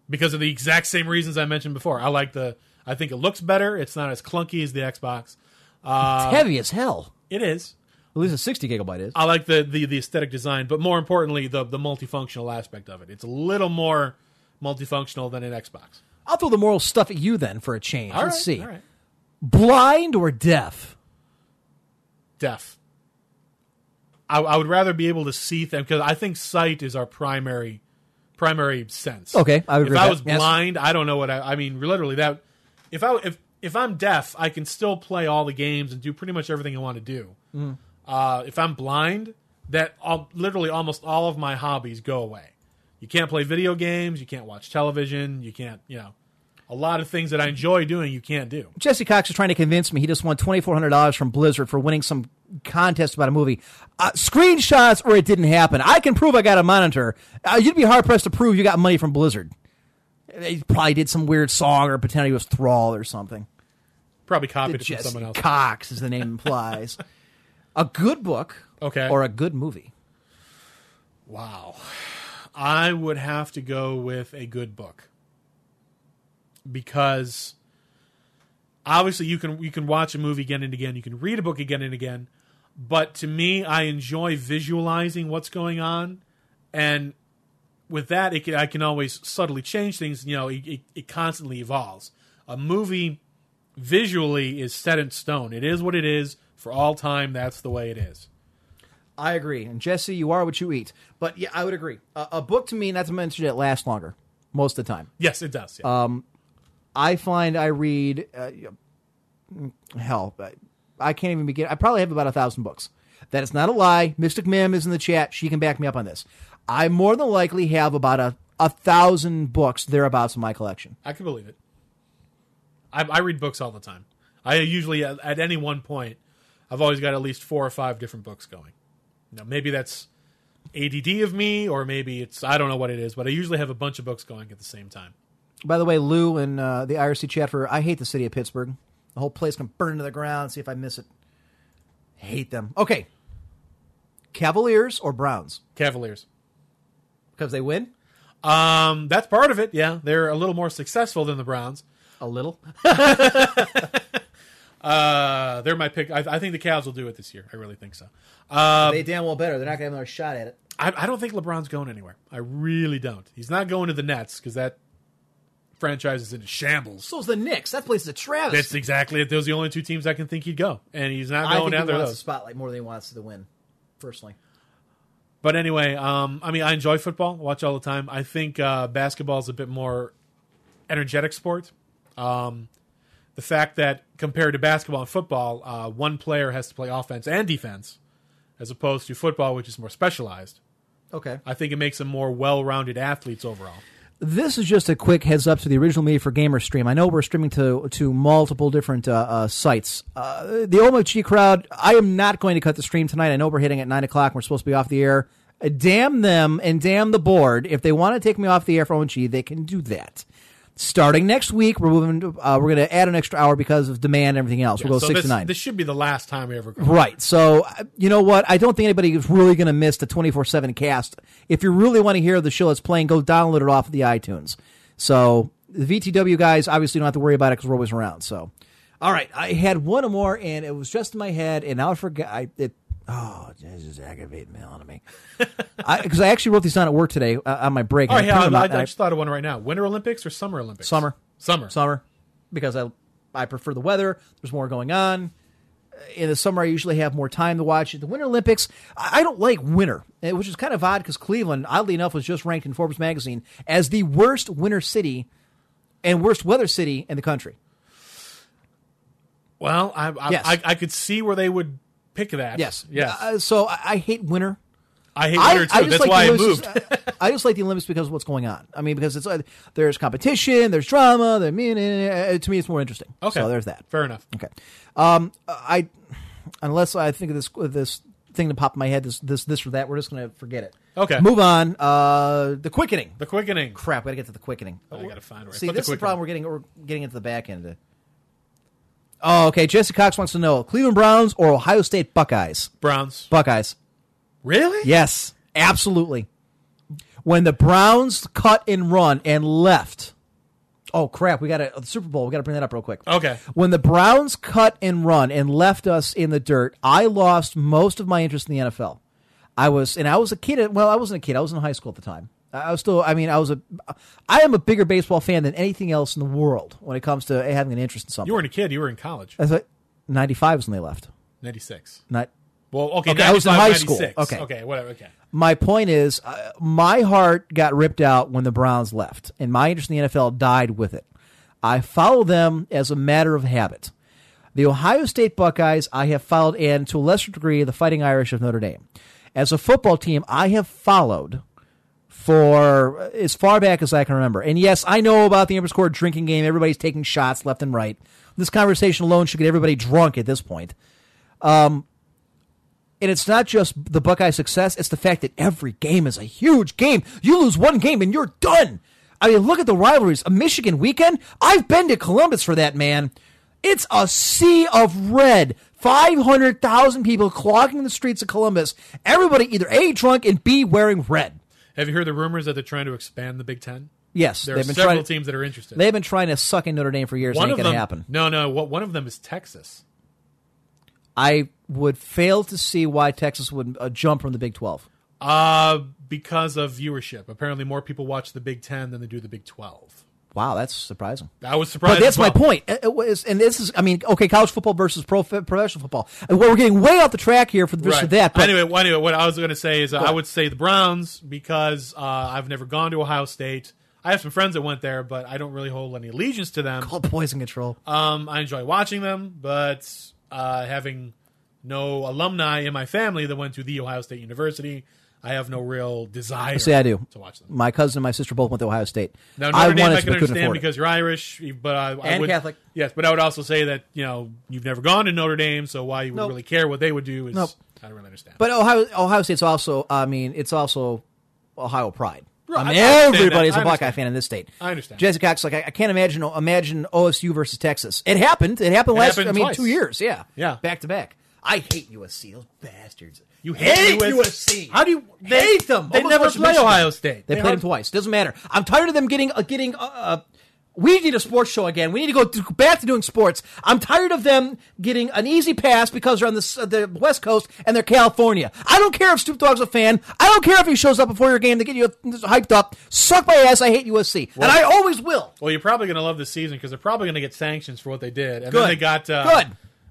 D: because of the exact same reasons I mentioned before. I like the. I think it looks better. It's not as clunky as the Xbox. Uh,
C: it's heavy as hell.
D: It is.
C: At least a sixty gigabyte is.
D: I like the the, the aesthetic design, but more importantly, the the multifunctional aspect of it. It's a little more multifunctional than an Xbox.
C: I'll throw the moral stuff at you then for a change.
D: All
C: Let's
D: right,
C: see.
D: All right.
C: Blind or deaf?
D: Deaf. I, I would rather be able to see them because I think sight is our primary primary sense.
C: Okay, I would
D: if
C: agree
D: I was
C: with that. Yes.
D: blind, I don't know what I. I mean, literally that. If I if if I'm deaf, I can still play all the games and do pretty much everything I want to do.
C: Mm-hmm.
D: Uh, if I'm blind, that all, literally almost all of my hobbies go away. You can't play video games. You can't watch television. You can't you know a lot of things that I enjoy doing. You can't do.
C: Jesse Cox is trying to convince me he just won twenty four hundred dollars from Blizzard for winning some contest about a movie. Uh, screenshots or it didn't happen. I can prove I got a monitor. Uh, you'd be hard pressed to prove you got money from Blizzard. They probably did some weird song or pretended he was Thrall or something.
D: Probably copied it from
C: Jesse
D: someone else.
C: Cox, as the name implies. a good book,
D: Okay.
C: or a good movie.
D: Wow. I would have to go with a good book. Because obviously you can you can watch a movie again and again, you can read a book again and again, but to me I enjoy visualizing what's going on and with that it can, I can always subtly change things, you know, it, it, it constantly evolves. A movie visually is set in stone. It is what it is for all time, that's the way it is.
C: I agree. And Jesse, you are what you eat. But yeah, I would agree. A a book to me, not to mention it, lasts longer most of the time.
D: Yes, it does. yeah.
C: I find I read uh, hell. I- I can't even begin. I probably have about a thousand books. That is not a lie. Mystic Mim is in the chat. She can back me up on this. I more than likely have about a, a thousand books thereabouts in my collection.
D: I can believe it. I, I read books all the time. I usually, at, at any one point, I've always got at least four or five different books going. Now, maybe that's ADD of me, or maybe it's, I don't know what it is, but I usually have a bunch of books going at the same time.
C: By the way, Lou and uh, the IRC chat for I hate the city of Pittsburgh. The whole place can burn to the ground. See if I miss it. Hate them. Okay. Cavaliers or Browns?
D: Cavaliers.
C: Because they win?
D: Um, that's part of it. Yeah, they're a little more successful than the Browns.
C: A little.
D: uh, they're my pick. I, I think the Cavs will do it this year. I really think so.
C: Um, they damn well better. They're not going to have another shot at it.
D: I, I don't think LeBron's going anywhere. I really don't. He's not going to the Nets because that franchise is in shambles.
C: So's the Knicks. That place is a travesty.
D: That's exactly it. Those are the only two teams I can think he'd go, and he's not
C: I
D: going
C: think he
D: down there.
C: wants
D: though.
C: the spotlight more than he wants to win, personally.
D: But anyway, um, I mean, I enjoy football, watch all the time. I think uh, basketball is a bit more energetic sport. Um, the fact that compared to basketball and football, uh, one player has to play offense and defense, as opposed to football, which is more specialized.
C: Okay.
D: I think it makes them more well-rounded athletes overall.
C: This is just a quick heads up to the original Me for Gamer stream. I know we're streaming to to multiple different uh, uh, sites. Uh, the Omochi crowd, I am not going to cut the stream tonight. I know we're hitting at 9 o'clock. We're supposed to be off the air. Uh, Damn them and damn the board. If they want to take me off the air for Omochi, they can do that. Starting next week, we're moving. to- Uh, we're going to add an extra hour because of demand and everything else. we'll go
D: so
C: 6
D: this,
C: to 9.
D: This should be the last time we ever.
C: Right. So, uh, you know what? I don't think anybody is really going to miss the 24 7 cast. If you really want to hear the show that's playing, go download it off of the iTunes. So, the VTW guys obviously don't have to worry about it because we're always around. So, all right. I had one more, and it was just in my head, and now I forgot. I, it, oh, this is aggravating me on me. Because I, actually wrote these down at work today uh, on my break.
D: Oh
C: and I
D: yeah,
C: printed
D: I,
C: them
D: I,
C: out, and
D: I just thought of one right now: Winter Olympics or Summer Olympics?
C: Summer.
D: Summer.
C: summer because I I prefer the weather. There's more going on. Uh, In the summer, I usually have more time to watch it. The Winter Olympics, I I don't like winter, eh, which is kind of odd because Cleveland, oddly enough, was just ranked in Forbes magazine as the worst winter city and worst weather city in the country.
D: Well, I I,
C: Yes.
D: I I could see where they would pick that.
C: Yes,
D: Yes.
C: Uh, so I, I hate winter.
D: I hate winter too. That's why I
C: the
D: moved.
C: Olympics- I, I just like the Olympics because of what's going on. I mean, because it's uh, there's competition, there's drama. There, eh, eh, to me, it's more interesting.
D: Okay.
C: so there's that.
D: Fair enough.
C: Okay. Um, I unless I think of this this thing to pop in my head, this this this or that, we're just gonna forget it.
D: Okay.
C: Move on. Uh, the quickening.
D: The quickening.
C: Crap, we gotta get to the quickening.
D: I gotta find where I
C: See,
D: put
C: this
D: the
C: is the problem.
D: quickening.
C: We're getting we're getting into the back end. of it. Oh, okay. Jesse Cox wants to know: Cleveland Browns or Ohio State Buckeyes?
D: Browns.
C: Buckeyes.
D: Really?
C: Yes, absolutely. When the Browns cut and run and left. Oh crap, we got to the Super Bowl. We got to bring that up real quick.
D: Okay.
C: When the Browns cut and run and left us in the dirt, I lost most of my interest in the NFL. I was and I was a kid, at- well, I wasn't a kid. I was in high school at the time. I I was still I mean, I was a I am a bigger baseball fan than anything else in the world when it comes to having an interest in something.
D: You weren't a kid. You were in college.
C: I thought 95 was when they left.
D: Ninety six.
C: Not
D: Well, okay.
C: Okay, I was in
D: 95,
C: high school.
D: 96.
C: Okay.
D: Okay. Whatever. Okay.
C: my point is, uh, my heart got ripped out when the Browns left, and my interest in the NFL died with it. I follow them as a matter of habit. The Ohio State Buckeyes, I have followed, and to a lesser degree, the Fighting Irish of Notre Dame. As a football team, I have followed for as far back as I can remember. And yes, I know about the Empress Court drinking game. Everybody's taking shots left and right. This conversation alone should get everybody drunk at this point. And it's not just the Buckeye success, it's the fact that every game is a huge game. You lose one game and you're done. I mean, look at the rivalries. A Michigan weekend? I've been to Columbus for that, man. It's a sea of red. 500,000 people clogging the streets of Columbus. Everybody either A, drunk, and B, wearing red.
D: Have you heard the rumors that they're trying to expand the Big Ten?
C: Yes,
D: There are
C: they've been
D: several
C: trying-
D: teams that are interested.
C: They've been trying to suck in Notre Dame for years.
D: one
C: it ain't
D: of
C: going
D: them.
C: to happen.
D: No, no. What, one of them is Texas.
C: I would fail to see why Texas would uh, jump from the Big 12.
D: Uh because of viewership. Apparently, more people watch the Big Ten than they do the Big Twelve.
C: Wow, that's surprising.
D: I was surprised.
C: But that's
D: as well.
C: my point. It- it was- and this is, I mean, okay, college football versus pro, professional football. And well, we're getting way off the track here for this or
D: Right.
C: that. But
D: anyway, well, anyway, what I was going to say is uh, I would say the Browns because uh, I've never gone to Ohio State. I have some friends that went there, but I don't really hold any allegiance to them.
C: call poison control.
D: Um, I enjoy watching them, but uh, having no alumni in my family that went to the Ohio State University. I have no real desire.
C: See, I do.
D: to watch them.
C: My cousin and my sister both went to Ohio State.
D: Now,
C: I
D: Notre
C: wanted to,
D: Dame, I can
C: but couldn't
D: understand
C: afford it.
D: because you're Irish, but I, I
C: And
D: would,
C: Catholic.
D: Yes, but I would also say that you know you've never gone to Notre Dame, so why you would
C: Nope.
D: really care what they would do is
C: Nope.
D: I don't really understand.
C: But Ohio, Ohio State's also, I mean, it's also Ohio pride.
D: Right,
C: I mean,
D: I understand
C: everybody's
D: that.
C: a
D: I
C: Buckeye
D: understand.
C: fan in this state.
D: I understand.
C: Jesse Cox, like, I, I can't imagine imagine OSU versus Texas. It happened. It happened
D: It
C: last.
D: happened
C: I mean,
D: twice.
C: two years. Yeah,
D: Yeah.
C: back to back. I hate USC. Those bastards.
D: You hate USC. How do you they,
C: hate them?
D: They
C: Almost
D: never
C: watched
D: play
C: Michigan.
D: Ohio State.
C: They,
D: They
C: played them
D: hard-
C: twice. Doesn't matter. I'm tired of them getting uh, getting. Uh, uh, we need a sports show again. We need to go to, back to doing sports. I'm tired of them getting an easy pass because they're on the, s- uh, the West Coast and they're California. I don't care if Snoop Dogg's a fan. I don't care if he shows up before your game to get you hyped up. Suck my ass. I hate USC, and I always will.
D: Well, you're probably going to love this season because they're probably going to get sanctions for what they did. And
C: Good.
D: then they got uh,
C: Good.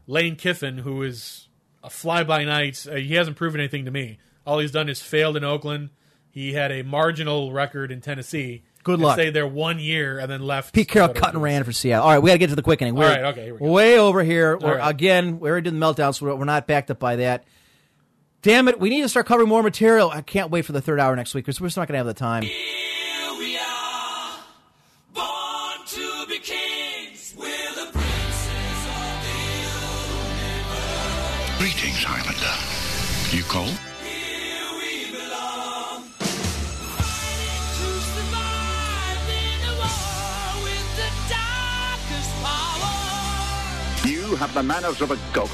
D: Lane Kiffin, who is a fly by night. Uh, he hasn't proven anything to me. All he's done is failed in Oakland. He had a marginal record in Tennessee.
C: Good
D: They
C: luck.
D: Stayed there one year and then left.
C: Pete Carroll
D: Dakota
C: cut and
D: Woods.
C: ran for Seattle. All right, we got to get to the quickening. We're
D: right, okay, here we go.
C: way over here. We're,
D: right.
C: Again, we already did the meltdown, so we're- we're not backed up by that. Damn it, we need to start covering more material. I can't wait for the third hour next week because we're just not going to have the time.
K: Born to be kings, we're the princes of the universe.
H: Greetings, Highlander. You cold?
K: Here we belong. Fighting to survive in a war with the darkest power.
H: You have the manners of a goat.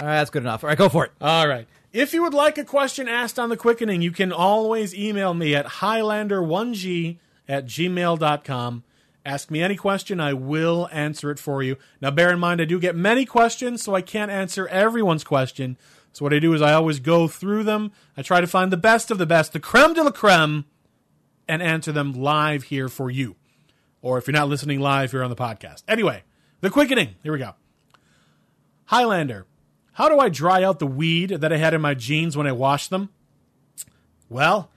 C: All right, that's good enough. All right, go for it.
D: All right. If you would like a question asked on the quickening, you can always email me at highlander1g at gmail.com. Ask me any question, I will answer it for you. Now, bear in mind, I do get many questions, so I can't answer everyone's question. So, what I do is I always go through them. I try to find the best of the best, the creme de la creme, and answer them live here for you. Or if you're not listening live here on the podcast. Anyway, the quickening. Here we go. Highlander, how do I dry out the weed that I had in my jeans when I washed them? Well,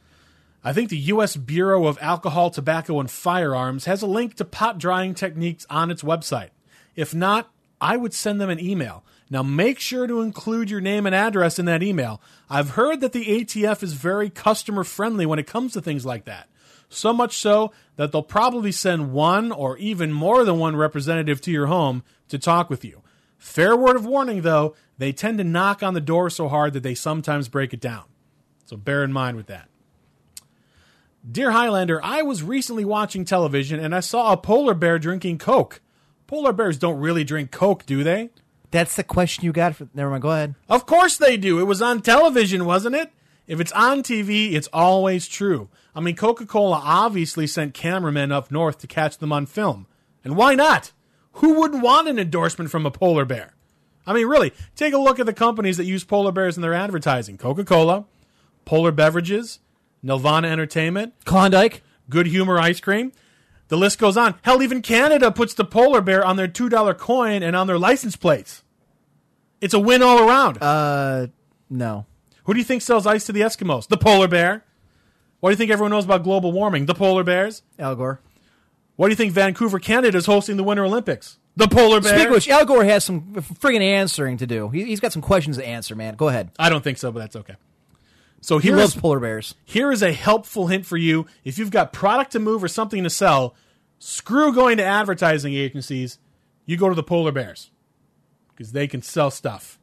D: I think the U.S. Bureau of Alcohol, Tobacco, and Firearms has a link to pot drying techniques on its website. If not, I would send them an email. Now, make sure to include your name and address in that email. I've heard that the ATF is very customer friendly when it comes to things like that. So much so that they'll probably send one or even more than one representative to your home to talk with you. Fair word of warning, though, they tend to knock on the door so hard that they sometimes break it down. So bear in mind with that. Dear Highlander, I was recently watching television and I saw a polar bear drinking Coke. Polar bears don't really drink Coke, do they?
C: That's the question you got. For, never mind. Go ahead.
D: Of course they do. It was on television, wasn't it? If it's on TV, it's always true. I mean, Coca Cola obviously sent cameramen up north to catch them on film. And why not? Who wouldn't want an endorsement from a polar bear? I mean, really, take a look at the companies that use polar bears in their advertising Coca Cola, Polar Beverages, Nelvana Entertainment,
C: Klondike.
D: Good Humor Ice Cream. The list goes on. Hell, even Canada puts the polar bear on their $2 coin and on their license plates. It's a win all around.
C: Uh, no.
D: Who do you think sells ice to the Eskimos? The polar bear. What do you think everyone knows about global warming? The polar bears.
C: Al Gore.
D: What do you think Vancouver, Canada is hosting the Winter Olympics? The polar bear.
C: Speaking of which, Al Gore has some friggin' answering to do. He, he's got some questions to answer, man. Go ahead.
D: I don't think so, but that's okay. So
C: He
D: here's
C: loves polar bears.
D: here is a helpful hint for you. If you've got product to move or something to sell, screw going to advertising agencies. You go to the polar bears because they can sell stuff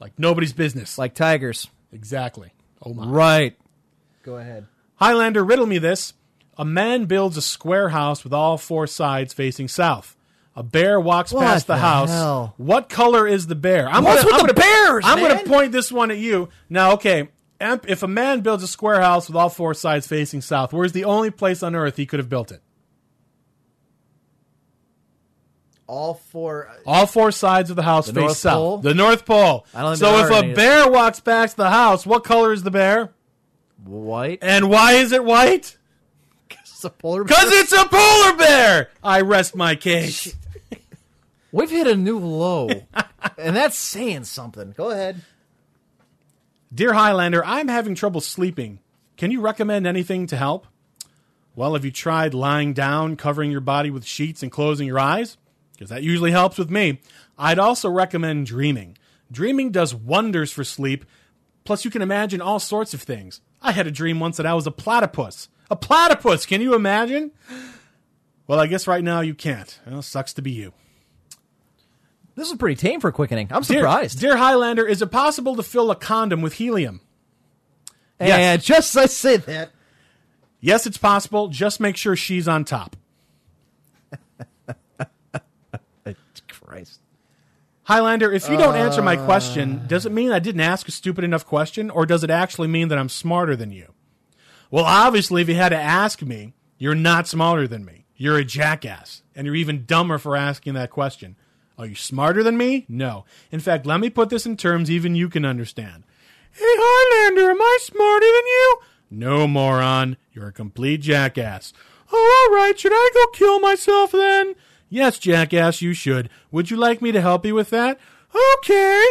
D: like nobody's business.
C: Like tigers.
D: exactly. Oh my.
C: Right. Go ahead.
D: Highlander, riddle me this. A man builds a square house with all four sides facing south. A bear walks
C: What
D: past the,
C: the
D: house.
C: hell?
D: What color is the bear? I'm
C: What's with
D: gonna, I'm
C: the
D: gonna-
C: bears,
D: I'm
C: man?
D: going to point this one at you. Now, okay, Amp, if a man builds a square house with all four sides facing south, where's the only place on earth he could have built it?
C: All four. uh,
D: All four sides of the house
C: The
D: face
C: North
D: south.
C: Pole?
D: The North Pole.
C: I don't think
D: so
C: there
D: if
C: are
D: a
C: any.
D: bear walks past the house, what color is the bear?
C: White.
D: And why is it white?
C: It's a polar bear.
D: Because it's a polar bear. I rest my case.
C: We've hit a new low, and that's saying something. Go ahead.
D: Dear Highlander, I'm having trouble sleeping. Can you recommend anything to help? Well, have you tried lying down, covering your body with sheets, and closing your eyes? because that usually helps with me. I'd also recommend dreaming. Dreaming does wonders for sleep, plus, you can imagine all sorts of things. I had a dream once that I was a platypus. A platypus! Can you imagine? Well, I guess right now you can't. Well, sucks to be you.
C: This is pretty tame for quickening. I'm
D: Dear-
C: surprised.
D: Dear, Highlander, is it possible to fill a condom with helium?
C: And just as I say that,
D: Yes, it's possible. Just make sure she's on top.
C: Christ.
D: Highlander, if you don't answer my question, does it mean I didn't ask a stupid enough question, or does it actually mean that I'm smarter than you? Well, obviously, if you had to ask me, you're not smarter than me. You're a jackass, and you're even dumber for asking that question. Are you smarter than me? No. In fact, let me put this in terms even you can understand. Hey, Highlander, am I smarter than you? No, moron. You're a complete jackass. Oh, all right. Should I go kill myself then? Yes, jackass, you should. Would you like me to help you with that? Okay.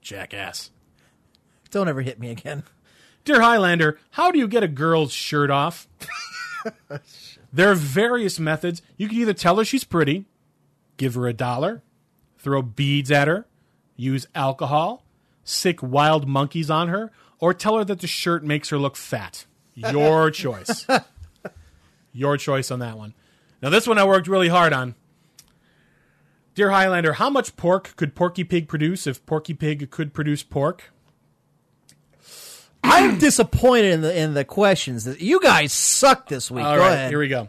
D: jackass.
C: Don't ever hit me again.
D: Dear Highlander, how do you get a girl's shirt off? there are various methods. You can either tell her she's pretty, give her a dollar, throw beads at her, use alcohol, sick wild monkeys on her, or tell her that the shirt makes her look fat. Your choice. Your choice on that one. Now, this one I worked really hard on. Dear Highlander, how much pork could Porky Pig produce if Porky Pig could produce pork?
C: I'm disappointed in the in the questions. You guys suck this week.
D: All
C: go
D: right,
C: ahead.
D: here we go.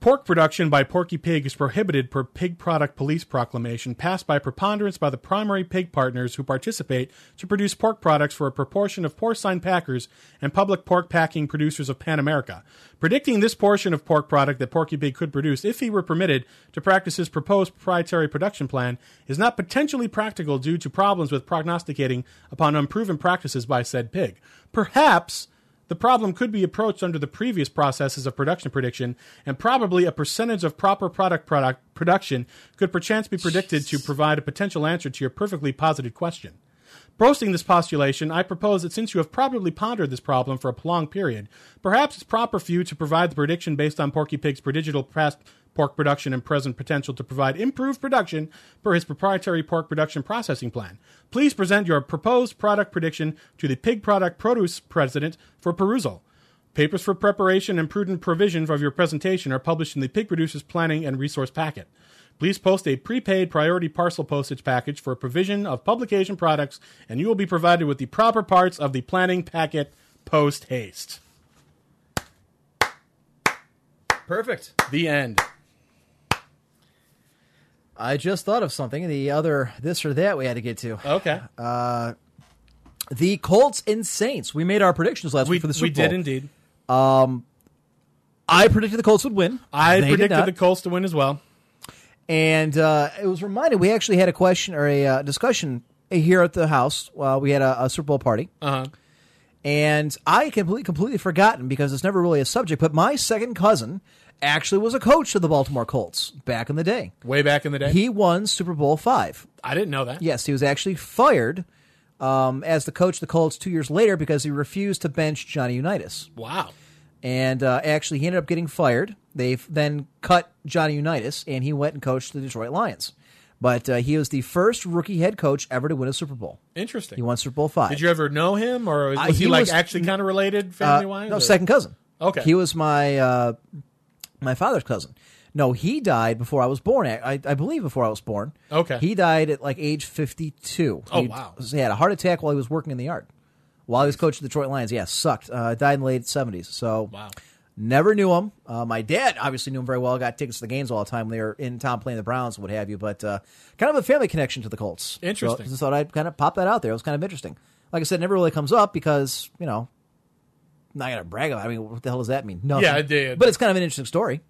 D: Pork production by Porky Pig is prohibited per Pig Product Police Proclamation passed by preponderance by the primary pig partners who participate to produce pork products for a proportion of porcine packers and public pork packing producers of Pan America. Predicting this portion of pork product that Porky Pig could produce if he were permitted to practice his proposed proprietary production plan is not potentially practical due to problems with prognosticating upon unproven practices by said pig. Perhaps the problem could be approached under the previous processes of production prediction, and probably a percentage of proper product, product production could perchance be predicted to provide a potential answer to your perfectly posited question. Posting this postulation, I propose that since you have probably pondered this problem for a prolonged period, perhaps it's proper for you to provide the prediction based on Porky Pig's prodigital past pork production and present potential to provide improved production per his proprietary pork production processing plan. Please present your proposed product prediction to the Pig Product Produce President for perusal. Papers for preparation and prudent provision of your presentation are published in the Pig Producers Planning and Resource Packet. Please post a prepaid priority parcel postage package for provision of publication products, and you will be provided with the proper parts of the planning packet post haste.
C: Perfect.
D: The end.
C: I just thought of something. The other this or that we had to get to.
D: Okay.
C: Uh, the Colts and Saints. We made our predictions last
D: we
C: week for the Super
D: we
C: Bowl.
D: did indeed.
C: Um, I predicted the Colts would win.
D: I
C: They did
D: predicted
C: not.
D: the Colts to win as well.
C: and uh, it was reminded we actually had a question or a uh, discussion here at the house. Uh, we had a, a Super Bowl party,
D: Uh huh.
C: and I completely completely forgotten because it's never really a subject. But my second cousin actually was a coach of the Baltimore Colts back in the day.
D: Way back in the day.
C: He won Super Bowl five.
D: I didn't know that.
C: Yes, he was actually fired um, as the coach of the Colts two years later because he refused to bench Johnny Unitas.
D: Wow.
C: And uh, actually, he ended up getting fired. They have then cut Johnny Unitas, and he went and coached the Detroit Lions. But uh, he was the first rookie head coach ever to win a Super Bowl.
D: Interesting.
C: He won Super Bowl five.
D: Did you ever know him, or was
C: Uh,
D: he,
C: he
D: like
C: was- uh,
D: actually kind of related family wise?
C: no, second cousin.
D: Okay.
C: he was my uh, my father's cousin. No, he died before I was born. I, I, I believe before I was born.
D: Okay.
C: he died at like age fifty two.
D: Oh,
C: he,
D: wow.
C: He had a heart attack while he was working in the yard, while he was coaching the Detroit Lions. Yeah, sucked. Uh, died in the late seventies. So
D: Wow.
C: Never knew him. Uh, my dad obviously knew him very well. Got tickets to the games all the time when they were in town playing the Browns, and what have you. But uh, kind of a family connection to the Colts. So
D: Interesting.
C: I just thought I'd kind of pop that out there. It was kind of interesting. Like I said, it never really comes up because you know, I'm not gonna brag about. It. I mean, what the hell does that mean? Nothing.
D: Yeah, it did.
C: But it's kind of an interesting story.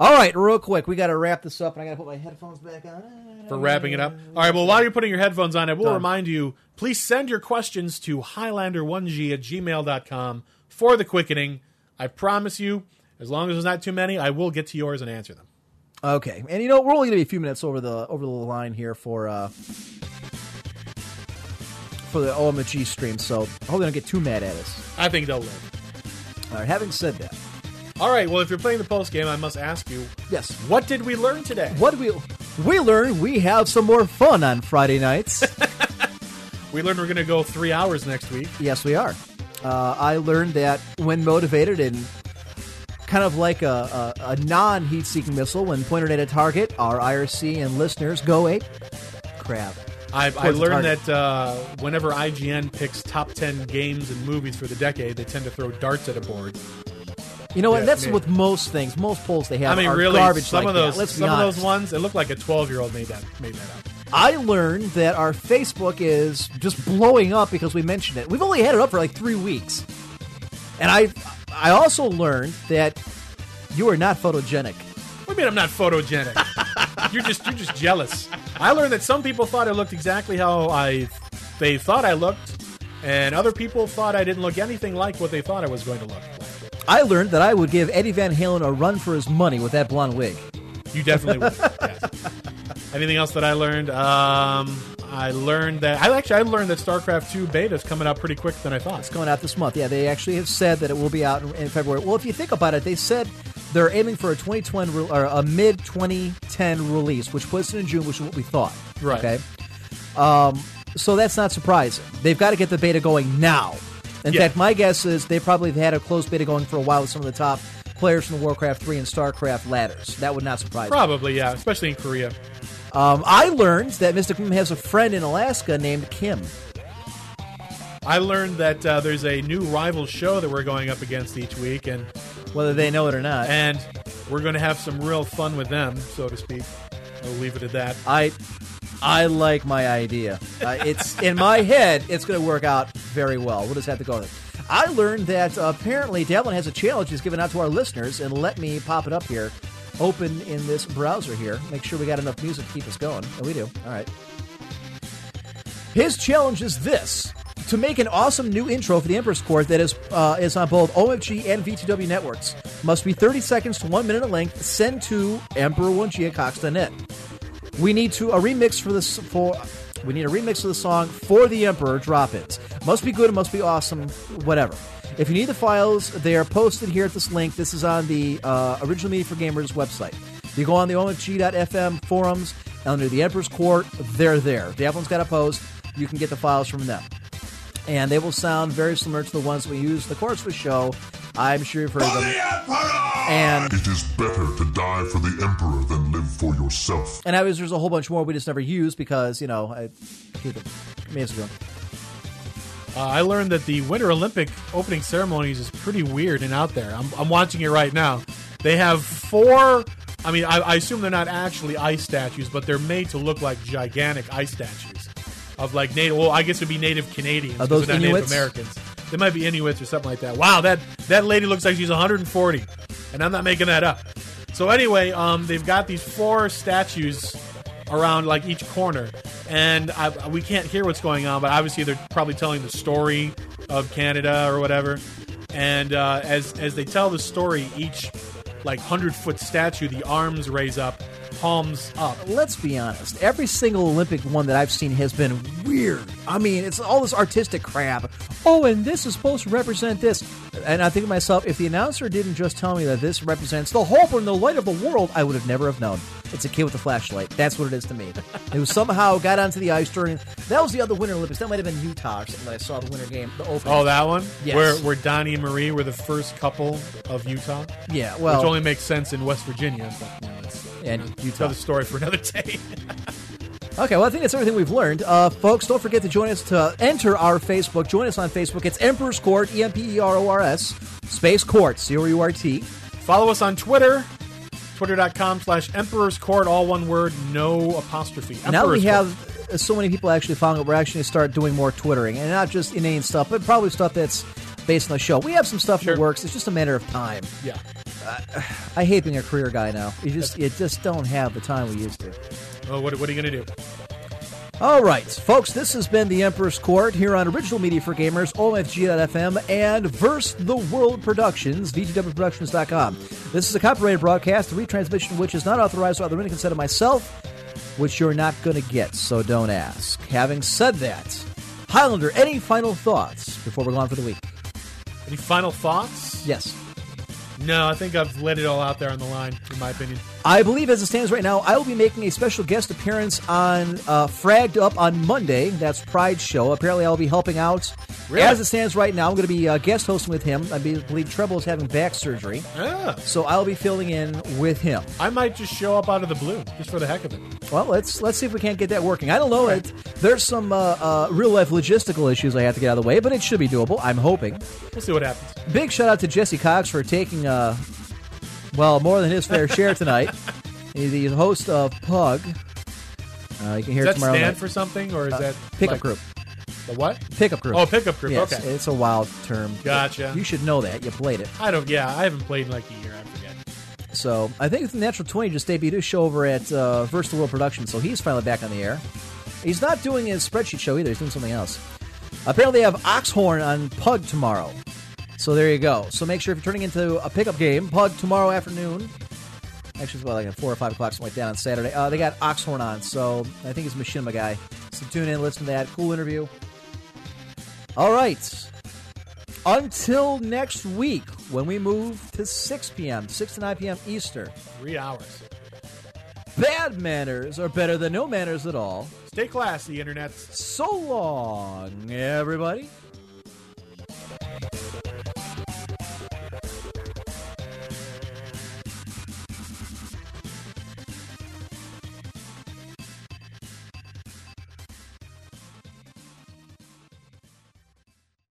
C: All right, real quick, we got to wrap this up, and I got to put my headphones back on.
D: for wrapping it up. All right, well, while you're putting your headphones on, I will remind you please send your questions to Highlander1G at gmail.com for the quickening. I promise you, as long as there's not too many, I will get to yours and answer them.
C: Okay, and you know we're only gonna be a few minutes over the over the line here for uh for the OMG stream, so I hope they don't get too mad at us.
D: I think they'll live.
C: All right, having said that,
D: All right. Well, if you're playing the post game, I must ask you.
C: Yes.
D: What did we learn today?
C: What we we learned we have some more fun on Friday nights.
D: we learned we're going to go three hours next week.
C: yes, we are. Uh, I learned that when motivated and kind of like a, a, a non heat seeking missile, when pointed at a target, our IRC and listeners go ape crap.
D: I, I
C: Towards the
D: learned
C: target.
D: that uh, whenever IGN picks top ten games and movies for the decade, they tend to throw darts at a board.
C: You know what?
D: Yeah,
C: that's
D: yeah.
C: with most things. Most polls they
D: I
C: have
D: mean,
C: are
D: really,
C: garbage.
D: some
C: like
D: of
C: that.
D: those,
C: Let's be
D: some of
C: honest.
D: those ones, it looked like a twelve-year-old made that made that up.
C: I learned that our Facebook is just blowing up because we mentioned it. We've only had it up for like three weeks, and I I also learned that you are not photogenic.
D: What do you mean I'm not photogenic? you're just you're just jealous. I learned that some people thought I looked exactly how I they thought I looked, and other people thought I didn't look anything like what they thought I was going to look like.
C: I learned that I would give Eddie Van Halen a run for his money with that blonde wig.
D: You definitely would. yes. Anything else that I learned? Um, I learned that I actually I learned that StarCraft 2 beta is coming out pretty quick than I thought.
C: It's going out this month. Yeah, they actually have said that it will be out in- in February. Well, if you think about it, they said they're aiming for a 2020 re- or a mid 2010 release, which puts it in June, which is what we thought.
D: Right.
C: Okay. Um, so that's not surprising. They've got to get the beta going now. In
D: Yeah.
C: fact, my guess is they probably have had a closed beta going for a while with some of the top players from the Warcraft 3 and StarCraft ladders. That would not surprise me.
D: Probably, yeah, especially in Korea.
C: Um, I learned that Mr. Kim has a friend in Alaska named Kim.
D: I learned that uh, there's a new rival show that we're going up against each week, and
C: whether they know it or not.
D: and we're going to have some real fun with them, so to speak. I'll leave it at that.
C: I I like my idea. Uh, it's in my head. It's going to work out very well. We'll just have to go with it. I learned that uh, apparently Devlin has a challenge he's given out to our listeners, and let me pop it up here. Open in this browser here. Make sure we got enough music to keep us going. And we do. All right. His challenge is this: to make an awesome new intro for the Empress Court that is uh, is on both OMG and VTW networks. Must be 30 seconds to one minute in length. Send to emperor1giacox.net. We need to a remix for this for. We need a remix of the song for the Emperor. Drop it. Must be good. It must be awesome. Whatever. If you need the files, they are posted here at this link. This is on the uh, original Media for Gamers website. You go on the OMG.fm forums under the Emperor's Court. They're there. Devlin's got a post. You can get the files from them, and they will sound very similar to the ones we use in the course of the show. I'm sure you've heard of them. And
L: It is better to die for the Emperor than live for yourself.
C: And I was there's a whole bunch more we just never use because you know I keep it. May as well.
D: Uh, I learned that the Winter Olympic opening ceremonies is pretty weird and out there. I'm, I'm watching it right now. They have four. I mean, I, I assume they're not actually ice statues, but they're made to look like gigantic ice statues of like native. Well, I guess it would be Native Canadians.
C: Are those
D: 'cause they're not Native
C: Inuits?
D: Americans. They might be Inuits or something like that. Wow, that that lady looks like she's 140, and I'm not making that up. So anyway, um, they've got these four statues around like each corner, and I, we can't hear what's going on, but obviously they're probably telling the story of Canada or whatever. And uh, as as they tell the story, each like hundred foot statue, the arms raise up, palms up.
C: Uh, Let's be honest. Every single Olympic one that I've seen has been weird. I mean, it's all this artistic crap. Oh, and this is supposed to represent this. And I think to myself, if the announcer didn't just tell me that this represents the hope and the light of the world, I would have never have known. It's a kid with a flashlight. That's what it is to me. Who somehow got onto the ice during that was the other Winter Olympics. That might have been Utah or something that I saw the Winter Game, the opening.
D: Oh, that one?
C: Yes.
D: Where, where Donnie and Marie were the first couple of Utah?
C: Yeah, well-
D: Which only makes sense in West Virginia. But, you know, it's,
C: And
D: you know,
C: Utah.
D: Another story for another day.
C: Okay, well, I think that's everything we've learned. Uh, folks, don't forget to join us to enter our Facebook. Join us on Facebook. It's Emperor's Court, E M P E R O R S, Space Court, C O U R T.
D: Follow us on Twitter, twitter.com slash Emperor's Court, all one word, no apostrophe. Emperor's
C: Now that we
D: Court.
C: have uh, so many people actually following up, we're actually going to start doing more Twittering and not just inane stuff, but probably stuff that's based on the show. We have some stuff that works, it's just a matter of time.
D: Yeah.
C: I hate being a career guy now. You just, you just don't have the time we used to.
D: Well, Oh, what, what are you going to do?
C: All right, folks, this has been The Emperor's Court here on Original Media for Gamers, OFG.FM, and Verse the World Productions, VGWProductions.com. This is a copyrighted broadcast, the retransmission of which is not authorized without the written consent of myself, which you're not going to get, so don't ask. Having said that, Highlander, any final thoughts before we're gone for the week?
D: Any final thoughts?
C: Yes.
D: No, I think I've let it all out there on the line, in my opinion.
C: I believe, as it stands right now, I will be making a special guest appearance on uh, Fragged Up on Monday. That's Pride Show. Apparently, I'll be helping out.
D: Really?
C: As it stands right now, I'm going to be uh, guest hosting with him. I be- believe Treble is having back surgery.
D: Yeah.
C: So I'll be filling in with him.
D: I might just show up out of the blue, just for the heck of it.
C: Well, let's let's see if we can't get that working. I don't know. It, there's some uh, uh, real life logistical issues I have to get out of the way, but it should be doable. I'm hoping.
D: We'll see what happens.
C: Big shout out to Jesse Cox for taking, uh, well, more than his fair share tonight. He's the host of Pug. Uh, you can hear it
D: Does that
C: tomorrow
D: stand
C: night.
D: for something, or is
C: Uh,
D: that
C: pickup
D: like-
C: group?
D: The what?
C: Pickup group.
D: Oh, pickup group.
C: Yes,
D: okay.
C: it's a wild term.
D: Gotcha.
C: You should know that. You played it.
D: I don't. Yeah, I haven't played in like a year. I forget.
C: So I think the Natural Twenty just debuted his show over at uh, Verse the World Productions. So he's finally back on the air. He's not doing his spreadsheet show either. He's doing something else. Apparently, they have Oxhorn on Pug tomorrow. So there you go. So make sure if you're turning into a pickup game, Pug tomorrow afternoon. Actually, it's about like at four or five o'clock, something like that on Saturday. Uh, they got Oxhorn on, so I think it's Machinima guy. So tune in, listen to that cool interview. All right. Until next week, when we move to 6 p.m., 6 to 9 p.m. Eastern,
D: Three hours.
C: bad manners are better than no manners at all.
D: Stay classy, internet.
C: So long, everybody.